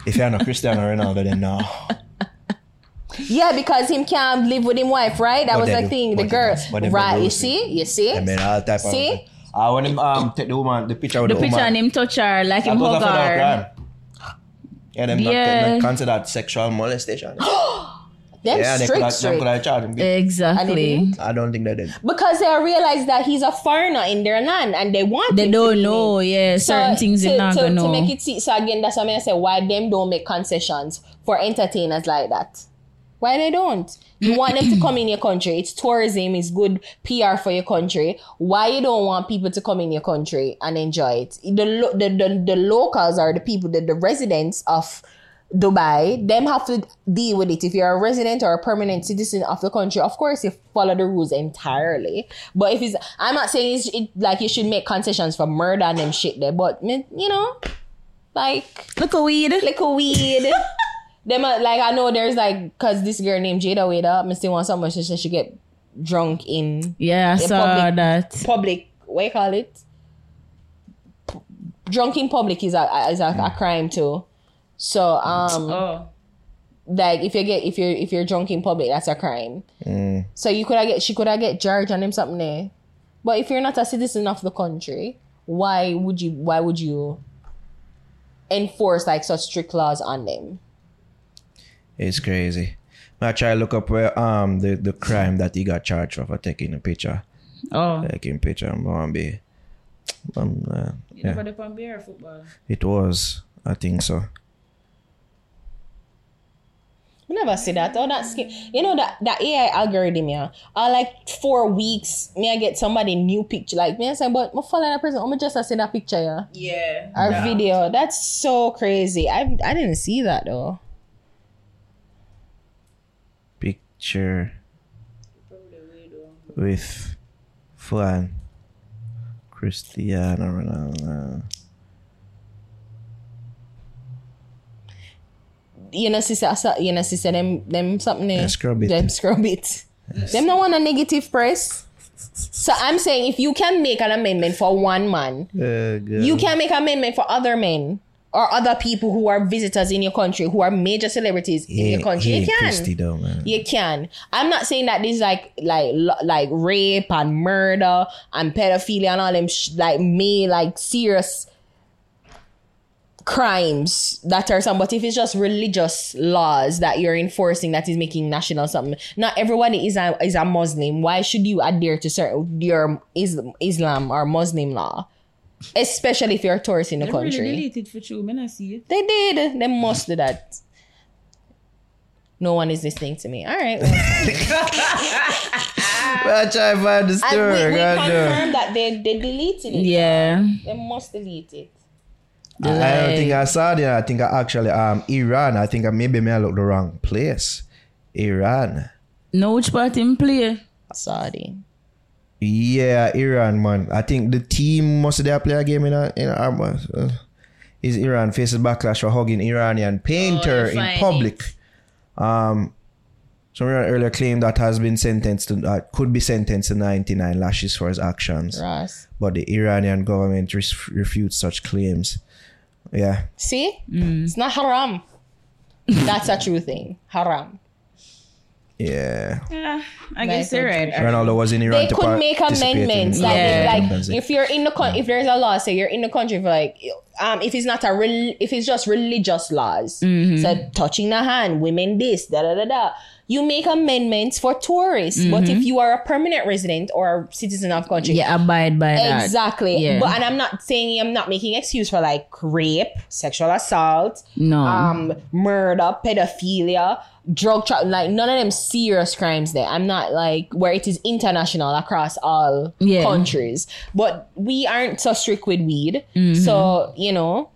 Speaker 2: if you're not Cristiano Ronaldo, then no.
Speaker 3: Yeah, because him can't live with him wife, right? That
Speaker 2: But
Speaker 3: was
Speaker 2: they
Speaker 3: the
Speaker 2: do.
Speaker 3: thing. The
Speaker 2: But they
Speaker 3: girl,
Speaker 2: do. But they
Speaker 3: right?
Speaker 2: do
Speaker 3: You
Speaker 2: see.
Speaker 3: see, you see.
Speaker 2: I mean, all type of.
Speaker 3: See?
Speaker 2: I want him um, take the woman, the picture with
Speaker 4: The
Speaker 2: the,
Speaker 4: picture
Speaker 2: woman.
Speaker 4: and him touch her, like
Speaker 2: That
Speaker 4: him
Speaker 2: goes
Speaker 4: hug
Speaker 2: after that
Speaker 4: her.
Speaker 2: crime. Yeah, them
Speaker 4: Yeah.
Speaker 2: not, consider that sexual molestation.
Speaker 3: Them
Speaker 2: yeah, they could,
Speaker 3: strict,
Speaker 2: have, they
Speaker 3: strict.
Speaker 2: could have charged
Speaker 4: E-
Speaker 2: him.
Speaker 4: Exactly.
Speaker 2: I don't think they did.
Speaker 3: Because they realize that he's a foreigner in their land and they want
Speaker 4: They
Speaker 3: him to
Speaker 4: don't
Speaker 3: be.
Speaker 4: know, yeah.
Speaker 3: So,
Speaker 4: Certain things
Speaker 3: to,
Speaker 4: they're not
Speaker 3: to,
Speaker 4: gonna
Speaker 3: to make
Speaker 4: know.
Speaker 3: it see, so again, that's what I say. Why them don't make concessions for entertainers like that? Why they don't? You want them to come in your country. It's tourism. It's good PR for your country. Why you don't want people to come in your country and enjoy it? The lo- the, the, the locals are the people, the, the residents of Dubai. Them have to deal with it. If you're a resident or a permanent citizen of the country, of course you follow the rules entirely. But if it's, I'm not saying it's it, like you should make concessions for murder and them shit there. But me- you know, like
Speaker 4: Look a weed.
Speaker 3: little weed. Them uh, like I know there's like cause this girl named Jada Wada, me still want someone she said she get drunk in
Speaker 4: Yeah, I
Speaker 3: Yeah,
Speaker 4: saw
Speaker 3: public.
Speaker 4: that.
Speaker 3: public. What you call it? P- drunk in public is a is a, a crime too. So um
Speaker 4: Oh.
Speaker 3: like if you get if you're if you're drunk in public, that's a crime. So you could have get she could have get charged on him something there. But if you're not a citizen of the country, why would you why would you enforce like such strict laws on them?
Speaker 2: It's crazy. I try to look up where um the, the crime that he got charged for for taking a picture,
Speaker 4: Oh.
Speaker 2: taking picture. I'm gonna be, um, uh, yeah, it was. I think so.
Speaker 3: You never see that. Oh, that's sca- you know that that AI algorithm, yeah. Uh, like four weeks, me I get somebody new picture. Like me I say, but my follow that person. I'm just a see that picture, yeah.
Speaker 4: Yeah.
Speaker 3: Our video. That's so crazy. I I didn't see that though.
Speaker 2: Picture with Flan Cristiano Ronaldo.
Speaker 3: You know, sister, so- you know, sister, them them something. eh,
Speaker 2: Yeah, scrub it.
Speaker 3: Them scrub it. Them no want a negative press. So I'm saying, if you can make an amendment for one man,
Speaker 2: Uh, God.
Speaker 3: You can make amendment for other men or other people who are visitors in your country, who are major celebrities in your country.
Speaker 2: He
Speaker 3: You
Speaker 2: ain't
Speaker 3: can.
Speaker 2: Christy though, man.
Speaker 3: You can. I'm not saying that this is like like lo- like rape and murder and pedophilia and all them sh- like me like serious crimes that are some but if it's just religious laws that you're enforcing that is making national something not everybody is a is a muslim why should you adhere to certain your is, islam or muslim law especially if you're a tourist in the country
Speaker 4: for true. Man, I see it.
Speaker 3: they did. They must do that. No one is listening to me. All right. Well,
Speaker 2: I try to find the
Speaker 3: and
Speaker 2: story.
Speaker 3: we, we
Speaker 2: God damn.
Speaker 3: confirmed that they, they deleted it.
Speaker 4: Yeah.
Speaker 3: They must delete it.
Speaker 2: I don't think I saw that. I think I actually um Iran. I think I maybe may I look the wrong place. Iran.
Speaker 4: Know which part him play?
Speaker 3: Saudi.
Speaker 2: Yeah, Iran, man. I think the team must they play a game in a, in a, uh, is Iran faces backlash for hugging Iranian
Speaker 3: Oh,
Speaker 2: painter
Speaker 4: the
Speaker 2: in public. Um, some Iran earlier claimed that has been sentenced to uh, could be sentenced to 99 lashes for his actions,
Speaker 3: Ross.
Speaker 2: but the Iranian government res- refutes such claims. Yeah,
Speaker 3: See?
Speaker 4: Mm.
Speaker 3: It's not haram. That's a true thing. Haram.
Speaker 2: yeah.
Speaker 4: I
Speaker 3: guess you're right.
Speaker 2: Ronaldo was in Iran.
Speaker 3: they
Speaker 2: to
Speaker 3: could make
Speaker 2: participate in
Speaker 3: amendments. Like,
Speaker 4: Yeah.
Speaker 3: if,
Speaker 2: Conference.
Speaker 3: like if you're in the con- if there's a law, say you're in the country for like um if it's not a rel- if it's just religious laws,
Speaker 4: Mm-hmm.
Speaker 3: so touching the hand, women this, da da da da. You make amendments for tourists, but
Speaker 4: Mm-hmm.
Speaker 3: if you are a permanent resident or a citizen of country,
Speaker 4: Yeah, abide by that.
Speaker 3: exactly.
Speaker 4: Yeah.
Speaker 3: But and I'm not saying I'm not making excuse for like rape, sexual assault,
Speaker 4: No.
Speaker 3: um, murder, pedophilia, drug trafficking, like none of them serious crimes there. I'm not like where it is international across all
Speaker 4: Yeah.
Speaker 3: countries. But we aren't so strict with weed.
Speaker 4: Mm-hmm.
Speaker 3: So, you know,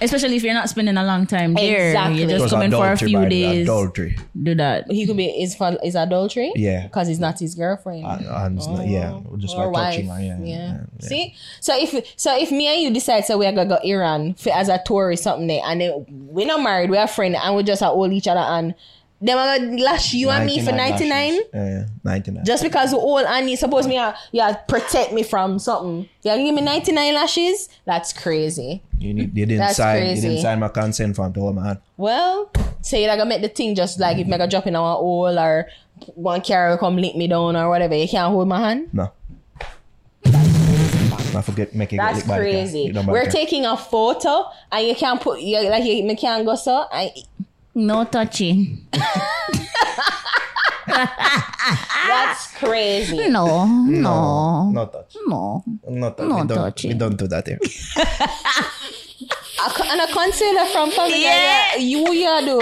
Speaker 4: Especially if you're not spending a long time there.
Speaker 3: Exactly.
Speaker 4: You're
Speaker 3: It
Speaker 2: It
Speaker 4: just
Speaker 2: was
Speaker 4: coming for a
Speaker 2: adultery,
Speaker 4: few
Speaker 2: by the way,
Speaker 4: days.
Speaker 2: Adultery.
Speaker 4: Do that.
Speaker 3: he could be is for is adultery.
Speaker 2: Yeah.
Speaker 3: Because he's not his girlfriend.
Speaker 2: And, and it's not- yeah, just
Speaker 3: Oh. or
Speaker 2: by touching
Speaker 3: wife.
Speaker 2: her, yeah, yeah, yeah.
Speaker 3: See, so if so, if me and you decide so we are gonna go Iran for, as a tourist something there, and then we're not married, we're friend, and we just are all each other, and then we're gonna lash you and me for
Speaker 2: 99
Speaker 3: ninety nine.
Speaker 2: lashes. Yeah, yeah, 99.
Speaker 3: Just because we all and you suppose me, yeah, yeah, protect me from something. Yeah, give me ninety nine lashes. That's crazy.
Speaker 2: you, need, you didn't
Speaker 3: That's
Speaker 2: sign. You
Speaker 3: crazy.
Speaker 2: didn't sign my consent form. Oh man,
Speaker 3: Well, say you're gonna make the thing just like if I go drop in our hole or one carrier come lick me down or whatever. You can't hold my hand.
Speaker 2: no. I forget. Make it
Speaker 3: That's
Speaker 2: lick by the car.
Speaker 3: crazy.
Speaker 2: You don't
Speaker 3: We're
Speaker 2: matter.
Speaker 3: taking a photo and you can't put you like you, you can't go so and
Speaker 4: No touching.
Speaker 3: that's
Speaker 2: Ah!
Speaker 3: crazy.
Speaker 8: No, no,
Speaker 2: No, no touch.
Speaker 8: no.
Speaker 2: No touch.
Speaker 8: No
Speaker 2: we, don't,
Speaker 8: touching.
Speaker 2: we don't do that here.
Speaker 3: I co- and I consider from family yeah. you you do.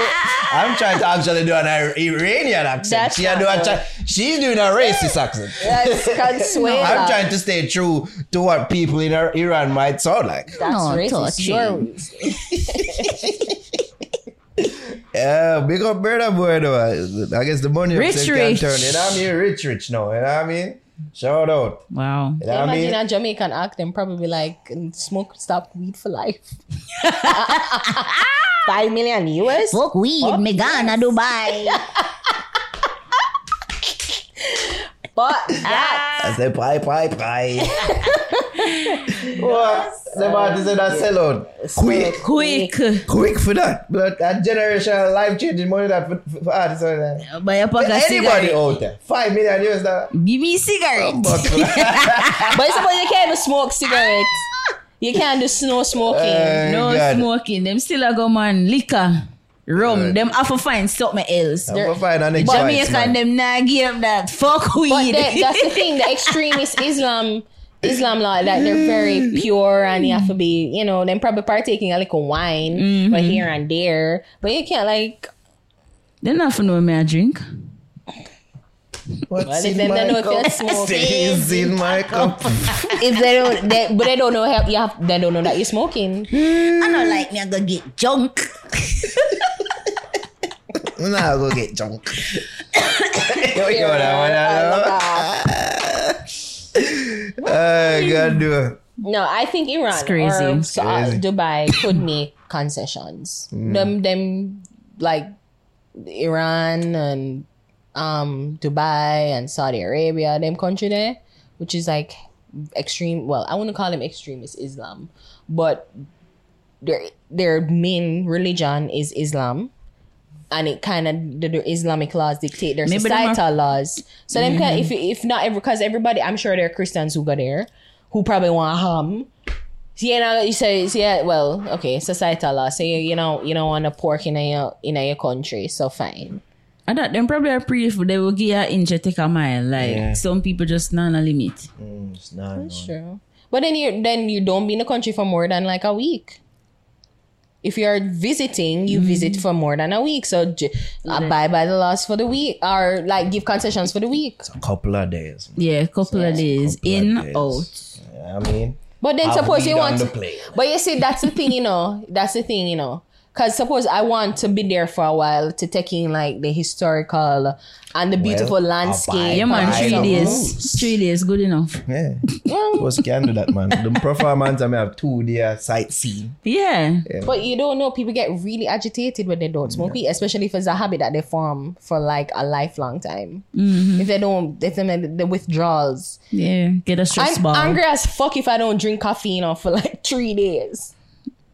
Speaker 2: I'm trying to actually do an Ir- Iranian accent.
Speaker 3: That's
Speaker 2: She, do
Speaker 3: not
Speaker 2: a,
Speaker 3: good.
Speaker 2: chi- she's doing a racist accent.
Speaker 3: That's consuela.
Speaker 2: I'm trying to stay true to what people in Ir- Iran might sound like.
Speaker 3: that's
Speaker 8: No
Speaker 3: racist.
Speaker 8: touching.
Speaker 3: You're racist.
Speaker 2: Yeah, big up brother boy though. I- I guess the money
Speaker 4: Rich
Speaker 2: upset
Speaker 4: rich.
Speaker 2: Turn, you know what I mean? Rich rich now, you know what I mean? Shout out.
Speaker 4: Wow.
Speaker 2: You know what I
Speaker 3: Imagine
Speaker 2: mean?
Speaker 3: a Jamaican act and probably like smoke stop weed for life. Five million US.
Speaker 8: Fuck weed, me gonna Dubai.
Speaker 3: But that
Speaker 2: I say bye bye bye. what? Somebody said I sell out. Quick,
Speaker 4: Quick.
Speaker 2: quick for that. But that generational life changing money that for, for, for artists. all that.
Speaker 4: Buy a pack of
Speaker 2: Anybody
Speaker 4: cigarette.
Speaker 2: out there? Five million US dollars.
Speaker 4: Give me a cigarette.
Speaker 2: But for that,
Speaker 3: but it's about you can't even smoke cigarettes.
Speaker 2: Ah!
Speaker 3: You can't do snow smoking.
Speaker 2: eh,
Speaker 4: No
Speaker 2: God.
Speaker 4: smoking. Them still a go man liquor, rum. Them have to find something else.
Speaker 2: I'm gonna find an next
Speaker 4: Jamaica and them nah give that fuck weed.
Speaker 3: But that, that's the thing, the extremist Islam Islam law, like they're very pure and you have to be, you know, them probably partaking a little wine but here and there. But you can't like
Speaker 4: they not for know me a drink.
Speaker 2: What's
Speaker 3: well, if
Speaker 2: in
Speaker 3: them
Speaker 2: my
Speaker 3: don't know if
Speaker 2: cup?
Speaker 3: you're smoking.
Speaker 2: Stays in my cup.
Speaker 3: if they don't they, but they don't know how you have they don't know that you're smoking.
Speaker 8: I don't like me, I gonna get junk.
Speaker 2: Nah, go get drunk. Yo, yo, that one, that one. Oh, God, Ah, do
Speaker 3: No, I think Iran
Speaker 4: crazy.
Speaker 3: or
Speaker 4: It's
Speaker 3: so- uh,
Speaker 2: crazy.
Speaker 3: Dubai could make concessions. Them them like Iran and um Dubai and Saudi Arabia, them country there, which is like extreme well, I wouldn't call them extremist Islam, but their their main religion is Islam. And it kind of the, the Islamic laws dictate their
Speaker 4: Maybe them are-
Speaker 3: societal laws. So them kind if if not every because everybody I'm sure there are Christians who go there who probably want ham. So, you know, you say, so, yeah, well, okay, societal law. So you, you know, you don't want a pork in a, your in a your country, so fine.
Speaker 4: I thought them probably are pretty if they will give an inch and take a mile. Like some people just not a limit.
Speaker 2: It's not.
Speaker 3: That's true. But then you then you don't be in the country for more than like a week. If you're visiting, you visit for more than a week. So j- abide by the laws for the week, or like give concessions for the week.
Speaker 2: A couple of days.
Speaker 4: Yeah, a couple of days
Speaker 2: couple of
Speaker 4: in
Speaker 2: days.
Speaker 4: out.
Speaker 2: Yeah, I mean,
Speaker 3: But then
Speaker 2: I'll
Speaker 3: suppose
Speaker 2: be
Speaker 3: you
Speaker 2: down
Speaker 3: want,
Speaker 2: the plane.
Speaker 3: but you see that's the thing, you know. That's the thing, you know. Cause suppose I want to be there for a while to take in like the historical and the beautiful
Speaker 2: I'll buy
Speaker 3: landscape.
Speaker 4: Yeah, man,
Speaker 2: I
Speaker 4: three
Speaker 2: don't
Speaker 4: days. Three days, good enough.
Speaker 2: Yeah. What's can do that, man? The performance, I may have two day sightseeing.
Speaker 4: Yeah.
Speaker 3: But you don't know, people get really agitated when they don't smoke weed, especially if it's a habit that they form for like a lifelong time.
Speaker 2: Mm-hmm.
Speaker 3: If they don't, if they the withdrawals.
Speaker 4: Yeah. Get a stress
Speaker 3: I'm
Speaker 4: ball.
Speaker 3: angry as fuck if I don't drink caffeine or for like three days.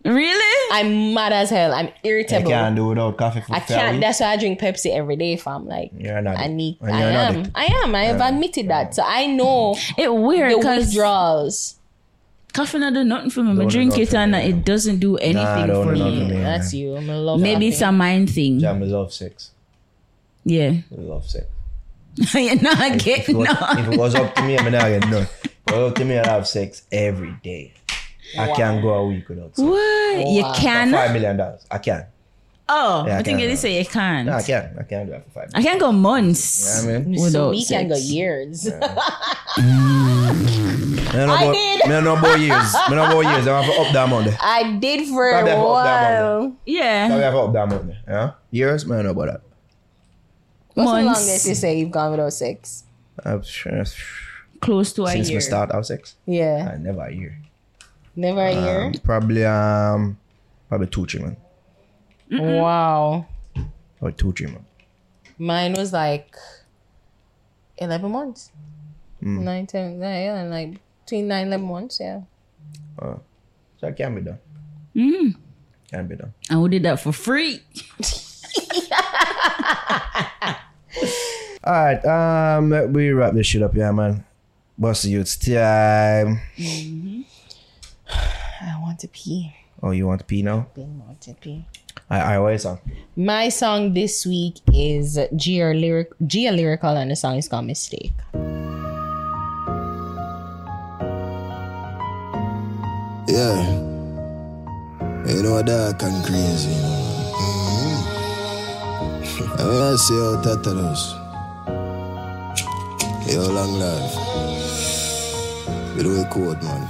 Speaker 4: Really?
Speaker 3: I'm mad as hell. I'm
Speaker 2: I
Speaker 3: irritable.
Speaker 2: can't do without coffee for
Speaker 3: I can't. That's why I drink Pepsi every day, fam. Like
Speaker 2: You're an addict.
Speaker 3: I need.
Speaker 2: And
Speaker 3: I
Speaker 2: you're an
Speaker 3: am.
Speaker 2: addict.
Speaker 3: I am. I have admitted that. So I know
Speaker 4: It
Speaker 3: the
Speaker 4: weird because
Speaker 3: withdrawals.
Speaker 4: coffee not do nothing for me. I
Speaker 2: do
Speaker 4: drink
Speaker 2: nothing
Speaker 4: it
Speaker 2: for
Speaker 4: and
Speaker 2: me.
Speaker 4: it doesn't do anything
Speaker 2: don't
Speaker 4: for
Speaker 2: do
Speaker 4: me.
Speaker 2: nothing. Yeah.
Speaker 3: That's you. I'm a love.
Speaker 4: Maybe it's a mind thing.
Speaker 2: Jam is off six.
Speaker 4: Yeah.
Speaker 2: It was off six.
Speaker 4: You're not
Speaker 2: If it,
Speaker 4: getting
Speaker 2: was,
Speaker 4: on.
Speaker 2: if it was up to me, I mean, I get none. If it was up to me, I'd have sex every day. I can't go a week without sex.
Speaker 4: What? You
Speaker 3: Wow.
Speaker 4: can?
Speaker 2: Five million dollars. I can.
Speaker 4: Oh,
Speaker 2: Yeah, I
Speaker 4: I think
Speaker 2: can.
Speaker 4: you did say you can't.
Speaker 2: No, I can. I can do that for five.
Speaker 4: I can go months.
Speaker 2: million. I mean,
Speaker 3: So
Speaker 4: without
Speaker 3: we can go
Speaker 4: sex.
Speaker 3: years.
Speaker 2: I don't know about,
Speaker 3: did.
Speaker 2: I don't know about years. I don't know about years. I have to up that amount there.
Speaker 3: I did for
Speaker 2: Probably
Speaker 3: a
Speaker 2: have up that amount
Speaker 3: while.
Speaker 2: I
Speaker 4: Yeah.
Speaker 2: have to up that amount there. Yeah? Years? I don't know about that.
Speaker 3: What's the
Speaker 4: Months.
Speaker 3: longest you say you've gone without sex?
Speaker 2: I've, uh, since
Speaker 4: Close to a
Speaker 2: we
Speaker 4: year.
Speaker 2: start out sex,
Speaker 3: Yeah,
Speaker 2: I never a year.
Speaker 3: never a year.
Speaker 2: Um, probably um, probably two three man
Speaker 3: Wow,
Speaker 2: or two three man.
Speaker 3: mine was like eleven months, nine, ten, yeah, yeah, like between nine, eleven months. Yeah,
Speaker 2: So it can be done. Mm. Can be done.
Speaker 4: And we did that for free.
Speaker 2: All right, um, let me wrap this shit up, yeah, man. What's the youth's time?
Speaker 3: I want to pee.
Speaker 2: Oh, you want to pee now?
Speaker 3: I want to pee.
Speaker 2: I, I wait on.
Speaker 3: My song this week is Gia, Lyric- Gia Lyrical, and the song is called Mistake.
Speaker 9: Yeah. You know dark and crazy. You know. Mm-hmm. I mean, I see how Tatanus. Yo, long life. You do a code, man.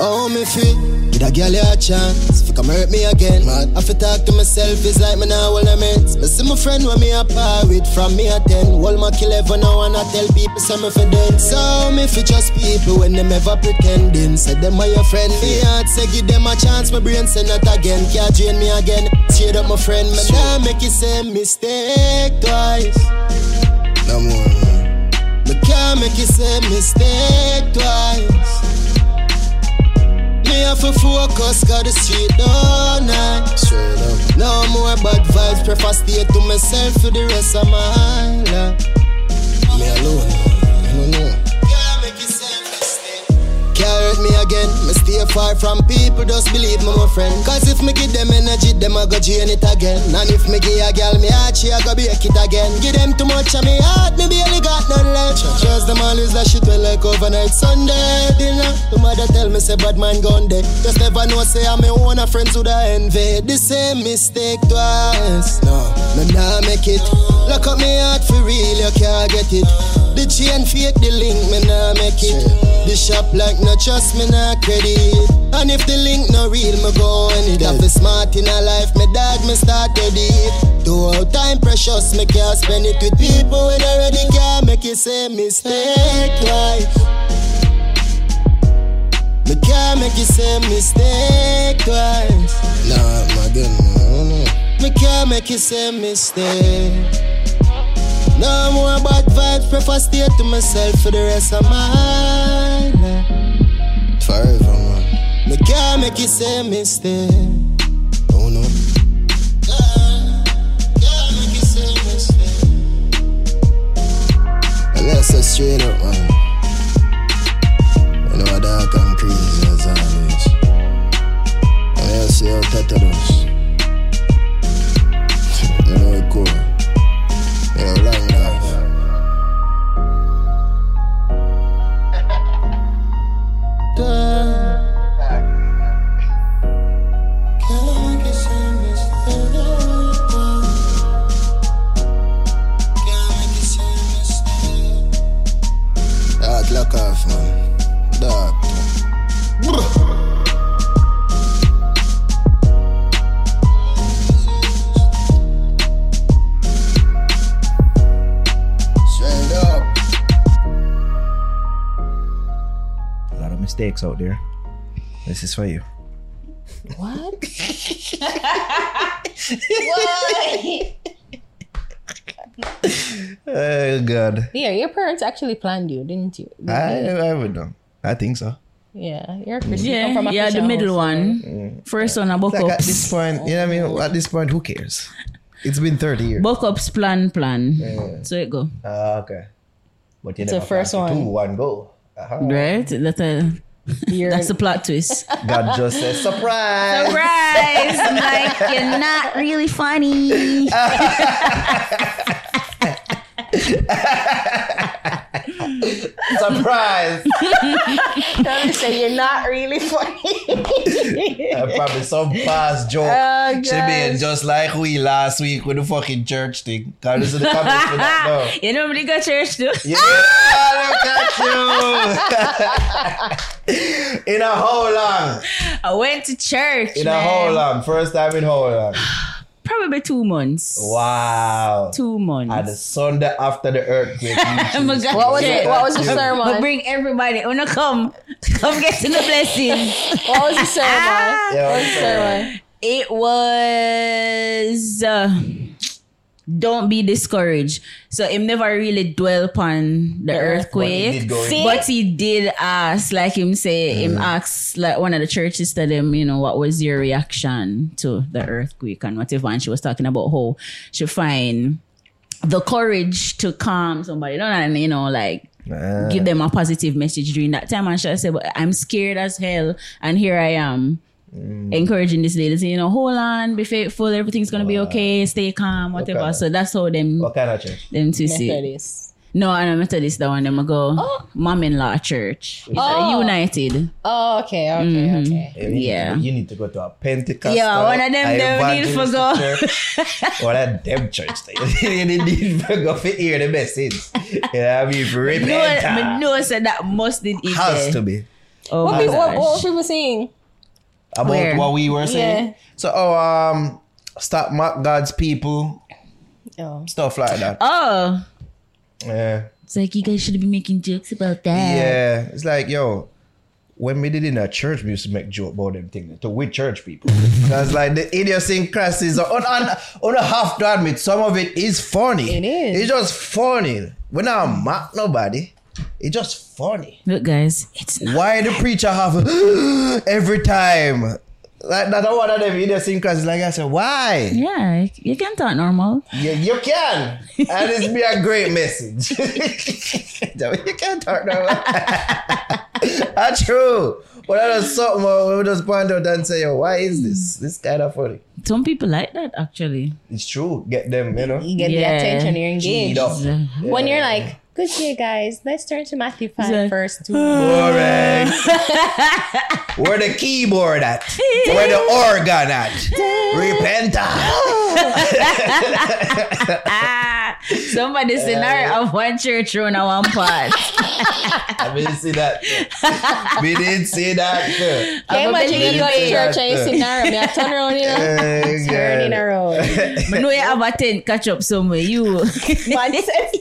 Speaker 9: Oh, me feel. Give a girl a chance. If you come hurt me again, man. I fi talk to myself, it's like me now all I meant. Me see my friend when me a par with from me a ten. All my kill ever now and I tell people some of them. So me fi just people when them ever pretending. Say them are your friend. Me heart say give them a chance, my brain say not again. Can't drain me again. Straight up my friend, me nah make you same mistake twice. No more. man. Me can't make you same mistake twice. Me have to focus, got the street all night. Straight up. No more bad vibes, prefer stay to myself for the rest of my life. Me alone, I don't know. Can't make it same mistake. Can't hurt me again, me stay far from people, just believe me, my friend. Cause if me give them energy, them I go drain it again. And if me give a girl me heart, she a go break it again. Give them too much of me heart, me barely got none left. Trust them always that shit well like overnight Sunday dinner. The mother tell me say bad man gone there. Just never know say I'm my own a friends who da envy. The same mistake twice. No, me nah make it. Lock up me heart for real, you can't get it. The chain fake, the link me nah make it. The shop like no trust me nah credit. And if the link no real, me go on it. Have a smart in a life, me dad me started it. Though our time precious, me can't spend it with people when already can't make it same mistake twice. Me can't make you say mistake twice. Nah, my good no, no. Me can't make you say mistake. No more bad vibes, prefer stay to myself for the rest of my life. Forever, man. Me can't make you say mistake. Oh no. Can't make you say mistake. Unless I straight up, man. You know that I'm crazy as always. And I see how Tataros. You know it cool. Yeah, long life. Can't make you say mistake. Can't make you say mistake. Dog, lock off, man. Dog. Bruh.
Speaker 2: steaks out there. This is for you. What? oh God,
Speaker 3: Yeah, your parents actually planned you, didn't you?
Speaker 2: I I would know. I think so.
Speaker 3: Yeah, you're a Christian. You come from
Speaker 4: Yeah,
Speaker 3: a
Speaker 4: yeah, the
Speaker 3: Christian
Speaker 4: middle
Speaker 3: household.
Speaker 4: one. First one, I buck
Speaker 2: Mm. Like
Speaker 4: up.
Speaker 2: at this point, you know what I mean. At this point, who cares? It's been thirty years.
Speaker 4: Buck up's plan, plan. So it go.
Speaker 2: Ah, okay. But you
Speaker 3: the
Speaker 2: never
Speaker 3: first
Speaker 2: pass the
Speaker 3: one.
Speaker 2: Two one go. Uh-huh.
Speaker 4: Right? That, uh,
Speaker 3: You're-
Speaker 4: that's the plot twist.
Speaker 2: God just says surprise.
Speaker 8: Surprise! like you're not really funny.
Speaker 2: surprise.
Speaker 3: Tell me, say you're not really funny.
Speaker 2: And probably some past joke.
Speaker 3: Oh,
Speaker 2: she been
Speaker 3: gosh.
Speaker 2: just like we last week with the fucking church thing. Cause this is the comments for that now.
Speaker 4: you normally go church too.
Speaker 2: Yeah, look at you. in a whole long.
Speaker 4: I went to church.
Speaker 2: In a whole long. First time in whole long.
Speaker 4: Probably two months.
Speaker 2: Wow.
Speaker 4: Two
Speaker 2: And the
Speaker 4: months.
Speaker 2: Sunday after the earthquake.
Speaker 4: I'm a
Speaker 3: what was it? What was the
Speaker 2: Yeah.
Speaker 4: But
Speaker 3: sermon?
Speaker 4: bring everybody. Wanna come? Come get to the blessing.
Speaker 3: What was the sermon?
Speaker 2: Yeah,
Speaker 3: What was the sermon?
Speaker 4: It was uh, don't be discouraged. So him never really dwell upon
Speaker 2: But
Speaker 4: the,
Speaker 2: he
Speaker 4: earthquake.
Speaker 2: did go Mm. in. See?
Speaker 4: But he did ask, like him say, him asked like one of the churches to them, you know, what was your reaction to the earthquake and whatever. And she was talking about how she find the courage to calm somebody down and you know, like
Speaker 2: Ah.
Speaker 4: give them a positive message during that time. And she said, But I'm scared as hell. And here I am
Speaker 2: Mm.
Speaker 4: encouraging this lady, saying, You know, hold on, be faithful, everything's gonna be okay, stay calm, whatever.
Speaker 2: Okay. Oh.
Speaker 4: So that's how them
Speaker 2: What kind of church?
Speaker 4: them two see.
Speaker 3: Methodist.
Speaker 4: No, I'm a Methodist, that one, them a go
Speaker 3: Oh.
Speaker 4: mom in law church. It's a
Speaker 3: Oh.
Speaker 4: united.
Speaker 3: Oh, okay, okay,
Speaker 4: Mm-hmm.
Speaker 3: okay.
Speaker 2: You need to-
Speaker 4: Yeah.
Speaker 2: you need to go to a Pentecostal.
Speaker 4: Yeah, one of them they will need for go.
Speaker 2: Church. one of them church. They they need for go for hear the message. You know what I mean?
Speaker 4: No, but
Speaker 2: Repent.
Speaker 4: no, said that must did it.
Speaker 2: Has
Speaker 4: there.
Speaker 2: to be.
Speaker 4: Oh,
Speaker 3: What,
Speaker 4: my
Speaker 3: people, what,
Speaker 4: gosh.
Speaker 3: what were people saying?
Speaker 2: About
Speaker 4: Where?
Speaker 2: what we were saying.
Speaker 3: Yeah.
Speaker 2: So, oh, um, stop mock God's people,
Speaker 3: Oh.
Speaker 2: stuff like that.
Speaker 4: Oh.
Speaker 2: Yeah.
Speaker 4: It's like you guys should be making jokes about that.
Speaker 2: Yeah. It's like, yo, when we did in a church, we used to make joke about them things to with church people. That's like the idiosyncrasies. On, on, on have to admit, some of it is funny.
Speaker 3: It is.
Speaker 2: It's just funny. When I mock nobody, it's just funny.
Speaker 4: Look, guys, it's not.
Speaker 2: Why the preacher have a every time? Like that's one of them idiosyncrasies. Like I said, why?
Speaker 4: Yeah, you can talk normal.
Speaker 2: Yeah, you can. And it's be a great message. you can't talk no That's true. But that is something where we just point out and say, yo, why is this? This kind of funny.
Speaker 4: Some people like that actually.
Speaker 2: It's true. Get them, you know.
Speaker 3: You get
Speaker 4: Yeah.
Speaker 3: the attention, you're
Speaker 2: Eat
Speaker 3: engaged.
Speaker 2: up.
Speaker 3: When you're like, good day, guys, let's turn to Matthew 5
Speaker 4: Yeah.
Speaker 3: first. Two.
Speaker 2: Boring. Where the keyboard at? Where the organ at? Repenta.
Speaker 4: Ah, somebody said
Speaker 2: Eh.
Speaker 4: I of one church run a one part.
Speaker 2: I didn't see that. We didn't see that. too.
Speaker 3: Can you
Speaker 4: I'm a
Speaker 3: imagine you go to
Speaker 4: believer.
Speaker 3: church and you sit there and you turn around, you know?
Speaker 2: Eh,
Speaker 3: Turn in a
Speaker 2: girl.
Speaker 3: row.
Speaker 4: I know you have a tent catch up somewhere. You
Speaker 3: Man, this is-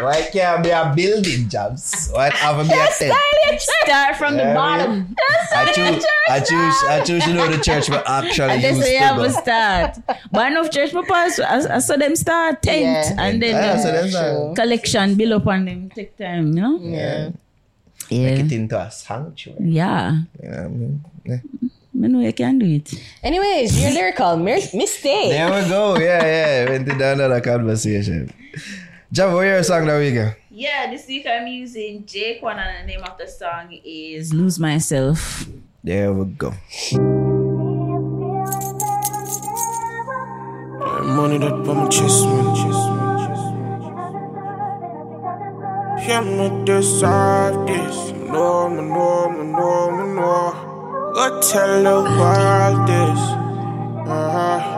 Speaker 2: Why can't be a building jobs? Why have to be a tent?
Speaker 4: start from the
Speaker 2: Yeah,
Speaker 4: bottom.
Speaker 2: I choose, I choose, I choose to know the church but
Speaker 4: And
Speaker 2: actually
Speaker 4: that's
Speaker 2: used
Speaker 4: where
Speaker 2: to
Speaker 4: you have
Speaker 2: go.
Speaker 4: to start. But enough church papas, I, I saw them start tent
Speaker 3: Yeah.
Speaker 4: and then
Speaker 2: Yeah,
Speaker 4: um,
Speaker 2: so that's a-
Speaker 4: collection build up on them take time, you know?
Speaker 3: Yeah.
Speaker 2: Make
Speaker 4: Yeah.
Speaker 2: it into a sanctuary.
Speaker 4: Yeah.
Speaker 2: You know what I mean? Yeah.
Speaker 4: I know you can do it.
Speaker 3: Anyways, your lyrical mir- mistake.
Speaker 2: There we go. Yeah, yeah. Went into another conversation. Jab, what your song that we go?
Speaker 4: Yeah, this week I'm using Jake one and the name of the song is Lose Myself.
Speaker 2: There we go.
Speaker 10: Money that by my chest, man. Yeah, me deserve this. No, me no, me no, me no. Go tell the world this. Uh-huh.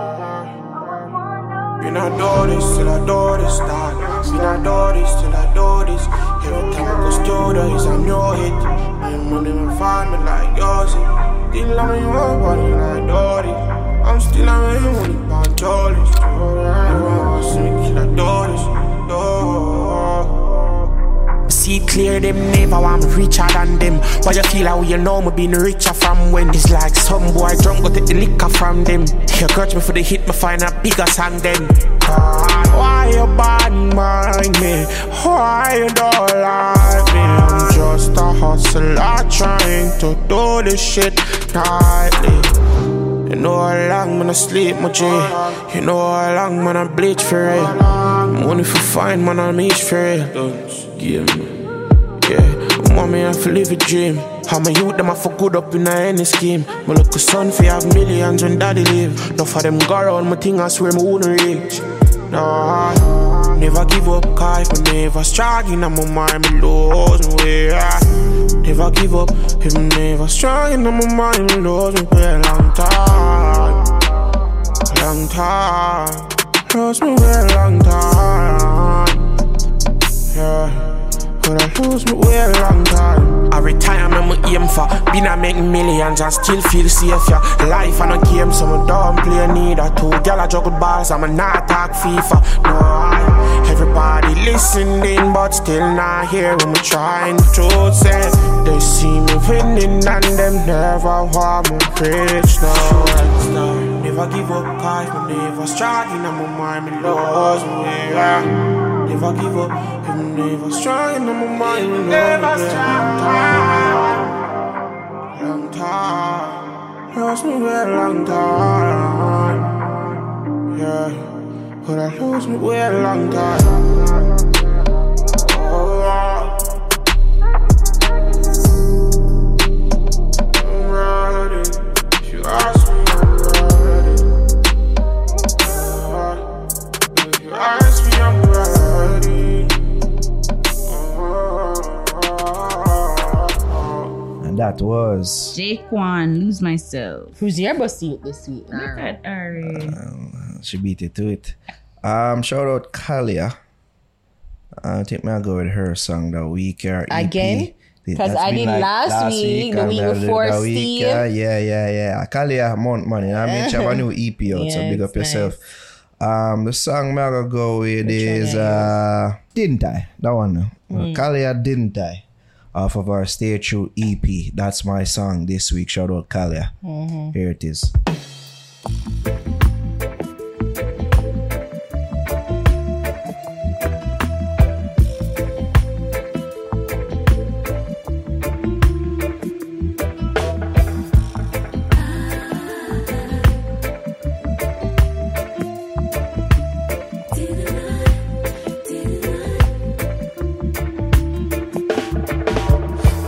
Speaker 10: Been a do this till I do this, dog. Been a do this till I do this. Every time I go studio, it's a new hit. And money me find me like yours. Still I'm in your body like Dory. I'm still I'm in money by Jollies. Everyone wants me kill a do this. Do. see it clear them never want me richer than them. Why you feel how you know me been richer from when? It's like some boy drunk go take the liquor from them. You grudge me for the hit, me find a bigger song then. God, why you bad mind me? Why you don't like me? I'm just a hustler trying to do this shit tightly. You know how long man I sleep, my G. You know how long man I bleach for real. Money for fine, man I'm each for real. Yeah, yeah. Mommy, I feel live a dream. How my youth them I for good up in a any scheme. My local son fi have millions when daddy live. No for them go around my thing, I swear my wouldn't reach. Nah, never give up, cause if I never strong in my mind, me lose my way. ah. Never give up, if I never strong in my mind, me lose my way. Long time, long time, lose my way. Long time, yeah. Could I lose me way a long time? I retire, me my aim for Been a make millions and still feel safe, yeah Life and a game, so me don't play neither Two gal a juggle balls, I'm a not talk FIFA No, I, everybody listening But still not here when me trying to say They see me winning and them never want me rich, no Never give up, cause me never struggling And my mind, me lose me, yeah Never give up, I'm never strong in my mind. I'm never strong. Long time, lost me way long time. Yeah, but I lose me way a long time. Oh, I'm ready. She asked me, I'm ready. If Uh, you ask me, I'm ready.
Speaker 2: And that was.
Speaker 4: Jaquan, lose myself.
Speaker 3: Who's your best seat this week?
Speaker 4: Look at Ari.
Speaker 2: She beat it to it. Um, shout out Kalia. I think I'll go with her song the week or EP.
Speaker 3: Again?
Speaker 2: Th-
Speaker 3: 'Cause
Speaker 2: that's
Speaker 3: I
Speaker 2: been
Speaker 3: did last week, the
Speaker 2: and
Speaker 3: week
Speaker 2: then
Speaker 3: before,
Speaker 2: the week,
Speaker 3: Steve.
Speaker 2: Yeah, yeah, yeah, yeah. Kalia Mount Money. I mean, she have a new EP out, so
Speaker 3: Yeah,
Speaker 2: big up
Speaker 3: it's nice.
Speaker 2: yourself. Um, the song I'm gonna go with is
Speaker 3: I
Speaker 2: uh, Didn't I? That one.
Speaker 3: Hmm.
Speaker 2: Mm. Kalia Didn't I? Off of our Stay True EP. That's my song this week. Shout out Kalia.
Speaker 3: Mm-hmm.
Speaker 2: Here it is.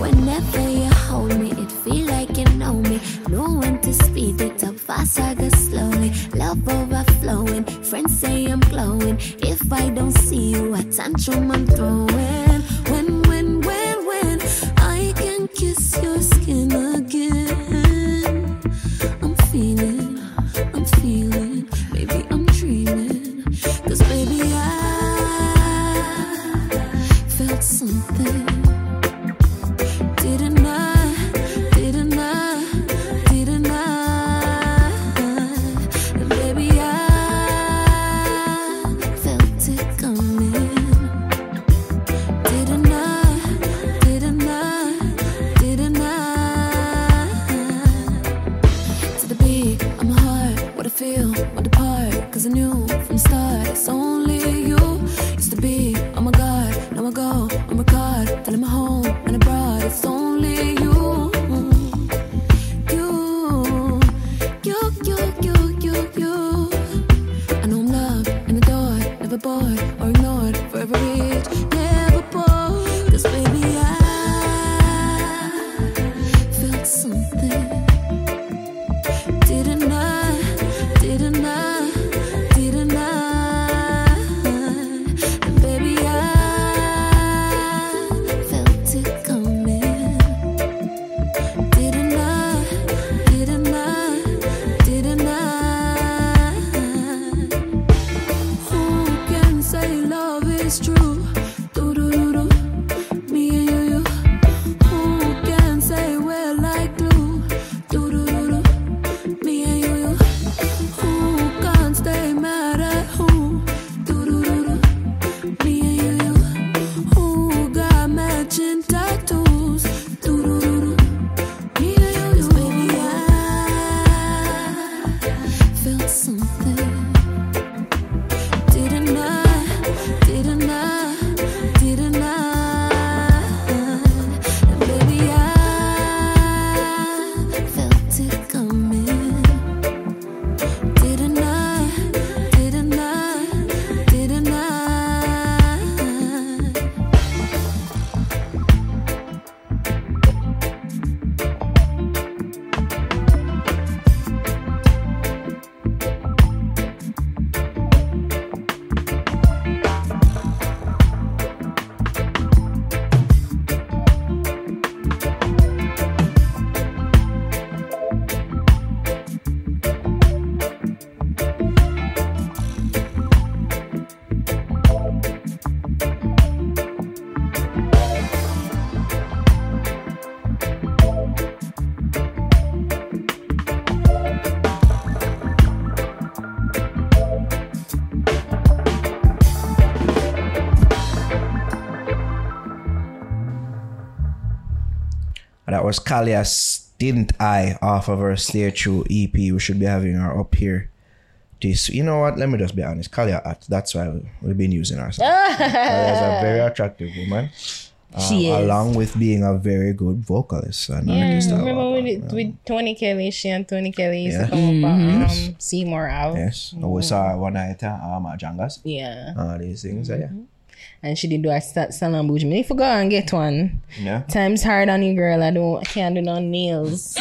Speaker 11: Whenever you hold me, it feel like you know me. No one to speed it up fast, I go slowly.
Speaker 2: was Kalia's Didn't I off of her Stay True EP. E We should be having her up here. This, you know what? Let me just be honest. Kalia, act. that's why we- we've been using her. So Kalia's a very attractive woman. um,
Speaker 3: She is.
Speaker 2: Along with being a very good vocalist and uh,
Speaker 3: Yeah,
Speaker 2: artist. as well.
Speaker 3: remember with, with Tony Kelly, she and Tony Kelly used
Speaker 2: Yeah.
Speaker 3: to come up
Speaker 4: Mm-hmm.
Speaker 2: Mhm.
Speaker 3: on
Speaker 2: Yes.
Speaker 3: um, Seymour Out.
Speaker 2: Yes. We saw her one night at um, at Jangas.
Speaker 3: Yeah.
Speaker 2: All these things. so Yeah.
Speaker 3: And she did do a sta- salon bougie. Me if you go and get one.
Speaker 2: Yeah.
Speaker 3: Time's hard on you, girl. I don't can't do no nails.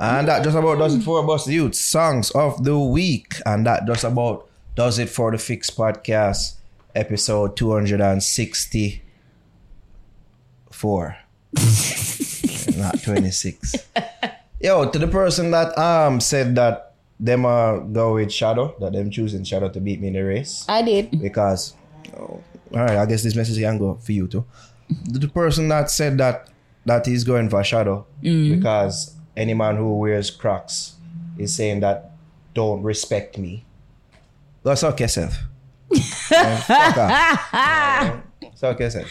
Speaker 2: And that just about does it for us youth songs of the week. And that just about does it for the Fix Podcast episode 264. Not 26. Yo, to the person that um said that them uh go with Shadow, that them choosing Shadow to beat me in the race.
Speaker 3: I did.
Speaker 2: Because all right, I guess this message can go for you too. The the person that said that that he's going for shadow
Speaker 12: Mm.
Speaker 2: because any man who wears Crocs is saying that don't respect me. Go suck yourself. Suck yourself.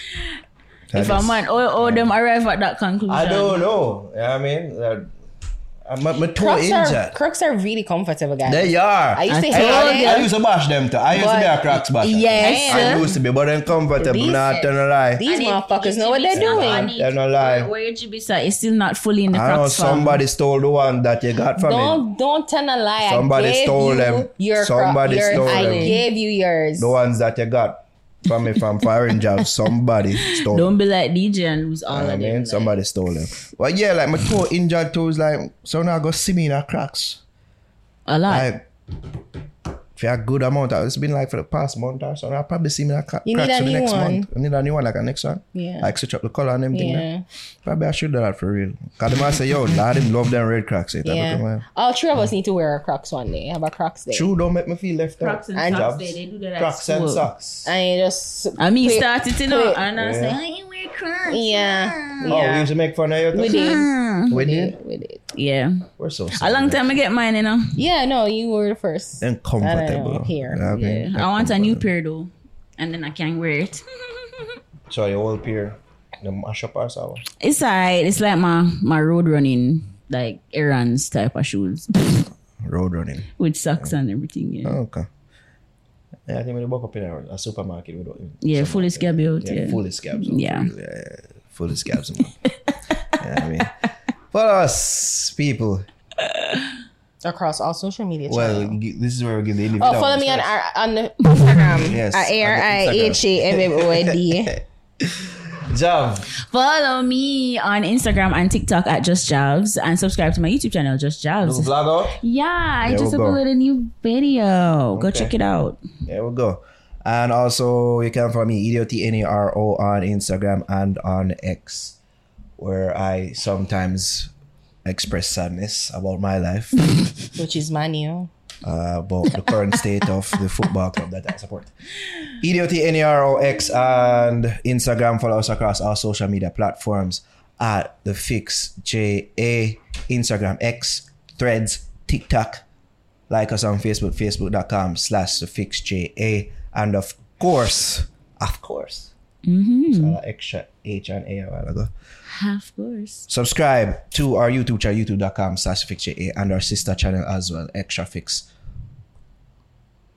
Speaker 4: If a man all, all them arrive at that conclusion.
Speaker 2: I don't know. You know what I mean, Uh, I'm, I'm too
Speaker 3: Crocs are,
Speaker 2: injured.
Speaker 3: Crocs are really comfortable, guys.
Speaker 2: They are.
Speaker 3: I used to
Speaker 2: I,
Speaker 3: hate
Speaker 2: told you. I
Speaker 3: them.
Speaker 2: used to bash them too. I used to be a
Speaker 3: But-
Speaker 2: Crocs basher.
Speaker 3: Yes.
Speaker 2: I used to be, but then comfortable.
Speaker 4: These-
Speaker 2: Not gonna lie.
Speaker 3: These motherfuckers know what they're doing.
Speaker 2: They're not lie.
Speaker 4: Where your Jibisa is still not fully in the
Speaker 2: I know
Speaker 4: Crocs fam.
Speaker 2: somebody stole the one that you got from me.
Speaker 3: Don't don't tell a lie.
Speaker 2: Somebody
Speaker 3: I gave
Speaker 2: stole
Speaker 3: you
Speaker 2: them.
Speaker 3: Your
Speaker 2: Somebody
Speaker 3: yours.
Speaker 2: stole
Speaker 3: I
Speaker 2: them.
Speaker 3: gave you yours.
Speaker 2: The ones that you got from me from foreign jobs. Somebody stole.
Speaker 4: Don't be like DJ and lose all
Speaker 2: You know what I
Speaker 4: of them.
Speaker 2: mean, somebody stole them. But yeah, like my toe injured toes. Like so now I go see me in a cracks.
Speaker 4: A lot.
Speaker 2: Like, for a good amount, it's been like for the past month or so. I probably see me in a cra-
Speaker 3: You need
Speaker 2: cracks
Speaker 3: a
Speaker 2: for the
Speaker 3: new
Speaker 2: next
Speaker 3: one.
Speaker 2: month. I need a new one, like a next one.
Speaker 3: Yeah.
Speaker 2: Like switch up the color and everything.
Speaker 3: Yeah.
Speaker 2: like. Probably I should do that for real. Cause the man say, yo, lad, him love them red cracks. eh, that look at
Speaker 3: Yeah.
Speaker 2: my-
Speaker 3: All three of us need to wear our Crocs one day. Have a Crocs day.
Speaker 2: True, don't make me feel left out.
Speaker 3: Crocs and And- socks
Speaker 4: day, they do that at
Speaker 2: Crocs and
Speaker 4: school.
Speaker 2: socks.
Speaker 3: I just.
Speaker 4: I mean, started to know,
Speaker 3: quit.
Speaker 4: and I was
Speaker 2: Yeah.
Speaker 4: like,
Speaker 8: I ain't wear Crocs.
Speaker 3: Yeah.
Speaker 2: Oh, we used to make fun of you.
Speaker 3: We did.
Speaker 2: We did.
Speaker 3: We did.
Speaker 4: Yeah.
Speaker 2: We're so
Speaker 4: A
Speaker 2: silly.
Speaker 4: long time I get mine, you know.
Speaker 3: Yeah, no, you were the first.
Speaker 2: And comfortable.
Speaker 3: know, here.
Speaker 2: You know what I mean?
Speaker 4: I want a new pair though, and then I can wear it.
Speaker 2: So your old peer, the mashup or sour.
Speaker 4: It's alright. It's like my my road running like errands type of shoes
Speaker 2: Road running.
Speaker 4: with socks and everything. Yeah.
Speaker 2: okay. Yeah, I think when you walk up in a, a supermarket, we don't.
Speaker 4: Yeah, fully scab out.
Speaker 2: Yeah,
Speaker 4: Yeah,
Speaker 2: fully scabs.
Speaker 4: Yeah.
Speaker 2: yeah fully scabs. you know what I mean? Follow us, people.
Speaker 3: Across all social media.
Speaker 2: Well,
Speaker 3: channels.
Speaker 2: gi- this is where we give the
Speaker 3: Oh, follow me on our, on the Instagram.
Speaker 2: Yes,
Speaker 3: At
Speaker 2: on the
Speaker 3: A-R-I-H-A-M-M-O-I-D.
Speaker 2: Job.
Speaker 4: Follow me on Instagram and TikTok at Just Javs and subscribe to my YouTube channel, Just Javs.
Speaker 2: Little vlog out.
Speaker 4: Yeah, I
Speaker 2: There
Speaker 4: just
Speaker 2: we go.
Speaker 4: uploaded a new video. Go
Speaker 2: Okay.
Speaker 4: check it out.
Speaker 2: There we go. And also, you can follow me, EDOTNARO, on Instagram and on X, where I sometimes express sadness about my life,
Speaker 3: Which is my new.
Speaker 2: uh, about the current state of the football club that I support. EDOTNARO, X, and Instagram. Follow us across all social media platforms at The Fix, J-A, Instagram, X, Threads, TikTok, like us on Facebook, facebook.com slash the fix JA. And of course, of course,
Speaker 4: Mm-hmm.
Speaker 2: uh, extra H and A a while ago.
Speaker 4: Of course.
Speaker 2: Subscribe to our YouTube channel, youtube.com slash fix JA, and our sister channel as well, extra fix.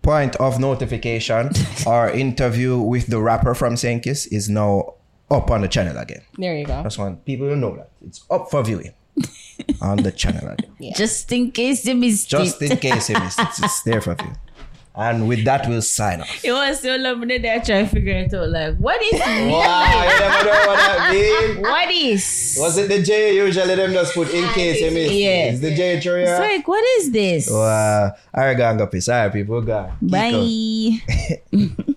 Speaker 2: Point of notification our interview with the rapper from Saint Kiss is now up on the channel again.
Speaker 3: There you go.
Speaker 2: That's one people don't know that it's up for viewing on the channel again.
Speaker 4: Just in case you missed
Speaker 2: Just
Speaker 4: it.
Speaker 2: in case you missed it, it's there for you. And with that, we'll sign off.
Speaker 4: It was so lovely that I try to figure it out. Like, what is
Speaker 2: Wow, you never know what that mean.
Speaker 4: What is?
Speaker 2: Was it the J usually them just put in case you miss?
Speaker 4: Yeah.
Speaker 2: It's the J
Speaker 4: It's
Speaker 2: Choria.
Speaker 4: like, what is this?
Speaker 2: uh, Wow. All right, gang up. It's all right, people. Go.
Speaker 4: Bye.